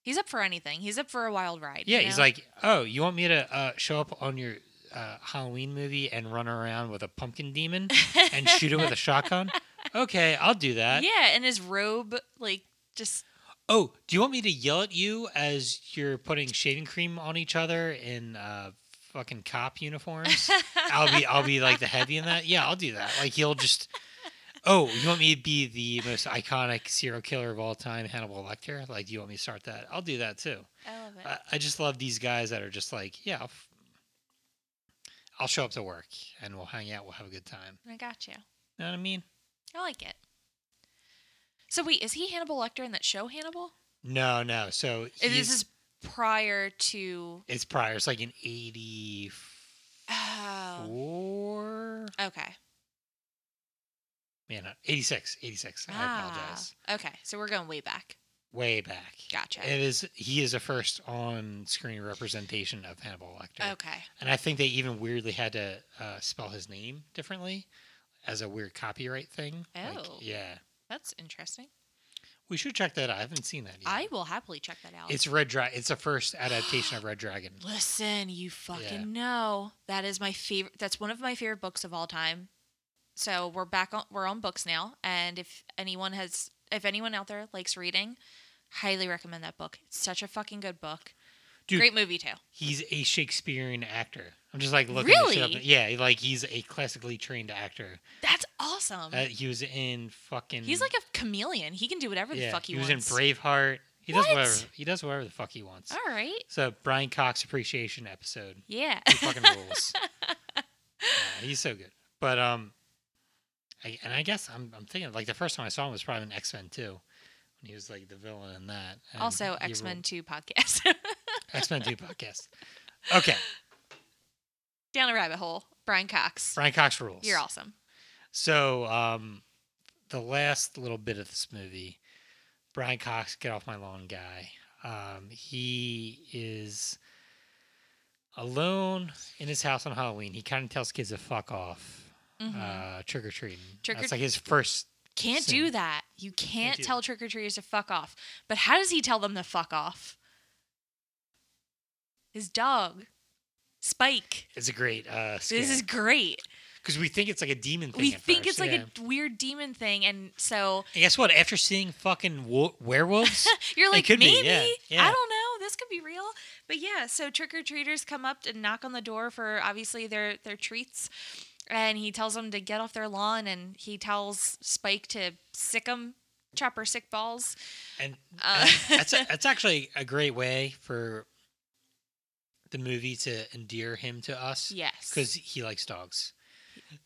S2: He's up for anything. He's up for a wild ride. you
S1: yeah. He's
S2: know?
S1: like, oh, you want me to uh, show up on your uh, Halloween movie and run around with a pumpkin demon and shoot him with a shotgun? Okay, I'll do that.
S2: yeah, and his robe, like just
S1: Oh, do you want me to yell at you as you're putting shaving cream on each other in uh, fucking cop uniforms? I'll be I'll be like the heavy in that. Yeah, I'll do that. Like he'll just. Oh, you want me to be the most iconic serial killer of all time, Hannibal Lecter? Like, do you want me to start that? I'll do that too.
S2: I love it.
S1: I, I just love these guys that are just like, yeah, I'll, f- I'll show up to work and we'll hang out. We'll have a good time.
S2: I got you.
S1: You know what I mean?
S2: I like it. So wait, is he Hannibal Lecter in that show Hannibal?
S1: No, no. So
S2: Uh,
S1: he's-
S2: This is prior to
S1: it's prior. It's like an 84.
S2: Oh. Okay.
S1: Man, uh, 86. 86. I apologize.
S2: Ah, Okay. So we're going way back.
S1: Way back.
S2: Gotcha.
S1: It is he is a first on screen representation of Hannibal Lecter.
S2: Okay.
S1: And I think they even weirdly had to uh, spell his name differently as a weird copyright thing. Like,
S2: Oh.
S1: yeah.
S2: That's interesting.
S1: We should check that out. I haven't seen that yet.
S2: I will happily check that out.
S1: It's Red Dragon. It's a first adaptation of Red Dragon.
S2: Listen, you fucking know. That is my favorite that's one of my favorite books of all time. So we're back on we're on books now and if anyone has if anyone out there likes reading, highly recommend that book. It's such a fucking good book.
S1: Dude,
S2: Great movie too.
S1: he's a Shakespearean actor. I'm just like looking this shit up.
S2: Really?
S1: Yeah, like he's a classically trained actor.
S2: That's awesome.
S1: Uh, he was in fucking.
S2: He's like a chameleon. He can do whatever the fuck he,
S1: was
S2: wants.
S1: in Braveheart. He does
S2: What?
S1: whatever he does whatever the fuck he wants.
S2: All right.
S1: So Brian Cox appreciation episode.
S2: Yeah.
S1: He fucking rules. Yeah, he's so good. But um, I, and I guess I'm I'm thinking like the first time I saw him was probably in X Men Two, when he was like the villain in that. and he
S2: also,
S1: ruled.
S2: X Men Two podcast.
S1: X Men Two podcast. Okay,
S2: Down a rabbit hole. Brian Cox.
S1: Brian Cox rules.
S2: You're awesome.
S1: So um, the last little bit of this movie, Brian Cox, get off my lawn, guy. Um, he is alone in his house on Halloween. He kind of tells kids to fuck off,
S2: Mhm.
S1: uh, trick or treating.
S2: Trick or-
S1: That's like his first.
S2: Can't
S1: Sin.
S2: do that. You can't,
S1: do
S2: tell trick or treaters to fuck off. But how does he tell them to fuck off? His dog, Spike.
S1: It's a great. Uh,
S2: This is great.
S1: because we think it's like a demon thing.
S2: We
S1: at
S2: think
S1: first,
S2: it's like
S1: yeah.
S2: a weird demon thing, and so
S1: And guess what? After seeing fucking wo- werewolves,
S2: You're like,
S1: could be,
S2: maybe.
S1: yeah,
S2: I
S1: yeah.
S2: don't know. This could be real. But yeah, so trick or treaters come up and knock on the door for obviously their their treats. And he tells them to get off their lawn and he tells Spike to sick them, chopper sick balls.
S1: and
S2: Uh,
S1: that's that's actually a great way for the movie to endear him to us
S2: yes.
S1: because he likes dogs.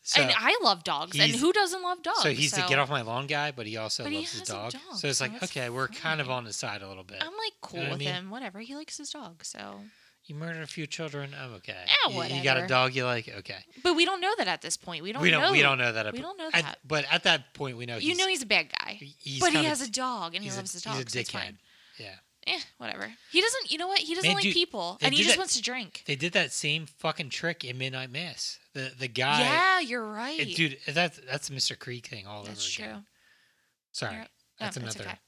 S1: So,
S2: and I love dogs. And
S1: he's-
S2: who doesn't love dogs?
S1: so he's the get off my lawn guy, but he also
S2: But he
S1: loves his
S2: has a
S1: dog.
S2: dog,
S1: So it's
S2: so
S1: like,
S2: that's Um,
S1: okay, we're kind of
S2: fine.
S1: on his side a little bit.
S2: I'm like cool
S1: what I
S2: with
S1: mean?
S2: him. Whatever. He likes his dog. So,
S1: you murdered a few children. I'm okay.
S2: Ah,
S1: You- You, got a
S2: whatever.
S1: dog you like? Okay.
S2: but we don't know that at this point. We don't.
S1: we don't.
S2: Know.
S1: We don't know that.
S2: We don't know
S1: at-
S2: that.
S1: but at that point, we know.
S2: you
S1: he's,
S2: know he's a bad guy,
S1: he's
S2: but he
S1: kind of-
S2: has a dog and he
S1: he's a-
S2: loves his dog.
S1: He's a
S2: so it's fine.
S1: dickhead. Yeah.
S2: eh, whatever. He doesn't. You know what? He doesn't
S1: They
S2: like
S1: do-
S2: people,
S1: they
S2: and he
S1: do
S2: just
S1: that-
S2: wants to drink.
S1: They did that same fucking trick in Midnight Mass. The the guy.
S2: yeah, you're right.
S1: It- dude, that's that's a Mr. Creek thing all
S2: That's
S1: over
S2: true.
S1: again. Sorry,
S2: You're-
S1: that's
S2: um, it's
S1: another.
S2: okay.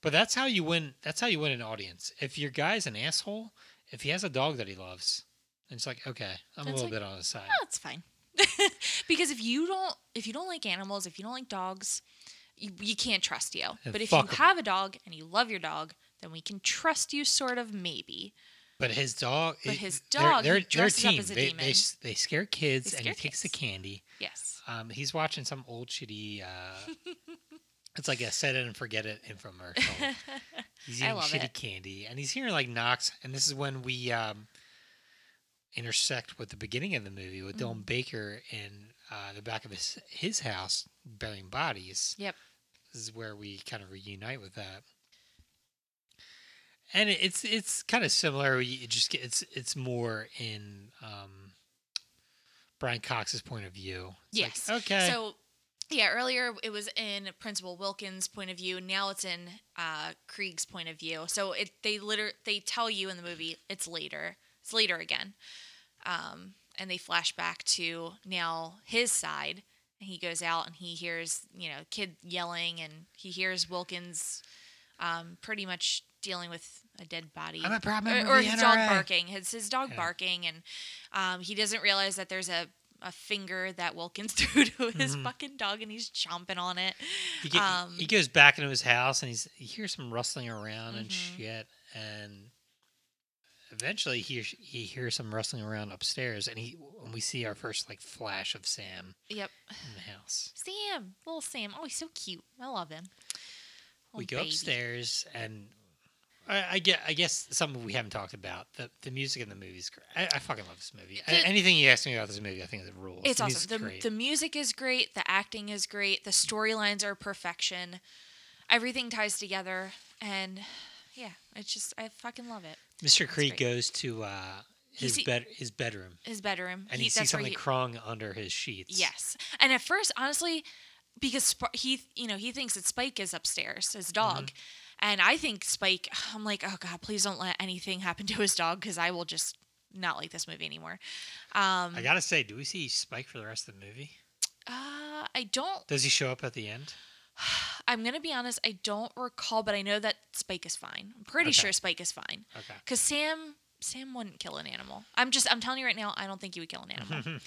S1: But that's how you win. That's how you win an audience. If your guy's an asshole, if he has a dog that he loves, then it's like okay, I'm a
S2: That's
S1: little
S2: like-
S1: bit on his side.
S2: No, Ah, it's fine. because if you don't, if you don't like animals, if you don't like dogs, you, you can't trust you.
S1: And
S2: But if you
S1: fuck 'em.
S2: have a dog and you love your dog, then we can trust you, sort of, maybe.
S1: But his dog.
S2: But
S1: it-
S2: his
S1: their-
S2: dog, he
S1: Their, their
S2: dresses up
S1: team.
S2: as a
S1: they,
S2: demon.
S1: they s- they scare kids
S2: They
S1: and he
S2: scare
S1: takes the
S2: kids.
S1: candy.
S2: Yes.
S1: Um, he's watching some old shitty. Uh, it's like a set it and forget it infomercial. He's
S2: I
S1: eating
S2: love
S1: shitty
S2: it.
S1: candy, and he's hearing like knocks. And this is when we um, intersect with the beginning of the movie with
S2: Mm-hmm.
S1: Dylan Baker in uh, the back of his his house burying bodies.
S2: Yep.
S1: This is where we kind of reunite with that. And it- it's it's kind of similar. You- It just get- it's it's more in um, Brian Cox's point of view. It's like,
S2: yes.
S1: okay.
S2: So, yeah, earlier it was in Principal Wilkins' point of view. Now it's in uh, Krieg's point of view. So it they liter they tell you in the movie it's later. It's later again. Um, and they flash back to now his side. And he goes out and he hears, you know, kid yelling and he hears Wilkins um, pretty much dealing with a dead body.
S1: I'm a proud member
S2: or,
S1: of
S2: or
S1: the
S2: his dog
S1: NRA.
S2: barking. It's his dog
S1: Yeah.
S2: barking and um, he doesn't realize that there's a, a finger that Wilkins threw to his
S1: Mhm.
S2: fucking dog and he's chomping on it.
S1: He, get,
S2: Um,
S1: he goes back into his house and he's he hears some rustling around and
S2: Mhm.
S1: shit, and eventually he hears- he hears some rustling around upstairs, and he and we see our first like flash of Sam
S2: Yep.
S1: in the house.
S2: Sam, little Sam. Oh, he's so cute. I love him.
S1: we
S2: Little
S1: go
S2: Oh, baby.
S1: upstairs and. I, I guess, I guess something we haven't talked about the the music in the movie is great. I, I fucking love this movie. A-
S2: The-
S1: Anything you ask me about this movie, I think is a rule.
S2: It's
S1: the
S2: awesome.
S1: music's
S2: The,
S1: great.
S2: the music is great. The acting is great. The storylines are perfection. Everything ties together. And yeah, it's just, I fucking love it.
S1: Mr. Creed
S2: great.
S1: goes to uh, his
S2: see-
S1: bed his bedroom
S2: His bedroom.
S1: and he,
S2: that's where
S1: sees something crawling under his sheets.
S2: Yes. And at first, honestly, because Sp- he, you know, he thinks that Spike is upstairs, his dog.
S1: Mm-hmm.
S2: And I think Spike, I'm like, oh God, please don't let anything happen to his dog because I will just not like this movie anymore. Um,
S1: I gotta say, do we see Spike for the rest of the movie?
S2: uh, I don't,
S1: Does he show up at the end?
S2: I'm going to be honest, I don't recall, but I know that Spike is fine. I'm pretty
S1: Okay.
S2: sure Spike is fine
S1: Okay.
S2: because Sam, Sam wouldn't kill an animal. I'm just, I'm telling you right now, I don't think he would kill an animal.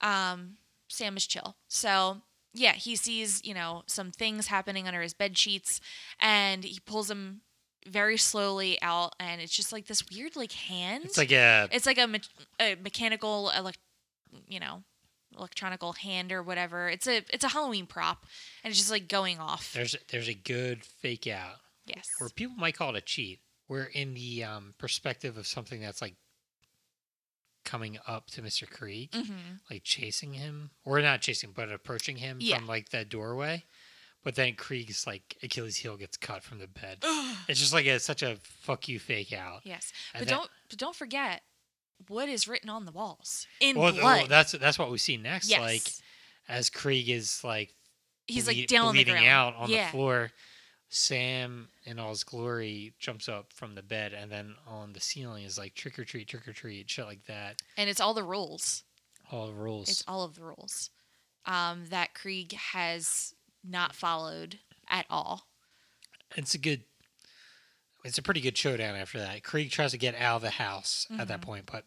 S2: um, Sam is chill. So yeah, he sees you know some things happening under his bed sheets, and he pulls them very slowly out, and it's just like this weird like hand.
S1: It's like a
S2: it's like a, me- a mechanical elect, you know, electronical hand or whatever. It's a it's a Halloween prop, and it's just like going off.
S1: there's there's a good fake out
S2: Yes.
S1: where people might call it a cheat. We're in the um, perspective of something that's like coming up to Mr. Creek,
S2: Mm-hmm.
S1: like chasing him, or not chasing, but approaching him
S2: Yeah.
S1: from like that doorway. But then Krieg's like Achilles' heel gets cut from the bed. It's just like a, such a fuck you fake out.
S2: yes,
S1: And
S2: but
S1: that-
S2: don't but don't forget what is written on the walls in
S1: Well, th- well,
S2: blood.
S1: that's that's what we see next.
S2: yes.
S1: Like as Krieg is like
S2: He's
S1: ble-
S2: like down on the
S1: bleeding
S2: ground.
S1: out on
S2: yeah.
S1: the floor. Sam, in all his glory, jumps up from the bed, and then on the ceiling is like trick or treat, trick or treat, shit like that.
S2: and it's all the rules.
S1: All the rules.
S2: It's all of the rules um, that Krieg has not followed at all.
S1: it's a good. It's a pretty good showdown after that. Krieg tries to get out of the house at
S2: Mm-hmm.
S1: that point, but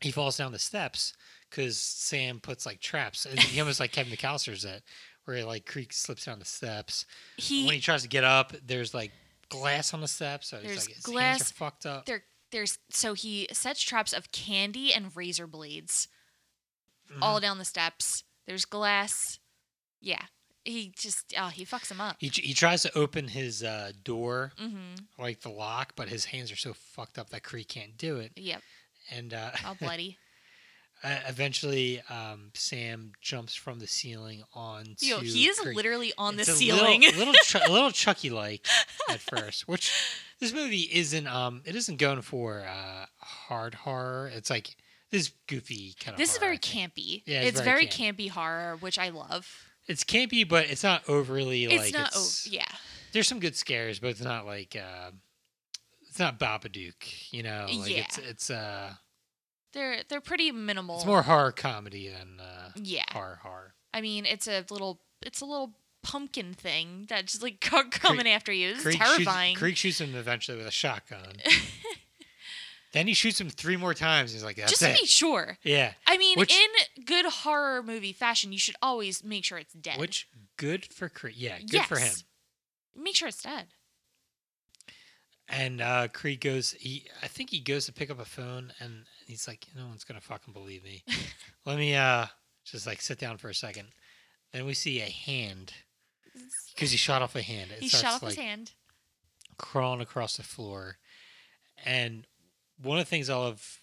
S1: he falls down the steps because Sam puts like traps. And He almost like Kevin McAllister's it, where like Krieg slips down the steps.
S2: He
S1: when he tries to get up, there's like glass on the steps. So
S2: There's
S1: he's like, his hands
S2: glass.
S1: are fucked up.
S2: there there's so he sets traps of candy and razor blades
S1: Mm-hmm.
S2: all down the steps. There's glass. Yeah. He just oh he fucks him up.
S1: He, he tries to open his uh, door,
S2: Mm-hmm.
S1: like the lock, but his hands are so fucked up that Kree can't do it.
S2: Yep.
S1: And uh,
S2: All bloody.
S1: uh, eventually, um, Sam jumps from the ceiling onto.
S2: Yo, he is
S1: Kree.
S2: literally on
S1: It's
S2: the
S1: a
S2: ceiling.
S1: Little, little, Chu- a little Chucky like at first, which this movie isn't. Um, it isn't going for uh, hard horror. It's like this goofy kind of.
S2: this is
S1: horror,
S2: very
S1: I think.
S2: campy.
S1: Yeah, it's
S2: it's,
S1: very
S2: very campy. horror, which I love.
S1: It's campy, but it's not overly like.
S2: it's not.
S1: it's-
S2: oh, yeah.
S1: there's some good scares, but it's not like uh, it's not Babadook, you know. Like
S2: Yeah.
S1: it's it's uh
S2: They're they're pretty minimal.
S1: it's more horror comedy than uh,
S2: Yeah.
S1: horror horror.
S2: I mean, it's a little it's a little pumpkin thing that's just like co- coming after you. It's terrifying.
S1: Shoots, Creek shoots him eventually with a shotgun. then he shoots him three more times. He's like, "That's
S2: just to be
S1: it."
S2: sure.
S1: Yeah.
S2: I mean,
S1: Which-
S2: in good horror movie fashion, you should always make sure it's dead.
S1: Which good for Creek. Yeah, good for him.
S2: Yes. make sure it's dead.
S1: And uh, Creed goes. He, I think he goes to pick up a phone, and he's like, "No one's gonna fucking believe me." Let me uh, just like sit down for a second. Then we see a hand because he shot off a hand. It
S2: He
S1: starts
S2: shot off
S1: like
S2: his hand.
S1: crawling across the floor, and one of the things I love,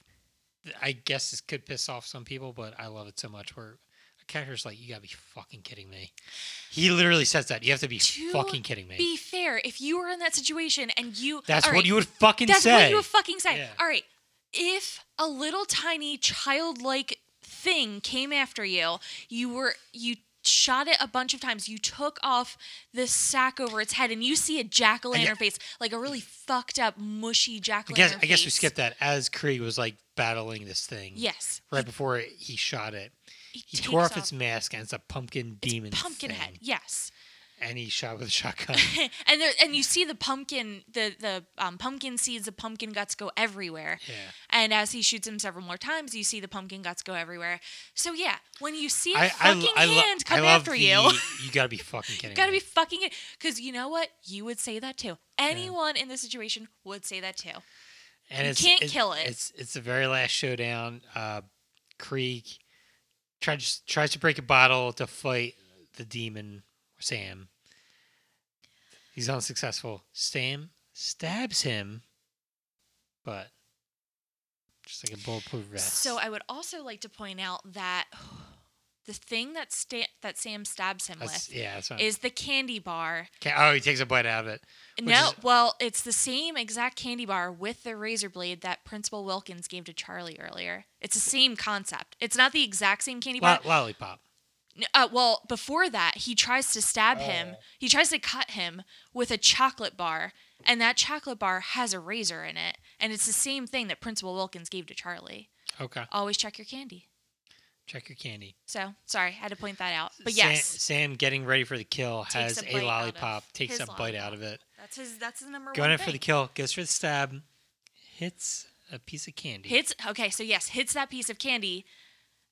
S1: I guess this could piss off some people, but I love it so much. Where a character's like, "You gotta be fucking kidding me." He literally says that. You have to be
S2: To
S1: fucking kidding me.
S2: Be fair. If you were in that situation and you
S1: that's
S2: all
S1: what
S2: right,
S1: you would fucking
S2: that's
S1: say.
S2: what you would fucking say.
S1: Yeah.
S2: All right. If a little tiny childlike thing came after you, you were you shot it a bunch of times. You took off the sack over its head, and you see a jack o'
S1: Yeah.
S2: lantern face, like a really fucked up, mushy jack
S1: I
S2: o'
S1: guess I
S2: lantern.
S1: guess we
S2: face.
S1: skipped that as Krieg was like battling this thing.
S2: Yes,
S1: Right before it, he shot it,
S2: he,
S1: he
S2: takes
S1: tore off,
S2: off
S1: its mask and it's a pumpkin demon.
S2: pumpkin
S1: thing,
S2: head. Yes.
S1: And he shot with a shotgun.
S2: and there, and you see the pumpkin, the the um, pumpkin seeds, the pumpkin guts go everywhere.
S1: yeah.
S2: And as he shoots him several more times, you see the pumpkin guts go everywhere. So yeah, when you see a
S1: I, I,
S2: fucking
S1: I, lo-
S2: hand
S1: I
S2: come
S1: love
S2: after
S1: the,
S2: you,
S1: You gotta be fucking kidding.
S2: you gotta
S1: me.
S2: be fucking it. Because you know what? You would say that too. Anyone in this situation would say that too.
S1: and
S2: You
S1: it's,
S2: can't
S1: it's-
S2: kill it.
S1: It's it's the very last showdown. Uh, Krieg tries tries to break a bottle to fight the demon Sam. He's unsuccessful. Sam stabs him, but just like a bulletproof vest.
S2: So I would also like to point out that the thing that sta- that Sam stabs him
S1: That's-
S2: with
S1: yeah. That's not,
S2: is the candy bar.
S1: Ca- oh, he takes a bite out of it. Which
S2: No,
S1: is-
S2: well, it's the same exact candy bar with the razor blade that Principal Wilkins gave to Charlie earlier. It's the same concept. It's not the exact same candy bar.
S1: Lo- lollipop.
S2: N- Uh, well, before that, he tries to stab him.
S1: Oh.
S2: He tries to cut him with a chocolate bar, and that chocolate bar has a razor in it, and it's the same thing that Principal Wilkins gave to Charlie.
S1: Okay.
S2: Always check your candy.
S1: Check your candy.
S2: So sorry, had to point that out. But
S1: Sam-
S2: yes,
S1: Sam, getting ready for the kill
S2: Takes
S1: has
S2: a bite
S1: a,
S2: out of
S1: lollipop, takes
S2: his
S1: a bite out of it.
S2: that's his. That's his number
S1: Going
S2: one
S1: in for
S2: thing.
S1: the kill, goes for the stab, hits a piece of candy.
S2: Hits okay, so yes, hits that piece of candy,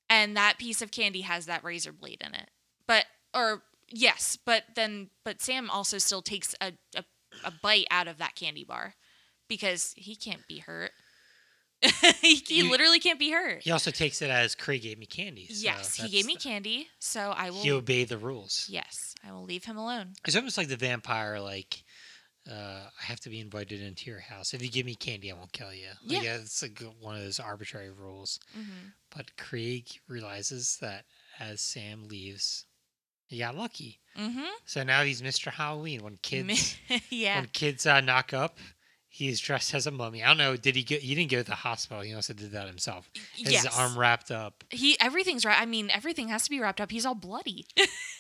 S2: and that piece of candy has that razor blade in it. But or yes, but then but Sam also still takes a a, a bite out of that candy bar because he can't be hurt. he, he
S1: You-
S2: literally can't be hurt.
S1: He also takes it as Craig gave me candy. so
S2: yes, he
S1: that's-
S2: gave me candy, so I will.
S1: He obeyed the rules.
S2: yes, I will leave him alone.
S1: It's almost like the vampire, like, uh, I have to be invited into your house. If you give me candy, I won't kill you. Like,
S2: Yeah.
S1: It's like one of those arbitrary rules.
S2: hmm
S1: But Craig realizes that as Sam leaves, he got lucky.
S2: Mm-hmm.
S1: So now he's Mr. Halloween. When kids,
S2: yeah.
S1: when kids uh, knock up, he's dressed as a mummy. I don't know. Did he go? He didn't go to the hospital. He also did that himself. His
S2: yes.
S1: arm wrapped up.
S2: He everything's right. I mean, everything has to be wrapped up. He's all bloody.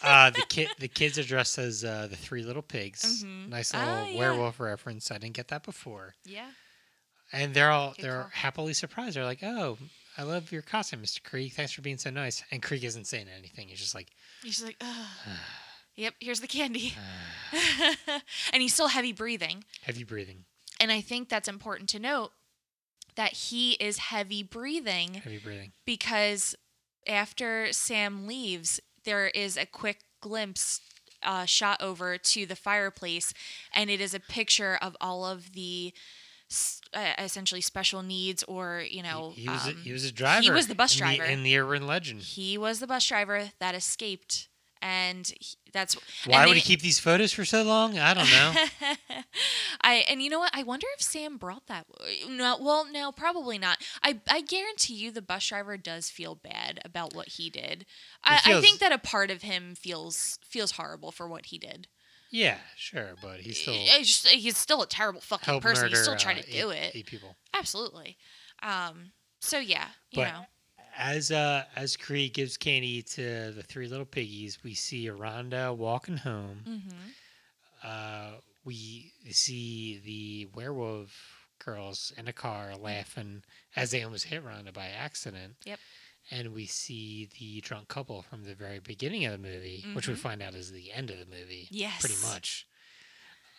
S1: Uh, the kid, the kids are dressed as uh, the three little pigs.
S2: Mhm.
S1: Nice
S2: Ah,
S1: little
S2: yeah.
S1: werewolf reference. I didn't get that before.
S2: yeah.
S1: And they're all
S2: Good
S1: they're
S2: call.
S1: happily surprised. They're like, "Oh, I love your costume, Mr. Krieg. Thanks for being so nice." And Krieg isn't saying anything. He's just like,
S2: He's just like, Ugh. yep, here's the candy. and he's still heavy breathing.
S1: "Heavy breathing,
S2: And I think that's important to note that he is heavy breathing
S1: heavy breathing."
S2: because after Sam leaves, there is a quick glimpse uh, shot over to the fireplace, and it is a picture of all of the s- uh, essentially special needs or, you
S1: He-
S2: know,
S1: he, was a,
S2: um,
S1: he was a driver.
S2: was the bus
S1: in
S2: driver.
S1: in the urban legend.
S2: he was the bus driver that escaped. And he, that's and
S1: Why would
S2: they-
S1: he keep these photos for so long? I don't know.
S2: I and you know what? I wonder if Sam brought that. No, well, no, probably not. I I guarantee you, the bus driver does feel bad about what he did. I, I
S1: feels-
S2: think that a part of him feels feels horrible for what he did.
S1: yeah, sure, but he's still
S2: It's just- he's still a terrible fucking
S1: help
S2: person.
S1: murder.
S2: he's still trying
S1: uh,
S2: to do
S1: eight-
S2: it.
S1: Eight people.
S2: Absolutely. Um. So yeah, you
S1: But-
S2: know.
S1: As uh, as Cree gives candy to the three little piggies, we see Aranda walking home.
S2: Mhm.
S1: Uh, we see the werewolf girls in a car laughing as they almost hit Rhonda by accident.
S2: Mm-hmm. Yep.
S1: And we see the drunk couple from the very beginning of the movie, which we
S2: Mhm.
S1: find out is the end of the movie,
S2: Yes.
S1: pretty much.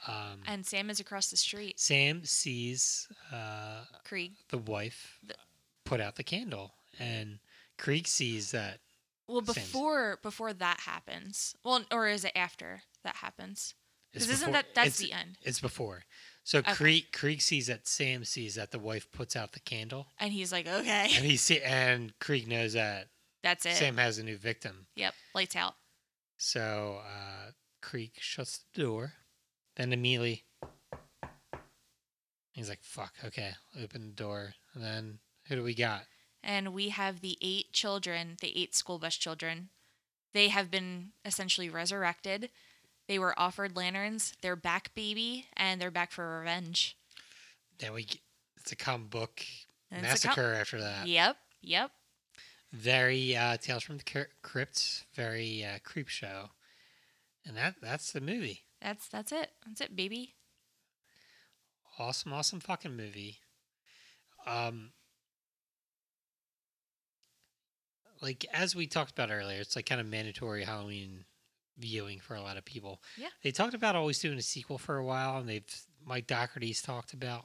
S1: Um,
S2: And Sam is across the street.
S1: Sam sees uh,
S2: Krieg.
S1: the wife
S2: The-
S1: put out the candle, and Krieg sees that
S2: Well,
S1: Sam's-
S2: before before that happens. Well, or is it after that happens?
S1: It's
S2: Because isn't
S1: before-
S2: that that's
S1: it's-
S2: the end?
S1: It's before. So
S2: Okay.
S1: Krieg, Krieg sees that Sam sees that the wife puts out the candle,
S2: And he's like, okay,
S1: and he see, and Krieg knows that
S2: that's it.
S1: Sam has a new victim.
S2: Yep, lights out.
S1: So uh, Krieg shuts the door, then immately he's like, "Fuck, okay, open the door." And then who do we got?
S2: And we have the eight children, the eight school bus children. They have been essentially resurrected. They were offered lanterns. They're back, baby, and they're back for revenge.
S1: Then we get, it's a comic book
S2: And it's a cop-
S1: massacre after that.
S2: Yep, yep.
S1: very uh, Tales from the Crypt- Crypt, very uh, creep show, and that that's the movie.
S2: That's that's it. That's it, baby.
S1: Awesome, awesome fucking movie. Um, like as we talked about earlier, it's like kind of mandatory Halloween viewing for a lot of people.
S2: Yeah.
S1: they talked about always doing a sequel for a while, and they've Mike Doherty's talked about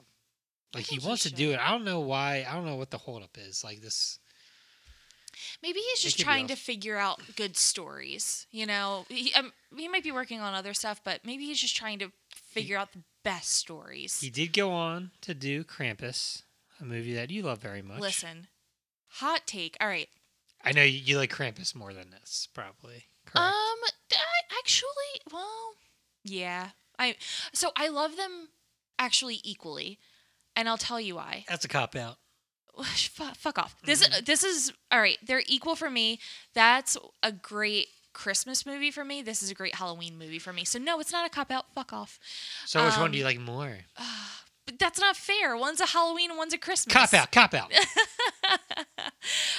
S1: like he
S2: think he
S1: wants to
S2: should.
S1: do it. I don't know why. I don't know what the holdup is. Like this.
S2: Maybe he's
S1: It
S2: just
S1: could be
S2: trying to
S1: awesome.
S2: figure out good stories. You know, he, um, he might be working on other stuff, but maybe he's just trying to figure out the best stories.
S1: He did go on to do Krampus, a movie that you love very much.
S2: Listen, hot take. All right.
S1: I know you, you like Krampus more than this, probably. Correct.
S2: Um, d- I actually, well, yeah. I so I love them actually equally, and I'll tell you why.
S1: That's a cop out.
S2: Fu- Fuck off. This is this is all right. They're equal for me. That's a great Christmas movie for me. This is a great Halloween movie for me. So no, it's not a cop out. Fuck off.
S1: So which one do
S2: Um,
S1: you like more?
S2: But that's not fair. One's a Halloween, one's a Christmas.
S1: Cop out, cop out.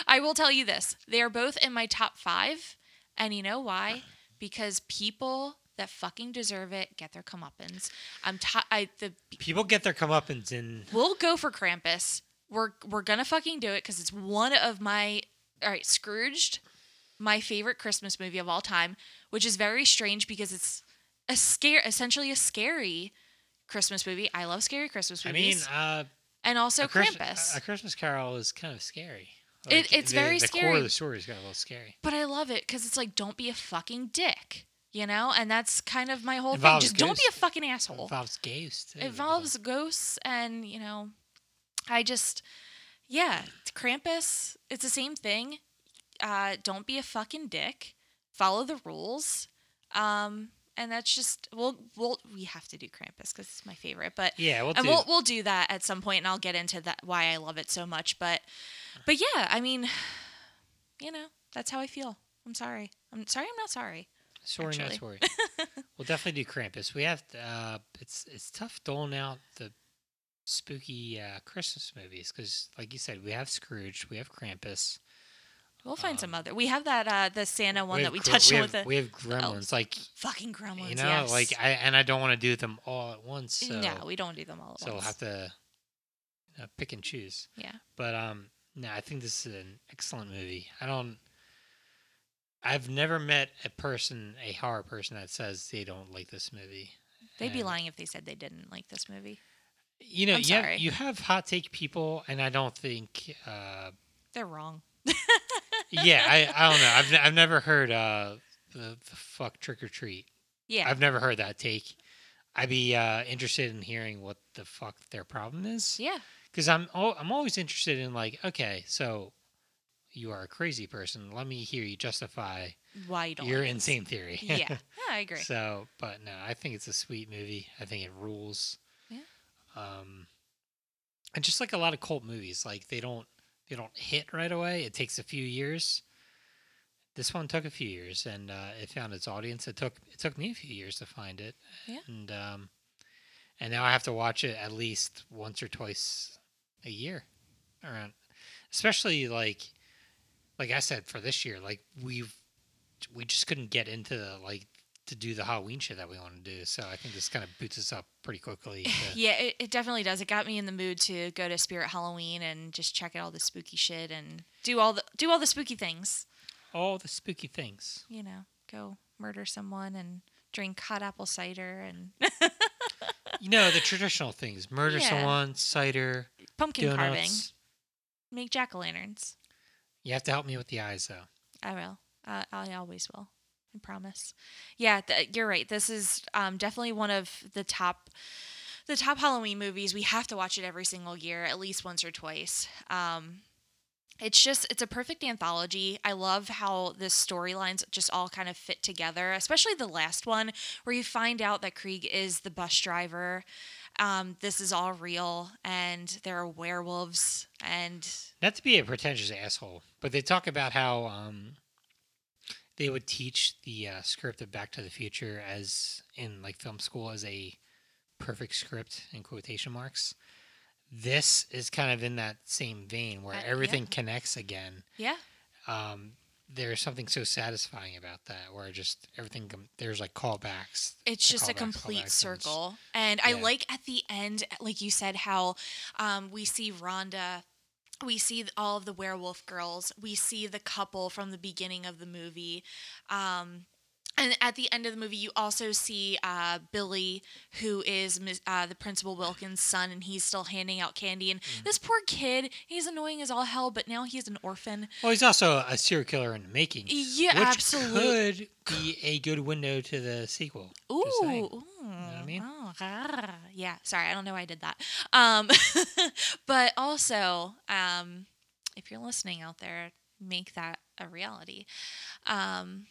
S2: I will tell you this. They are both in my top five. And you know why? Because people that fucking deserve it get their comeuppance. I'm ti I the
S1: People get their comeuppance in.
S2: we'll go for Krampus. We're we're gonna fucking do it because it's one of my all right, Scrooged, my favorite Christmas movie of all time, which is very strange because it's a scare essentially a scary Christmas movie. I love scary Christmas
S1: I mean,
S2: movies.
S1: uh,
S2: and also
S1: a, Christ-
S2: Krampus.
S1: a Christmas Carol is kind of scary.
S2: It- it's
S1: the,
S2: very
S1: the core
S2: scary.
S1: of the story's got a little scary.
S2: But I love it because it's like, don't be a fucking dick, you know? And that's kind of my whole
S1: Involves
S2: thing. Just don't be a
S1: ghosts.
S2: fucking asshole.
S1: Involves ghosts. too.
S2: It involves ghosts and, you know, I just, yeah, it's Krampus, it's the same thing. Uh, don't be a fucking dick. Follow the rules. Um, and that's just, we'll, we'll, we have to do Krampus because it's my favorite. But
S1: Yeah, well,
S2: and
S1: dude,
S2: we'll we'll do that at some point, and I'll get into that why I love it so much. But but yeah, I mean, you know, that's how I feel. I'm sorry. I'm sorry. I'm not sorry.
S1: sorry, not
S2: actually.
S1: sorry. we'll definitely do Krampus. We have to, uh, it's it's tough doling out the spooky uh, Christmas movies because, like you said, we have Scrooge, we have Krampus.
S2: We'll find some
S1: Um,
S2: other. We have that uh the Santa one that
S1: have
S2: we
S1: gre-
S2: touched
S1: we
S2: on
S1: have,
S2: with the
S1: we have gremlins like
S2: fucking gremlins.
S1: you know
S2: yes.
S1: like I and I don't want to do them all at once so
S2: no, we don't do them all at
S1: so we'll
S2: once.
S1: have to uh, pick and choose
S2: yeah,
S1: but um no I think this is an excellent movie I don't I've never met a person a horror person that says they don't like this movie
S2: they'd be
S1: and-
S2: lying if they said they didn't like this movie.
S1: you know
S2: I'm
S1: you
S2: sorry.
S1: have, you have hot take people and I don't think uh
S2: They're wrong.
S1: yeah I I don't know I've n- I've never heard uh the, the fuck trick or treat
S2: Yeah,
S1: I've never heard that take. I'd be uh, interested in hearing what the fuck their problem is,
S2: yeah.
S1: because I'm al- I'm always interested in like, okay, so you are a crazy person. Let me hear you justify
S2: Why you don't?
S1: your
S2: like this.
S1: insane theory.
S2: yeah, yeah, I agree.
S1: so, but no, I think it's a sweet movie. I think it rules.
S2: Yeah.
S1: Um, and just like a lot of cult movies, like they don't they don't hit right away. It takes a few years. This one took a few years, and uh, it found its audience. It took it took me a few years to find it.
S2: Yeah.
S1: And um, and now I have to watch it at least once or twice a year, around. Especially like, like I said for this year, like we've we just couldn't get into like to do the Halloween shit that we want to do. So I think this kind of boots us up pretty quickly. to-
S2: Yeah, it, it definitely does. It got me in the mood to go to Spirit Halloween and just check out all the spooky shit and do all the do all the spooky things.
S1: all the spooky things.
S2: You know, go murder someone and drink hot apple cider and
S1: You know, the traditional things murder
S2: Yeah.
S1: someone, cider,
S2: pumpkin carving,
S1: donuts.
S2: make jack o' lanterns.
S1: You have to help me with the eyes, though.
S2: I will. I, I always will. I promise. Yeah, th- you're right. This is um, definitely one of the top, the top Halloween movies. We have to watch it every single year, at least once or twice. Um, it's just it's a perfect anthology. I love how the storylines just all kind of fit together, especially the last one where you find out that Krieg is the bus driver. Um, this is all real, and there are werewolves, and
S1: Not to be a pretentious asshole, but they talk about how um, they would teach the uh, script of Back to the Future as in like film school as a perfect script in quotation marks. This is kind of in that same vein where
S2: Uh, yeah.
S1: everything connects again.
S2: yeah,
S1: um, there's something so satisfying about that where just everything com- there's like callbacks
S2: It's
S1: the
S2: just a
S1: callbacks,
S2: complete
S1: callbacks,
S2: circle. And I
S1: Yeah.
S2: like at the end, like you said, how um, we see Rhonda, we see th- all of the werewolf girls, we see the couple from the beginning of the movie. Um, and at the end of the movie, you also see uh, Billy, who is Ms- uh, the principal Wilkins' son, and he's still handing out candy. And this poor kid, he's annoying as all hell, but now he's an orphan.
S1: well he's also a serial killer in the making
S2: Yeah,
S1: which
S2: absolutely.
S1: could be a good window to the sequel
S2: Ooh,
S1: Just saying.
S2: ooh,
S1: I mean?
S2: wow, rah. yeah. Sorry, I don't know why I did that. Um, but also, um, if you're listening out there, make that a reality. Um,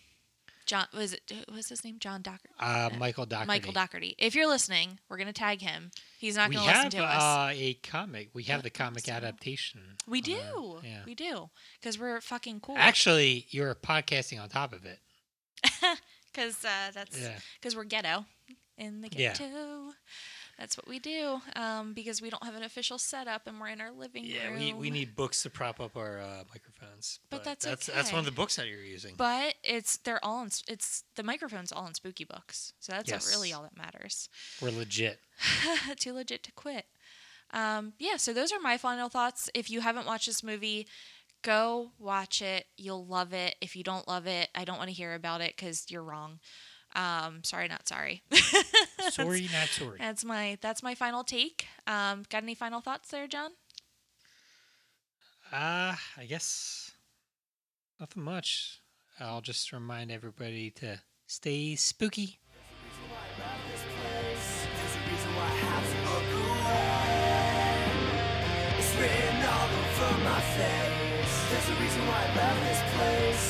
S2: John was it was his name John Docker
S1: uh, Michael Dougherty
S2: Michael Doherty. If you're listening, we're gonna tag him. He's not
S1: we
S2: gonna listen
S1: have
S2: to us.
S1: uh, a comic we have the comic
S2: so-
S1: adaptation
S2: we
S1: on
S2: do,
S1: our- yeah
S2: we do, because we're fucking cool.
S1: actually you're podcasting on top of it
S2: because uh, that's
S1: yeah
S2: because we're ghetto in the
S1: Yeah.
S2: ghetto. That's what we do um, because we don't have an official setup and we're in our living
S1: Yeah,
S2: room.
S1: we, we need books to prop up our uh, microphones.
S2: But that's
S1: that's, that's one of
S2: okay.
S1: the books that you're using.
S2: But it's they're all in, s- it's the microphone's all in spooky books, so that's not really
S1: Yes.
S2: all that matters.
S1: We're legit.
S2: Too legit to quit. Um, yeah, so those are my final thoughts. If you haven't watched this movie, go watch it. You'll love it. If you don't love it, I don't want to hear about it because you're wrong. Um, sorry, not sorry.
S1: Sorry, not sorry.
S2: That's my that's my final take. Um, got any final thoughts there, John?
S1: Uh, I guess nothing much. I'll just remind everybody to stay spooky.
S3: There's a reason why I have to look away. It's written all over my face. There's a reason why I left this place.